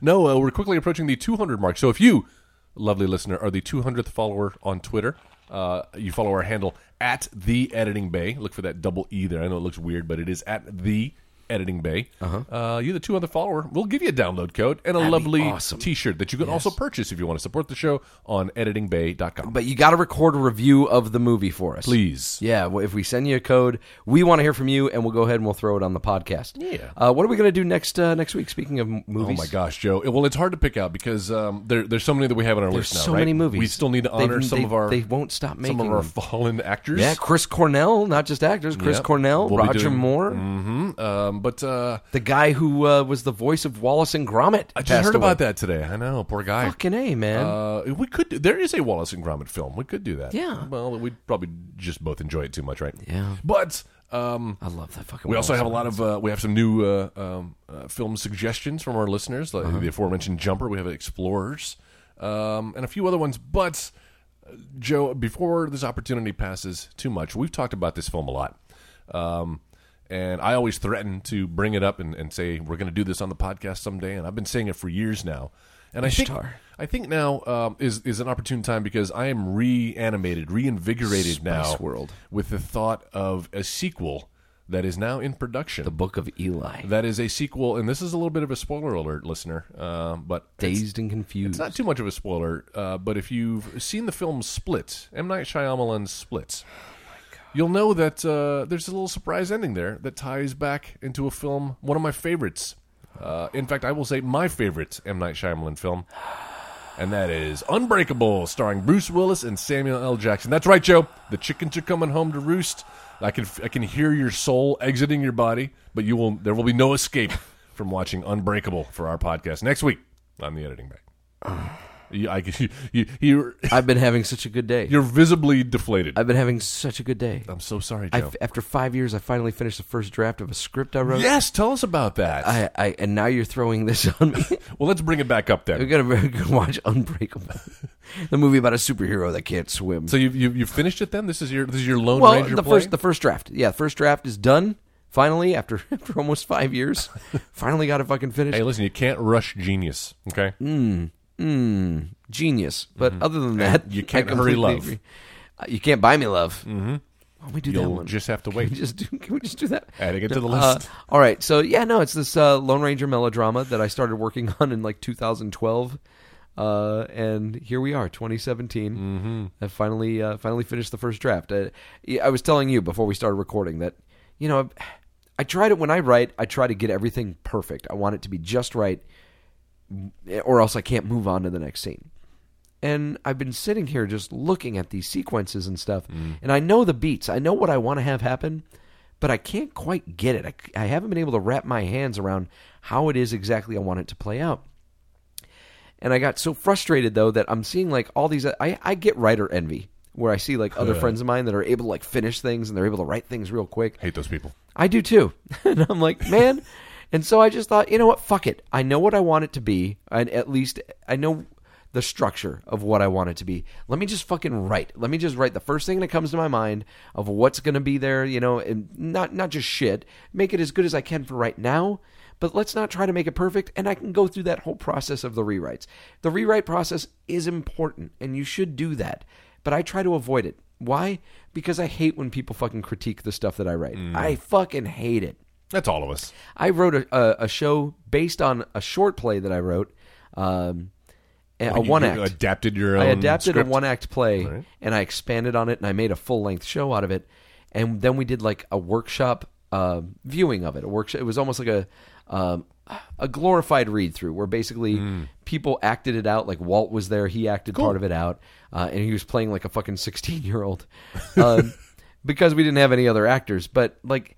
Speaker 4: No, uh, we're quickly approaching the 200 mark. So if you, lovely listener, are the 200th follower on Twitter, uh, you follow our handle at the Editing Bay. Look for that double E there. I know it looks weird, but it is at the Editing Bay. Uh-huh. you're the 200th follower. We'll give you a download code and a
Speaker 3: That'd be
Speaker 4: lovely
Speaker 3: awesome.
Speaker 4: T-shirt that you can also purchase if you want to support the show on editingbay.com.
Speaker 3: but you got to record a review of the movie for us,
Speaker 4: Please.
Speaker 3: Yeah, well, if we send you a code, we want to hear from you, and we'll go ahead and we'll throw it on the podcast.
Speaker 4: Yeah.
Speaker 3: Uh, what are we going to do next uh, next week? Speaking of m- movies,
Speaker 4: Oh my gosh, Joe! Well, it's hard to pick out because um, there, there's so many that we have on our
Speaker 3: there's
Speaker 4: list now.
Speaker 3: so
Speaker 4: right?
Speaker 3: many movies.
Speaker 4: We still need to
Speaker 3: They've-
Speaker 4: honor some
Speaker 3: they-
Speaker 4: of our
Speaker 3: They won't stop making
Speaker 4: some of our
Speaker 3: them.
Speaker 4: fallen actors.
Speaker 3: Yeah, Chris Cornell, not just actors. Chris
Speaker 4: Yep.
Speaker 3: Cornell,
Speaker 4: We'll be
Speaker 3: Roger
Speaker 4: doing-
Speaker 3: Moore,
Speaker 4: Mm-hmm. Um, but uh,
Speaker 3: the guy who uh, was the voice of Wallace and Gromit.
Speaker 4: I just heard about that today. I know, poor guy.
Speaker 3: Fucking a man.
Speaker 4: Uh, we could. Do, there is a Wallace and Gromit film. We could do that.
Speaker 3: Yeah.
Speaker 4: Well, we'd probably just both enjoy it too much, right?
Speaker 3: Yeah.
Speaker 4: But um,
Speaker 3: I love that fucking.
Speaker 4: we also
Speaker 3: Wallace
Speaker 4: have a
Speaker 3: and
Speaker 4: lot of. Uh, we have some new uh, um, uh, film suggestions from our listeners, like
Speaker 3: Uh-huh.
Speaker 4: the aforementioned Jumper. We have Explorers, um, and a few other ones. But uh, Joe, before this opportunity passes too much, we've talked about this film a lot. Um, and I always threaten to bring it up and, and say we're going to do this on the podcast someday, and I've been saying it for years now. And I think,
Speaker 3: Ishtar.
Speaker 4: I think now um, is is an opportune time because I am reanimated, reinvigorated now
Speaker 3: World.
Speaker 4: with the thought of a sequel that is now in production.
Speaker 3: the Book of Eli.
Speaker 4: that is a sequel, and this is a little bit of a spoiler alert, listener, um, but it's,
Speaker 3: Dazed and confused.
Speaker 4: it's not too much of a spoiler. Uh, but if you've seen the film Split, M Night Shyamalan's Split, you'll know that uh, there's a little surprise ending there that ties back into a film, one of my favorites. Uh, in fact, I will say my favorite M. Night Shyamalan film, and that is Unbreakable, starring Bruce Willis and Samuel L. Jackson. That's right, Joe. The chickens are coming home to roost. I can I can hear your soul exiting your body, but you will there will be no escape from watching Unbreakable for our podcast next week on the editing back. You, I, you, you, you're,
Speaker 3: I've been having such a good day.
Speaker 4: you're visibly deflated.
Speaker 3: I've been having such a good day.
Speaker 4: I'm so sorry,
Speaker 3: I
Speaker 4: Joe.
Speaker 3: f after five years, I finally finished the first draft of a script I wrote.
Speaker 4: yes, tell us about that.
Speaker 3: I, I and now you're throwing this on me.
Speaker 4: well, let's bring it back up
Speaker 3: we
Speaker 4: then.
Speaker 3: gotta we gotta watch Unbreakable, the movie about a superhero that can't swim.
Speaker 4: So you you you finished it then? This is your this is your Lone
Speaker 3: well,
Speaker 4: Ranger
Speaker 3: the
Speaker 4: play?
Speaker 3: first the first draft, yeah, the first draft is done. Finally, after after almost five years, finally got it fucking finished.
Speaker 4: hey, listen, you can't rush genius. Okay,
Speaker 3: Mm, genius. But other than that,
Speaker 4: Mm-hmm. you
Speaker 3: I
Speaker 4: can't hurry
Speaker 3: completely
Speaker 4: love.
Speaker 3: agree. Uh, you can't buy me love. Mm-hmm. Why don't we do that
Speaker 4: you'll
Speaker 3: one?
Speaker 4: just have to
Speaker 3: Can we
Speaker 4: wait.
Speaker 3: just do, can we just do that?
Speaker 4: Adding it to the
Speaker 3: Uh,
Speaker 4: list.
Speaker 3: all right, so yeah, no, it's this uh, Lone Ranger melodrama that I started working on in like 2012, uh, and here we are, 2017. Mm-hmm. I finally, uh, finally finished the first draft. Uh, yeah, I was telling you before we started recording that, you know, I tried it when I write. I try to get everything perfect. I want it to be just right, or else I can't move on to the next scene. And I've been sitting here just looking at these sequences and stuff, and I know the beats. I know what I want to have happen, but I can't quite get it. I, I haven't been able to wrap my hands around how it is exactly I want it to play out. And I got so frustrated though that I'm seeing like all these. uh, I, I get writer envy where I see like other friends of mine that are able to like finish things and they're able to write things real quick.
Speaker 4: Hate those people.
Speaker 3: I do too. and I'm like, man. and so I just thought, you know what? Fuck it. I know what I want it to be. And at least I know the structure of what I want it to be. Let me just fucking write. Let me just write the first thing that comes to my mind of what's going to be there, you know, and not not just shit. Make it as good as I can for right now, but let's not try to make it perfect and I can go through that whole process of the rewrites. The rewrite process is important and you should do that, but I try to avoid it. Why? Because I hate when people fucking critique the stuff that I write. I fucking hate it.
Speaker 4: That's all of us.
Speaker 3: I wrote a, a, a show based on a short play that I wrote, um, a
Speaker 4: You-
Speaker 3: one
Speaker 4: you
Speaker 3: act.
Speaker 4: adapted your own.
Speaker 3: I adapted
Speaker 4: script.
Speaker 3: a one act play
Speaker 4: All right.
Speaker 3: and I expanded on it and I made a full length show out of it. And then we did like a workshop uh, viewing of it. A workshop. It was almost like a um, a glorified read through where basically
Speaker 4: Hmm.
Speaker 3: people acted it out. Like Walt was there, he acted part of it out, uh, and he was playing like a fucking sixteen year old. Um, because we didn't have any other actors, but like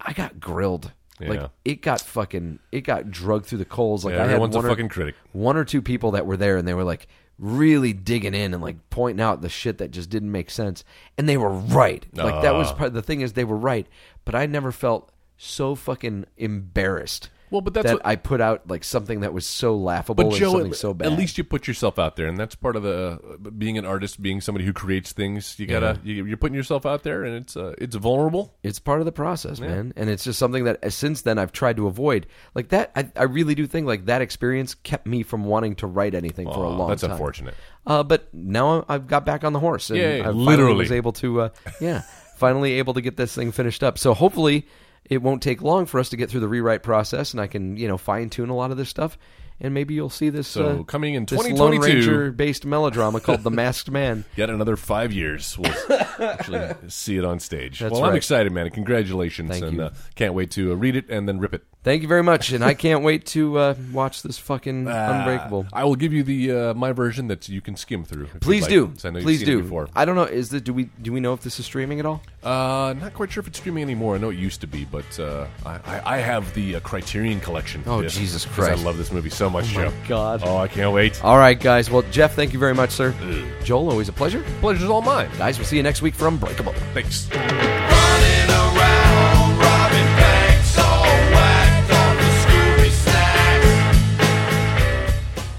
Speaker 3: I got grilled.
Speaker 4: Yeah.
Speaker 3: Like it got fucking it got drugged through the coals. Like
Speaker 4: Yeah,
Speaker 3: I had
Speaker 4: everyone's a
Speaker 3: one or-
Speaker 4: fucking critic.
Speaker 3: one or two people that were there and they were like really digging in and like pointing out the shit that just didn't make sense and they were right like that
Speaker 4: Ah.
Speaker 3: was part the thing is they were right but i never felt so fucking embarrassed
Speaker 4: Well, but that's
Speaker 3: that
Speaker 4: what-
Speaker 3: i put out like something that was so laughable
Speaker 4: But
Speaker 3: and
Speaker 4: Joe,
Speaker 3: something
Speaker 4: at,
Speaker 3: so bad
Speaker 4: at least you put yourself out there, and that's part of the uh, being an artist, being somebody who creates things. You gotta you, you're putting yourself out there, and it's uh, it's vulnerable.
Speaker 3: it's part of the process, man. And it's just something that uh, since then I've tried to avoid. Like that, I, I really do think like that experience kept me from wanting to write anything for a
Speaker 4: Aw,
Speaker 3: long
Speaker 4: that's
Speaker 3: time.
Speaker 4: unfortunate.
Speaker 3: Uh, but now I've got back on the horse. And
Speaker 4: Yay,
Speaker 3: I finally
Speaker 4: literally.
Speaker 3: was able to, uh, yeah, finally able to get this thing finished up. So hopefully it won't take long for us to get through the rewrite process, and I can you know fine tune a lot of this stuff. And maybe you'll see this.
Speaker 4: So,
Speaker 3: uh,
Speaker 4: coming in
Speaker 3: this Lone
Speaker 4: 2022.
Speaker 3: Ranger based melodrama called The Masked Man.
Speaker 4: Yet another five years, we'll actually see it on stage.
Speaker 3: That's
Speaker 4: well, I'm
Speaker 3: right.
Speaker 4: excited, man. Congratulations,
Speaker 3: Thank
Speaker 4: and
Speaker 3: you.
Speaker 4: Uh, can't wait to uh, read it and then rip it.
Speaker 3: Thank you very much, and I can't wait to uh, watch this fucking Unbreakable.
Speaker 4: Uh, Ah, I will give you the uh, my version that you can skim through. if you'd
Speaker 3: Please
Speaker 4: like,
Speaker 3: do.
Speaker 4: since I know you've
Speaker 3: Please
Speaker 4: seen
Speaker 3: do.
Speaker 4: It before.
Speaker 3: I don't know. Is that do we do we know if this is streaming at all?
Speaker 4: Uh, not quite sure if it's streaming anymore. I know it used to be, but uh, I, I, I have the uh, Criterion collection. for
Speaker 3: Oh,
Speaker 4: this,
Speaker 3: Jesus
Speaker 4: 'cause
Speaker 3: Christ.
Speaker 4: I love this movie so much,
Speaker 3: my
Speaker 4: Joe.
Speaker 3: God. Uh,
Speaker 4: Oh, I can't wait.
Speaker 3: All right, guys. Well, Jeff, thank you very much, sir. Joel, always a pleasure.
Speaker 4: Pleasure's all mine.
Speaker 3: Guys, we'll see you next week from Breakable.
Speaker 4: Thanks.
Speaker 5: Running around, robbing banks, all whacked on the Scooby Snacks.